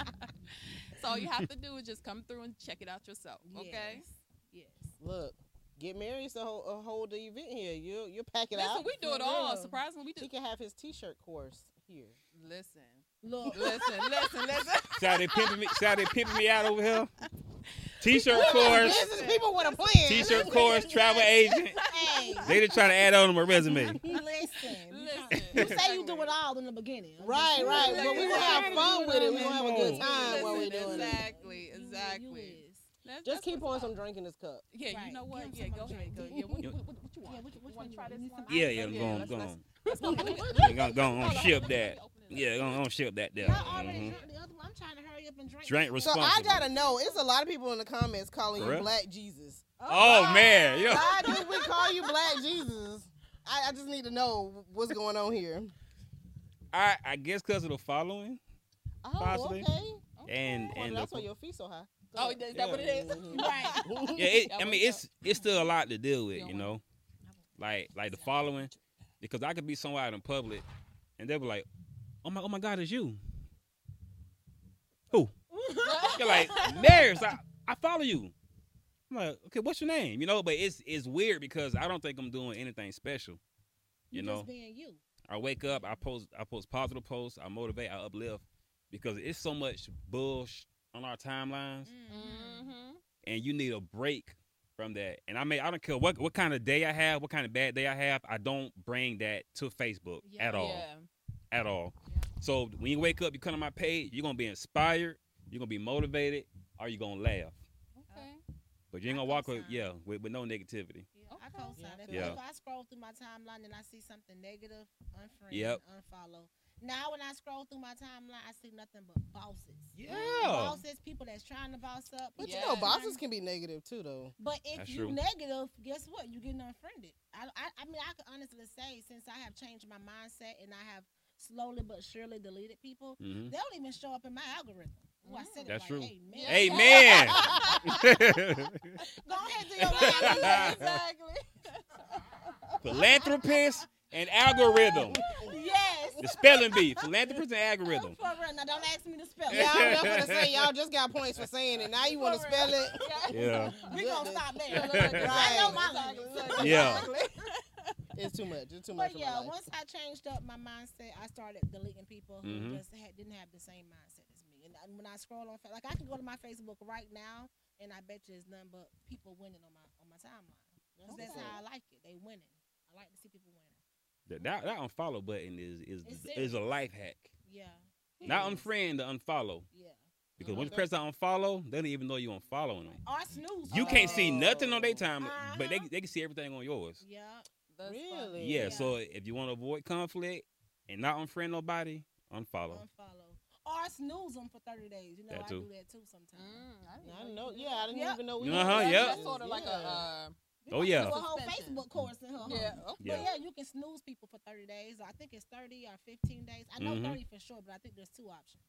Speaker 5: so all you have to do is just come through and check it out yourself. Okay.
Speaker 4: Yes. Yes.
Speaker 3: Look, get Marius to hold, uh, hold the event here. You you pack it
Speaker 5: Listen,
Speaker 3: out.
Speaker 5: we do
Speaker 4: For
Speaker 5: it all.
Speaker 4: real.
Speaker 5: Surprisingly, we do.
Speaker 3: he can have his t-shirt course here.
Speaker 5: Listen,
Speaker 4: Look.
Speaker 5: listen, listen, listen.
Speaker 6: See how they pimping me? See how they pimping me out over here? T-shirt
Speaker 3: Look,
Speaker 6: course,
Speaker 3: business people with a plan.
Speaker 6: t-shirt course, travel agent.
Speaker 4: hey.
Speaker 6: They just trying to add on to
Speaker 3: [LAUGHS]
Speaker 6: my resume.
Speaker 4: Listen.
Speaker 5: [LAUGHS] Listen.
Speaker 4: You say you do it all in the beginning. I'm
Speaker 3: Right,
Speaker 4: just-
Speaker 3: right.
Speaker 5: Look,
Speaker 3: But we
Speaker 5: you
Speaker 3: gonna have
Speaker 5: already
Speaker 3: fun with it. We gonna have a good
Speaker 6: know.
Speaker 3: time while we
Speaker 5: Listen,
Speaker 3: doing it.
Speaker 5: Exactly,
Speaker 4: You- you
Speaker 5: exactly.
Speaker 4: is.
Speaker 5: That's-
Speaker 3: Just
Speaker 5: that's
Speaker 3: keep pouring
Speaker 5: what's up.
Speaker 3: some drink in this cup.
Speaker 5: Yeah,
Speaker 4: Right.
Speaker 5: you know
Speaker 4: Give
Speaker 5: what?
Speaker 4: him
Speaker 5: Yeah,
Speaker 4: some
Speaker 5: go
Speaker 4: of
Speaker 5: ahead.
Speaker 4: that
Speaker 5: Go.
Speaker 4: drink.
Speaker 5: Yeah, what,
Speaker 6: Yeah.
Speaker 5: what, what, what you want?
Speaker 4: Yeah, which- which
Speaker 5: You
Speaker 4: one
Speaker 5: wanna
Speaker 4: you
Speaker 5: try
Speaker 4: want?
Speaker 5: this
Speaker 4: Need
Speaker 5: one?
Speaker 4: some
Speaker 6: Yeah, yeah,
Speaker 5: Okay,
Speaker 6: go on,
Speaker 5: let's-
Speaker 6: go
Speaker 5: let's-
Speaker 6: on.
Speaker 5: let's go ahead and-
Speaker 6: Yeah, go, go on,
Speaker 5: Hold on,
Speaker 6: ship
Speaker 5: let me
Speaker 6: that.
Speaker 5: open it up.
Speaker 6: Yeah, go on, ship that there.
Speaker 4: Y'all already
Speaker 6: Mhm.
Speaker 4: drunk the other one. I'm trying to hurry up and drink.
Speaker 6: Drink
Speaker 4: this
Speaker 3: So
Speaker 4: one.
Speaker 3: I
Speaker 6: Responsible.
Speaker 3: gotta know. It's a lot of people in the comments calling
Speaker 6: For
Speaker 3: you
Speaker 6: real?
Speaker 3: Black Jesus.
Speaker 6: Oh man, yo.
Speaker 3: Why do we call you Black Jesus? I, I just need to know what's going on here.
Speaker 6: I I guess because of the following
Speaker 3: Oh,
Speaker 6: Possibly.
Speaker 3: okay.
Speaker 6: and
Speaker 3: Well,
Speaker 6: and
Speaker 3: that's
Speaker 6: the-
Speaker 3: why your feet so high. Go
Speaker 5: Oh,
Speaker 3: ahead.
Speaker 5: is that what it is?
Speaker 3: Mhm.
Speaker 4: Right.
Speaker 5: [LAUGHS]
Speaker 6: yeah, it, I
Speaker 5: That
Speaker 6: mean
Speaker 5: was
Speaker 6: it's it's still a lot to deal with,
Speaker 5: You
Speaker 6: you
Speaker 5: don't
Speaker 6: know, like like the following, because I could be somewhere out in public, and they'll be like, oh my oh my god, it's you.
Speaker 4: [LAUGHS]
Speaker 6: Who? You're like Maris, I I follow you. I'm like, okay, what's your name? You know, but it's it's weird because I don't think I'm doing anything special. You
Speaker 4: You
Speaker 6: know,
Speaker 4: Just being you.
Speaker 6: I wake up, I post, I post positive posts, I motivate, I uplift, because it's so much bullsh on our timelines,
Speaker 5: Mm-hmm.
Speaker 6: and you need a break from that. And I mean, I don't care what what kind of day I have, what kind of bad day I have, I don't bring that to Facebook
Speaker 4: Yeah.
Speaker 6: at all,
Speaker 5: Yeah.
Speaker 6: at all. So when you wake up, you come to my page, you're gonna be inspired, you're gonna be motivated, or you're gonna laugh,
Speaker 5: Okay.
Speaker 6: but you ain't
Speaker 4: I
Speaker 6: gonna walk with
Speaker 4: co-sign.
Speaker 6: yeah with, with no negativity.
Speaker 4: Yeah, I
Speaker 5: Okay.
Speaker 4: co-sign. If,
Speaker 6: Yeah.
Speaker 4: if I scroll through my timeline and I see something negative, unfriend,
Speaker 6: Yep.
Speaker 4: unfollow. Now when I scroll through my timeline, I see nothing but bosses.
Speaker 6: Yeah.
Speaker 4: Bosses, people that's trying to boss up.
Speaker 3: But
Speaker 5: Yeah.
Speaker 3: you know, bosses can be negative too, though.
Speaker 4: But if
Speaker 6: That's
Speaker 4: you
Speaker 6: true.
Speaker 4: negative, guess what? You're getting unfriended. I, I, I mean, I can honestly say since I have changed my mindset and I have slowly but surely deleted people,
Speaker 6: hmm
Speaker 4: they don't even show up in my algorithm. Ooh, I said it
Speaker 6: That's
Speaker 4: like,
Speaker 6: true.
Speaker 4: Amen.
Speaker 5: Yeah. Hey,
Speaker 6: Amen.
Speaker 4: [LAUGHS]
Speaker 6: Mm-hmm. [LAUGHS]
Speaker 4: Go ahead, do your algorithm.
Speaker 6: Philanthropist and algorithm.
Speaker 4: yes.
Speaker 6: The spelling bee, philanthropist and algorithm.
Speaker 4: For real. Now don't ask me to spell.
Speaker 3: Y'all,
Speaker 4: it.
Speaker 3: that's what I
Speaker 6: [LAUGHS]
Speaker 3: say. Y'all just got points for saying it. Now you want to spell it.
Speaker 6: Yeah.
Speaker 4: [LAUGHS] We gonna stop there.
Speaker 3: [LAUGHS] Right.
Speaker 4: I know my limits. [LAUGHS]
Speaker 6: Yeah.
Speaker 3: It's too much. It's too much.
Speaker 4: But
Speaker 3: for my
Speaker 4: yeah,
Speaker 3: life.
Speaker 4: once I changed up my mindset, I started deleting people who
Speaker 6: Mhm.
Speaker 4: just had, didn't have the same mindset as me. And I- when I scroll on, Fa- like I can go to my Facebook right now, and I bet you it's nothing but people winning on my on my timeline. 'Cause That's
Speaker 3: Okay.
Speaker 6: Oh.
Speaker 4: how I like it. They winning. I like to see people winning.
Speaker 6: That, that that unfollow button is is
Speaker 4: It's
Speaker 6: is
Speaker 4: serious.
Speaker 6: a life hack.
Speaker 4: Yeah,
Speaker 6: Not
Speaker 4: It is.
Speaker 6: unfriend, the unfollow.
Speaker 4: Yeah.
Speaker 6: Because
Speaker 3: Mhm.
Speaker 6: once you press that unfollow, they don't even know you're unfollowing them.
Speaker 4: Or snooze.
Speaker 6: You can't see nothing on their time, but they
Speaker 4: Uh-huh.
Speaker 6: they can see everything on yours.
Speaker 4: Yeah.
Speaker 5: That's
Speaker 3: Really?
Speaker 5: funny.
Speaker 6: Yeah,
Speaker 4: Yeah.
Speaker 6: so if you want to avoid conflict and not unfriend nobody, unfollow.
Speaker 4: Unfollow. Or snooze them for thirty days. You know
Speaker 6: That
Speaker 4: I
Speaker 6: too.
Speaker 4: do that too sometimes.
Speaker 5: Mm,
Speaker 3: I
Speaker 5: you
Speaker 3: didn't
Speaker 5: could
Speaker 3: know.
Speaker 5: do
Speaker 3: Yeah, I
Speaker 5: that.
Speaker 3: didn't
Speaker 4: Yep.
Speaker 3: even know. we
Speaker 6: Uh-huh,
Speaker 3: had
Speaker 5: That's-
Speaker 6: yep.
Speaker 5: That's
Speaker 3: business.
Speaker 5: sort of like a.
Speaker 3: Yeah.
Speaker 5: Uh, um,
Speaker 4: We
Speaker 6: Oh,
Speaker 4: might
Speaker 6: yeah.
Speaker 4: Do a whole
Speaker 5: Suspension.
Speaker 4: Facebook course in her.
Speaker 5: yeah. Okay.
Speaker 6: Yeah.
Speaker 4: But yeah, you can snooze people for 30 days. I think it's 30 or 15 days. I know
Speaker 6: Mhm.
Speaker 4: 30 for sure, but I think there's two options.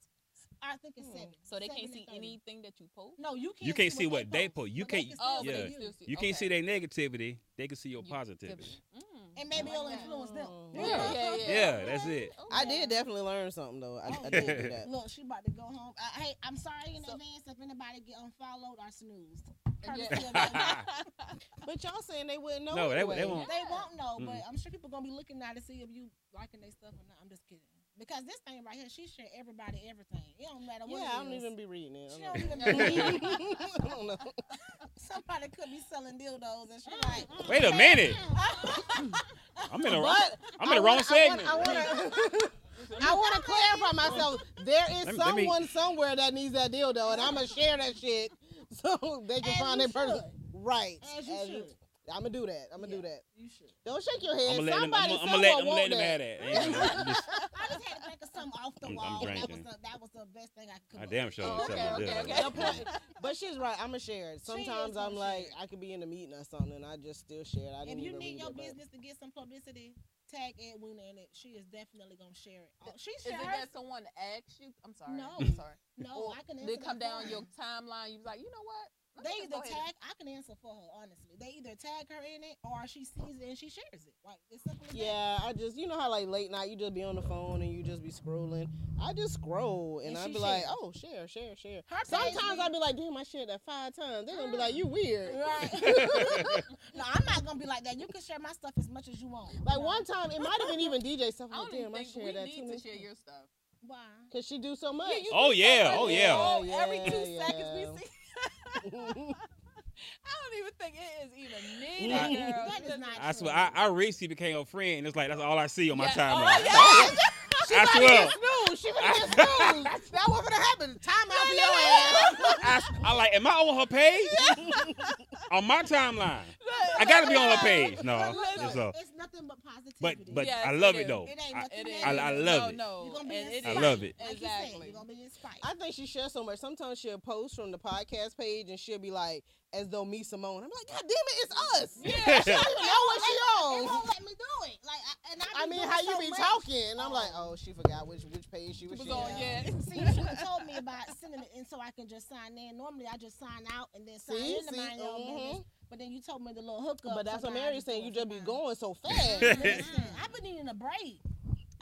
Speaker 4: I think it's
Speaker 3: Hmm.
Speaker 4: seven.
Speaker 5: So they
Speaker 4: Seven
Speaker 5: can't
Speaker 4: and
Speaker 5: see
Speaker 4: 30.
Speaker 5: anything that you post.
Speaker 4: No, you can't.
Speaker 6: You can't see what they post. You
Speaker 4: but they
Speaker 6: can't-
Speaker 4: can
Speaker 5: Oh,
Speaker 4: still
Speaker 5: but
Speaker 6: yeah.
Speaker 4: see
Speaker 5: they still see-
Speaker 6: You can't see
Speaker 5: okay.
Speaker 6: their negativity; they can see your
Speaker 5: You-
Speaker 6: positivity.
Speaker 5: Mm.
Speaker 4: And maybe
Speaker 5: I
Speaker 4: it'll
Speaker 5: like that.
Speaker 4: influence them.
Speaker 3: Oh.
Speaker 6: Yeah.
Speaker 5: Yeah, yeah, yeah.
Speaker 6: Yeah, that's it.
Speaker 3: I did definitely learn something though. I, I did do
Speaker 4: [LAUGHS]
Speaker 3: that.
Speaker 4: Look, she about to go home. Uh, hey, I'm sorry in
Speaker 5: So-
Speaker 4: advance if anybody get unfollowed or snoozed.
Speaker 5: Yeah.
Speaker 4: Courtesy of them.
Speaker 5: [LAUGHS]
Speaker 3: But y'all saying they wouldn't know.
Speaker 6: [LAUGHS] No, they-
Speaker 3: anyway.
Speaker 6: they won't.
Speaker 4: they won't know, but
Speaker 6: Mm.
Speaker 4: I'm sure people gonna be looking now to see if you liking their stuff or not. I'm just kidding. Because this thing right here, she share everybody everything. It don't matter what.
Speaker 3: Yeah, I
Speaker 4: it
Speaker 3: don't
Speaker 4: is.
Speaker 3: even be reading it.
Speaker 6: [LAUGHS]
Speaker 3: [LAUGHS]
Speaker 4: She
Speaker 3: I
Speaker 4: don't even
Speaker 3: don't know. I don't know.
Speaker 4: Somebody could be selling dildos and shit like.
Speaker 6: [LAUGHS] Wait a
Speaker 4: [LAUGHS]
Speaker 6: minute. I'm
Speaker 3: [LAUGHS]
Speaker 6: in the wrong.
Speaker 3: But
Speaker 6: I'm in the wrong segment.
Speaker 3: I want to.
Speaker 6: [LAUGHS]
Speaker 3: [LAUGHS] I want to clarify myself. There is
Speaker 6: Let me- let me-
Speaker 3: someone somewhere that needs that dildo, and I'm gonna share that shit [LAUGHS] so they can
Speaker 4: As
Speaker 3: find
Speaker 4: you
Speaker 3: that person.
Speaker 4: should.
Speaker 3: Right.
Speaker 4: As you should.
Speaker 3: I'm gonna do that. I'm gonna do that.
Speaker 4: You should.
Speaker 3: Don't shake your
Speaker 6: I'm
Speaker 3: head.
Speaker 6: gonna let them.
Speaker 3: Somebody,
Speaker 6: I'm gonna
Speaker 3: somewhere
Speaker 6: let, I'm gonna let
Speaker 3: want
Speaker 6: them
Speaker 3: that.
Speaker 6: have that. Ain't, you know, I'm just,
Speaker 4: I just had to think of something off the
Speaker 6: I'm- I'm
Speaker 4: wall. that was
Speaker 6: drinking.
Speaker 4: the that was the best thing I could. come
Speaker 6: I
Speaker 4: up
Speaker 6: damn
Speaker 4: with.
Speaker 6: sure.
Speaker 3: Oh,
Speaker 6: ain't
Speaker 3: okay,
Speaker 6: selling
Speaker 3: okay,
Speaker 6: dildos.
Speaker 3: okay. Your point. But she's right. I'm gonna share it. Sometimes I'm
Speaker 4: gonna
Speaker 3: like,
Speaker 4: share
Speaker 3: I could be in a meeting or something, and I just still share it. I
Speaker 4: If
Speaker 3: didn't
Speaker 4: you
Speaker 3: even read
Speaker 4: need your
Speaker 3: it, but-
Speaker 4: business to get some publicity, tag Ed Wiener in it. She is definitely gonna share it. Oh, she
Speaker 7: Is it
Speaker 4: shares.
Speaker 7: that someone asked you? I'm sorry.
Speaker 4: No.
Speaker 7: I'm sorry.
Speaker 4: no,
Speaker 7: Or
Speaker 4: I can
Speaker 7: They
Speaker 4: answer.
Speaker 7: come
Speaker 4: that
Speaker 7: down
Speaker 4: for
Speaker 7: your
Speaker 4: her.
Speaker 7: timeline. You was like, you know what? Let me
Speaker 4: They
Speaker 7: just
Speaker 4: either
Speaker 7: go ahead
Speaker 4: tag. I can answer for her honestly. They either tag her in it or she sees it and she shares it. Like it's simple as that.
Speaker 3: Yeah, I just you know how like late night you just be on the phone and you just be scrolling. I just scroll and,
Speaker 4: And
Speaker 3: i I
Speaker 4: she
Speaker 3: be like,
Speaker 4: shared.
Speaker 3: oh share, share, share.
Speaker 4: Her page
Speaker 3: Sometimes
Speaker 4: be-
Speaker 3: I be like, damn, I shared that five times. They're gonna be like, you weird.
Speaker 4: Right.
Speaker 6: [LAUGHS]
Speaker 4: no, I'm not gonna be like that. You can share my stuff as much as you want.
Speaker 3: [LAUGHS] Like
Speaker 4: No.
Speaker 3: one time, it might have been even DJ stuff.
Speaker 7: I
Speaker 3: I'm Like,
Speaker 7: don't even
Speaker 3: damn, I
Speaker 7: think we
Speaker 3: shared that too
Speaker 7: need to
Speaker 3: much.
Speaker 7: share your stuff.
Speaker 4: Why?
Speaker 3: Cause she do so much.
Speaker 7: you
Speaker 6: Oh
Speaker 7: do so
Speaker 6: yeah.
Speaker 7: much.
Speaker 6: Oh yeah.
Speaker 7: Oh, every
Speaker 3: Yeah,
Speaker 7: two
Speaker 3: yeah,
Speaker 7: seconds
Speaker 4: [LAUGHS]
Speaker 7: we see. [LAUGHS] I don't even think it is even needed,
Speaker 6: I-
Speaker 7: girl.
Speaker 4: That is not
Speaker 6: I
Speaker 4: true.
Speaker 6: swear, I, I recently became a friend. It's like that's all I see on my
Speaker 7: Yeah.
Speaker 6: timeline.
Speaker 7: Oh, yeah.
Speaker 6: I swear.
Speaker 3: no, she would
Speaker 6: [LAUGHS]
Speaker 3: have been smooth. That wasn't gonna happen. Time out for your ass.
Speaker 6: I, I like, am I on her page? [LAUGHS] on my timeline. I gotta be on her page. No,
Speaker 4: Listen,
Speaker 6: it's up.
Speaker 4: it's nothing but positivity.
Speaker 6: But but
Speaker 7: Yes,
Speaker 6: I love
Speaker 7: it
Speaker 6: it
Speaker 7: is.
Speaker 6: though.
Speaker 4: it ain't
Speaker 6: I-
Speaker 4: nothing.
Speaker 7: It is.
Speaker 6: Oh, I- I love
Speaker 7: no,
Speaker 6: it.
Speaker 7: No,
Speaker 4: You're gonna be
Speaker 7: and
Speaker 4: in
Speaker 7: it
Speaker 6: I
Speaker 4: spite.
Speaker 7: is.
Speaker 6: love
Speaker 4: Like
Speaker 6: it.
Speaker 4: You said,
Speaker 7: Exactly.
Speaker 4: you're gonna be in spite.
Speaker 3: I think she shares so much. Sometimes she'll post from the podcast page and she'll be like, as though me Simone. I'm like, God damn it, it's us. [LAUGHS]
Speaker 7: [LAUGHS] Yeah.
Speaker 3: I don't even
Speaker 6: [LAUGHS]
Speaker 3: know what
Speaker 4: It
Speaker 3: she on.
Speaker 4: won't let me do it. Like, I, and I,
Speaker 3: I
Speaker 4: be
Speaker 3: mean,
Speaker 4: doing
Speaker 3: how you
Speaker 4: so
Speaker 3: be
Speaker 4: much.
Speaker 3: talking? And I'm like, oh, she forgot which which page she was,
Speaker 7: was
Speaker 3: sharing.
Speaker 7: on, yeah.
Speaker 4: [LAUGHS] See, you should have told me about sending it in so I can just sign in. Normally, I just sign out and then sign um,
Speaker 3: See,
Speaker 4: in to
Speaker 3: see,
Speaker 4: mind your own
Speaker 3: mhm.
Speaker 4: business. But then you told me the little hookup.
Speaker 3: But that's what Mary's saying. You just be going so fast.
Speaker 6: [LAUGHS] Yeah.
Speaker 4: I've been needing a break.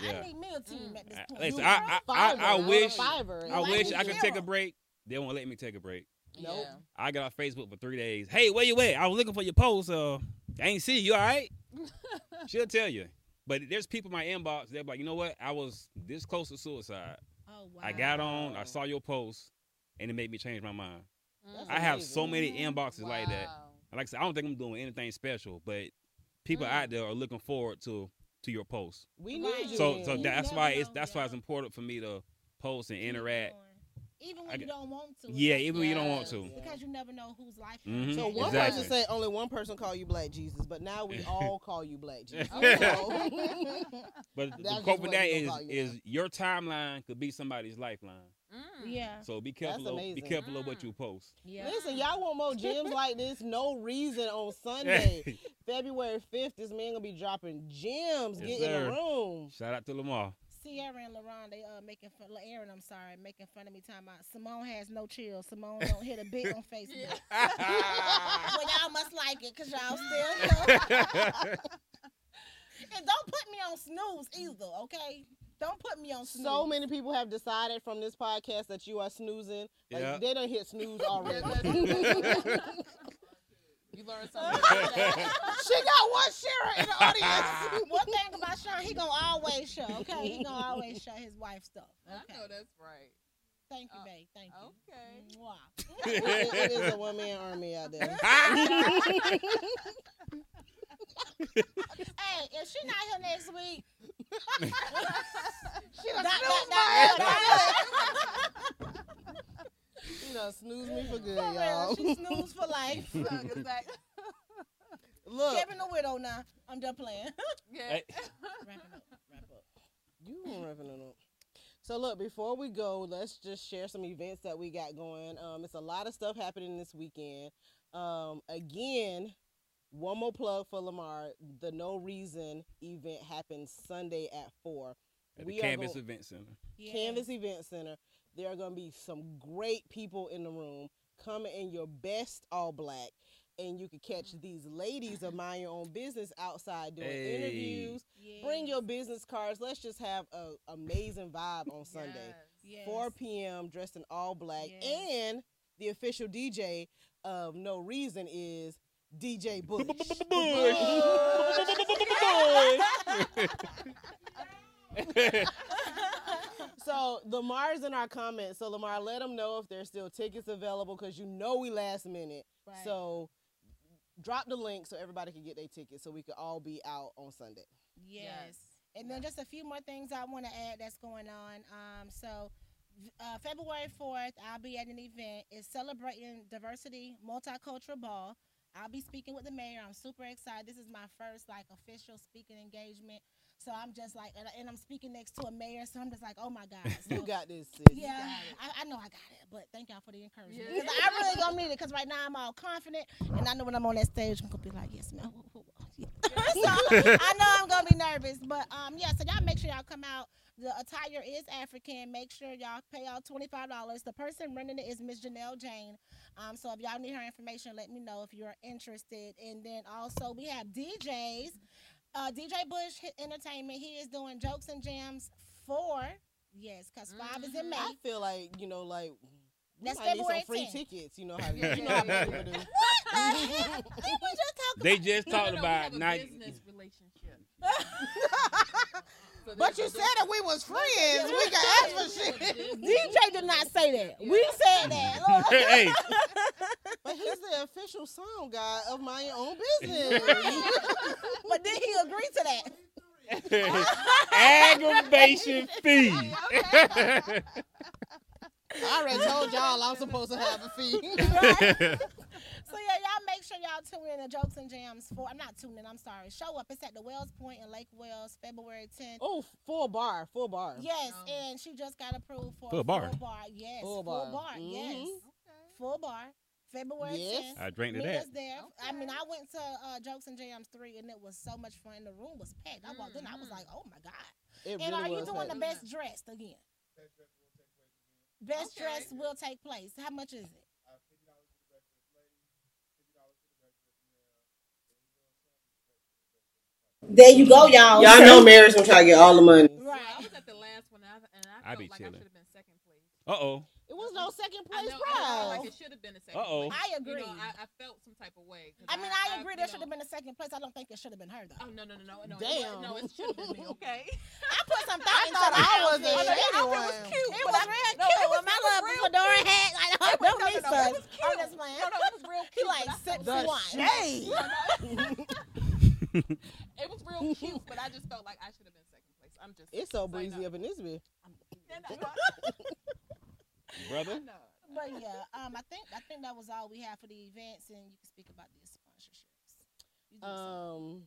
Speaker 6: Yeah.
Speaker 4: I need meal team at this
Speaker 6: I-
Speaker 4: point.
Speaker 6: Listen,
Speaker 4: You
Speaker 6: I- I- I-
Speaker 3: Fiverr,
Speaker 6: I
Speaker 3: on a
Speaker 6: wish-
Speaker 3: Fiverr.
Speaker 6: I
Speaker 4: Why
Speaker 6: wish
Speaker 4: did
Speaker 6: I
Speaker 4: you
Speaker 6: could
Speaker 4: share
Speaker 6: take a
Speaker 4: them?
Speaker 6: break. They won't let me take a break.
Speaker 3: Nope.
Speaker 7: [LAUGHS] Yeah.
Speaker 6: I got on Facebook for three days. Hey, where you at? I was looking for your post. Uh, I ain't see you. you
Speaker 7: [LAUGHS]
Speaker 6: All right? She'll tell you. But there's people in my inbox. They're like, you know what? I was this close to suicide.
Speaker 4: Oh, wow.
Speaker 6: I got on. I
Speaker 7: Wow.
Speaker 6: saw your post, and it made me change my mind.
Speaker 3: That's
Speaker 6: I have
Speaker 3: amazing.
Speaker 6: so many inboxes like that.
Speaker 7: Mm. Wow.
Speaker 6: And Like I said, I don't think I'm doing anything special, but people
Speaker 7: Mm.
Speaker 6: out there are looking forward to to your posts.
Speaker 3: We
Speaker 4: Right.
Speaker 3: need you.
Speaker 6: So
Speaker 3: then.
Speaker 6: so
Speaker 4: You
Speaker 6: that's
Speaker 4: never
Speaker 6: why it's
Speaker 4: know,
Speaker 6: that's why it's
Speaker 4: yeah.
Speaker 6: important for me to post and
Speaker 4: Keep
Speaker 6: interact.
Speaker 4: going. Even when
Speaker 6: I
Speaker 4: you
Speaker 6: got-
Speaker 4: don't want to.
Speaker 6: Yeah,
Speaker 4: it's
Speaker 6: even when you don't want
Speaker 4: because-
Speaker 6: to.
Speaker 3: Yeah.
Speaker 4: Because you never know whose life.
Speaker 6: Mhm.
Speaker 3: So one
Speaker 6: Exactly.
Speaker 3: person said only one person call you Black Jesus, but now we all call you Black
Speaker 6: [LAUGHS]
Speaker 3: Jesus.
Speaker 7: Okay.
Speaker 3: [LAUGHS] So-
Speaker 6: But
Speaker 3: That's
Speaker 6: the
Speaker 3: just
Speaker 6: quote for
Speaker 3: what
Speaker 6: that
Speaker 3: people
Speaker 6: is
Speaker 3: call you.
Speaker 6: is your timeline could be somebody's lifeline.
Speaker 7: Mm.
Speaker 4: Yeah.
Speaker 6: So be careful of, be
Speaker 3: amazing.
Speaker 6: careful of what
Speaker 7: Mm.
Speaker 6: you post.
Speaker 4: Yeah.
Speaker 3: Listen, y'all want more gems like this? No reason on
Speaker 6: [LAUGHS]
Speaker 3: Sunday, February 5th. This man gonna be dropping gems.
Speaker 6: Yes,
Speaker 3: Get in
Speaker 6: sir.
Speaker 3: the room.
Speaker 6: Shout out to
Speaker 3: [LAUGHS]
Speaker 6: Lamar. [LAUGHS]
Speaker 4: Sierra and LaRon, they uh making fun. Aaron, I'm sorry, making fun of me. Time out. Simone has no chill. Simone don't hit a bit [LAUGHS] on Facebook.
Speaker 6: Ah.
Speaker 4: well, y'all must like it because y'all [LAUGHS] still here. and don't put me on snooze either, okay? Don't put me on snooze.
Speaker 3: So many people have decided from this podcast that you are snoozing. Like
Speaker 6: Yeah.
Speaker 3: they don't hit
Speaker 4: [LAUGHS]
Speaker 3: snooze already.
Speaker 7: [LAUGHS]
Speaker 3: [LAUGHS]
Speaker 7: You learn something.
Speaker 6: [LAUGHS]
Speaker 7: today.
Speaker 3: she got one sharer in the
Speaker 4: [LAUGHS]
Speaker 3: audience.
Speaker 4: One thing about Sean, he gonna always show, okay? He [LAUGHS] gonna always show his wife stuff.
Speaker 7: I
Speaker 4: Okay.
Speaker 7: know that's right.
Speaker 4: Thank you,
Speaker 7: Uh,
Speaker 4: babe. Thank you.
Speaker 7: Okay.
Speaker 5: [LAUGHS]
Speaker 4: Mwah.
Speaker 3: it, it
Speaker 6: [LAUGHS]
Speaker 3: is a one man army out there.
Speaker 4: Hey, if she not here next [LAUGHS] week,
Speaker 3: She done
Speaker 4: That-
Speaker 3: snoozed
Speaker 4: that-
Speaker 3: [LAUGHS] my ass. She done snoozed me for good,
Speaker 4: for real,
Speaker 3: y'all.
Speaker 4: she snooze for life.
Speaker 3: [LAUGHS] Look,
Speaker 4: Kevin the widow now. I'm done playing.
Speaker 7: Yeah.
Speaker 4: Wrap it up. Wrap up.
Speaker 3: You gonna wrap it up. So look, before we go, let's just share some events that we got going. Um, it's a lot of stuff happening this weekend. Um, again, one more plug for Lamar. The No Reason event happens Sunday at four.
Speaker 6: At the
Speaker 3: We are
Speaker 6: Canvas
Speaker 3: go-
Speaker 6: Event Center.
Speaker 4: Yeah.
Speaker 3: Canvas Event Center. There are going to be some great people in the room. Come in your best all black, and you can catch these ladies of Mind Your Own Business outside doing
Speaker 6: Hey.
Speaker 3: interviews.
Speaker 4: Yes.
Speaker 3: Bring your business cards. Let's just have a amazing vibe on Sunday.
Speaker 4: [LAUGHS] Yes. [LAUGHS]
Speaker 3: 4 p.m. dressed in all black,
Speaker 4: Yes.
Speaker 3: and the official DJ of No Reason is DJ Bush.
Speaker 6: Bush.
Speaker 3: [LAUGHS] So Lamar's in our comments. So Lamar, let them know if there's still tickets available because you know we last minute.
Speaker 4: Right.
Speaker 3: So drop the link so everybody can get their tickets so we could all be out on Sunday.
Speaker 4: Yes. And then just a few more things I want to add that's going on. Um, so uh, February 4th, I'll be at an event. It's celebrating diversity, multicultural ball. I'll be speaking with the mayor. I'm super excited. This is my first like official speaking engagement. So I'm just like, and, and I'm speaking next to a mayor. So I'm just like, oh my god.
Speaker 3: You
Speaker 4: So-
Speaker 3: got this, sis.
Speaker 4: yeah, I, I know I got it, but thank y'all for the encouragement.
Speaker 5: Yeah.
Speaker 4: 'Cause I really gonna need it because right now I'm all confident, and I know when I'm on that stage, I'm gonna be like, yes, ma'am. [LAUGHS] woo, woo, woo." Yeah. so I know I'm gonna be nervous, but um, yeah. So y'all make sure y'all come out. The attire is African. Make sure y'all pay y'all twenty five dollars. The person running it is Miss Janelle Jane. Um, so if y'all need her information, let me know if you're interested. And then also we have DJs. Uh, DJ Bush Hit Entertainment. He is doing jokes and jams for yes, because 5 is in May.
Speaker 3: I feel like you know, like we
Speaker 4: That's
Speaker 3: might
Speaker 4: February
Speaker 3: need some free
Speaker 4: 10th.
Speaker 3: tickets. You [LAUGHS] know how
Speaker 5: Yeah,
Speaker 3: you know how
Speaker 5: yeah,
Speaker 3: people [LAUGHS] do.
Speaker 4: We were just talking
Speaker 6: They just
Speaker 5: No, no,
Speaker 6: talking
Speaker 5: no, we have
Speaker 6: about
Speaker 5: a
Speaker 6: night.
Speaker 5: business relationship. So
Speaker 3: But
Speaker 5: there's
Speaker 3: you
Speaker 5: a
Speaker 3: said that we was friends. We [LAUGHS] can ask for shit.
Speaker 5: difference.
Speaker 4: DJ [LAUGHS] did not say that. We said that. Look,
Speaker 6: [LAUGHS] hey,
Speaker 3: But he's the official sound guy of my [LAUGHS] own business.
Speaker 4: but then he agreed to that. [LAUGHS]
Speaker 6: aggravation
Speaker 5: [LAUGHS]
Speaker 6: fee.
Speaker 3: I already told y'all I'm supposed to have a fee.
Speaker 4: So yeah, y'all make sure y'all tune in to Jokes and Jams for. I'm not tuning. in, I'm sorry. Show up. It's at the Wells Point in Lake Wells, February 10th.
Speaker 3: [LAUGHS] oh, full bar, full bar.
Speaker 4: Yes, and she just got approved for
Speaker 6: Full bar.
Speaker 4: Full bar. Yes.
Speaker 3: Full
Speaker 4: Oh.
Speaker 3: bar.
Speaker 4: Full bar. Mm-hmm. Yes.
Speaker 3: Mhm.
Speaker 4: Full bar. February
Speaker 3: Yes.
Speaker 4: 10th.
Speaker 6: [LAUGHS] I drank to
Speaker 4: Meet
Speaker 6: that.
Speaker 4: us there. I mean, I went to uh, Jokes and Jams 3 and it was so much fun. The room was packed. I walked in, I
Speaker 5: Mm-hmm.
Speaker 4: was like, oh my God.
Speaker 3: It
Speaker 4: and
Speaker 3: really
Speaker 4: are you
Speaker 3: was
Speaker 4: doing
Speaker 3: packed.
Speaker 4: the best dressed again? Best
Speaker 5: Okay.
Speaker 4: dress will take place. How much is it? There you go, y'all.
Speaker 3: Y'all know Mary's gonna try to get all the money.
Speaker 4: Right.
Speaker 5: I was at the last one, and I, and I
Speaker 6: I
Speaker 5: felt
Speaker 6: be
Speaker 5: like I
Speaker 6: chilling.
Speaker 5: should have been second place.
Speaker 6: Uh oh.
Speaker 3: It was no second place
Speaker 5: I know, I know, I felt
Speaker 3: prize.
Speaker 5: like it should have been a second.
Speaker 6: Uh-oh.
Speaker 5: place.
Speaker 4: I
Speaker 5: You
Speaker 4: agree.
Speaker 5: know, I, I felt some type of way. 'cause
Speaker 4: I mean, I agree. There
Speaker 5: you
Speaker 4: should have
Speaker 5: know-
Speaker 4: been a second place. I don't think it should have been her though.
Speaker 5: Oh no no no no no! it
Speaker 3: Damn.
Speaker 5: wa- no, it should have been me. Okay.
Speaker 4: I put some thought
Speaker 3: I
Speaker 4: into
Speaker 3: thought
Speaker 4: the
Speaker 3: I was
Speaker 4: outfit.
Speaker 3: the shady
Speaker 4: It
Speaker 3: one.
Speaker 4: was real cute. with my little fedora hat, like I don't need no, I'm just playing.
Speaker 5: No, no, it was real
Speaker 4: he
Speaker 5: cute.
Speaker 4: like
Speaker 5: but I
Speaker 4: six
Speaker 5: felt-
Speaker 4: one.
Speaker 3: [LAUGHS] shade.
Speaker 5: It was real cute, but I just felt like I should have been second place. I'm just.
Speaker 3: It's so
Speaker 5: like,
Speaker 3: breezy
Speaker 5: no.
Speaker 3: up in this bitch.
Speaker 5: No, no, no.
Speaker 6: Brother.
Speaker 5: No.
Speaker 4: But yeah, um, I think I think that was all we had for the events, and you can speak about the sponsorships. You do something.
Speaker 3: Um,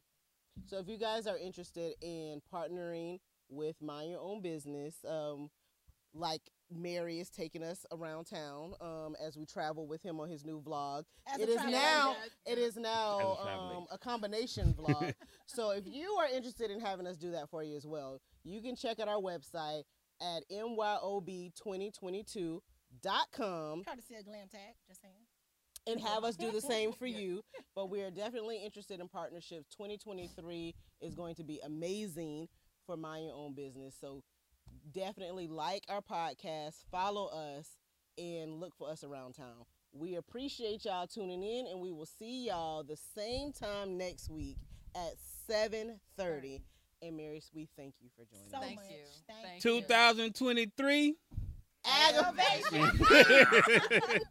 Speaker 3: so if you guys are interested in partnering with Mind Your Own Business, um, like Mary is taking us around town um, as we travel with him on his new vlog.
Speaker 4: As
Speaker 3: it
Speaker 4: a
Speaker 3: is
Speaker 4: travel
Speaker 3: now-
Speaker 4: agent.
Speaker 3: It is now
Speaker 6: As a travel
Speaker 3: um, a
Speaker 6: [LAUGHS]
Speaker 3: combination vlog. so if you are interested in having us do that for you as well, you can check out our website at myob2022.com
Speaker 4: courtesy of Glam Tag. Just saying.
Speaker 3: and have us do the same
Speaker 4: [LAUGHS]
Speaker 3: for
Speaker 5: Yeah.
Speaker 3: you. But we are definitely interested in partnerships. 2023 is going to be amazing for Mind Your Own Business. So definitely like our podcast, follow us, and look for us around town. We appreciate y'all tuning in, and we will see y'all the same time next week at 7:30. And Mary, we thank you for joining
Speaker 4: So
Speaker 3: us.
Speaker 5: Thank
Speaker 4: much.
Speaker 5: you.
Speaker 4: Thank
Speaker 5: Thank you.
Speaker 6: 2023.
Speaker 3: Aggravation.
Speaker 6: Aggravation.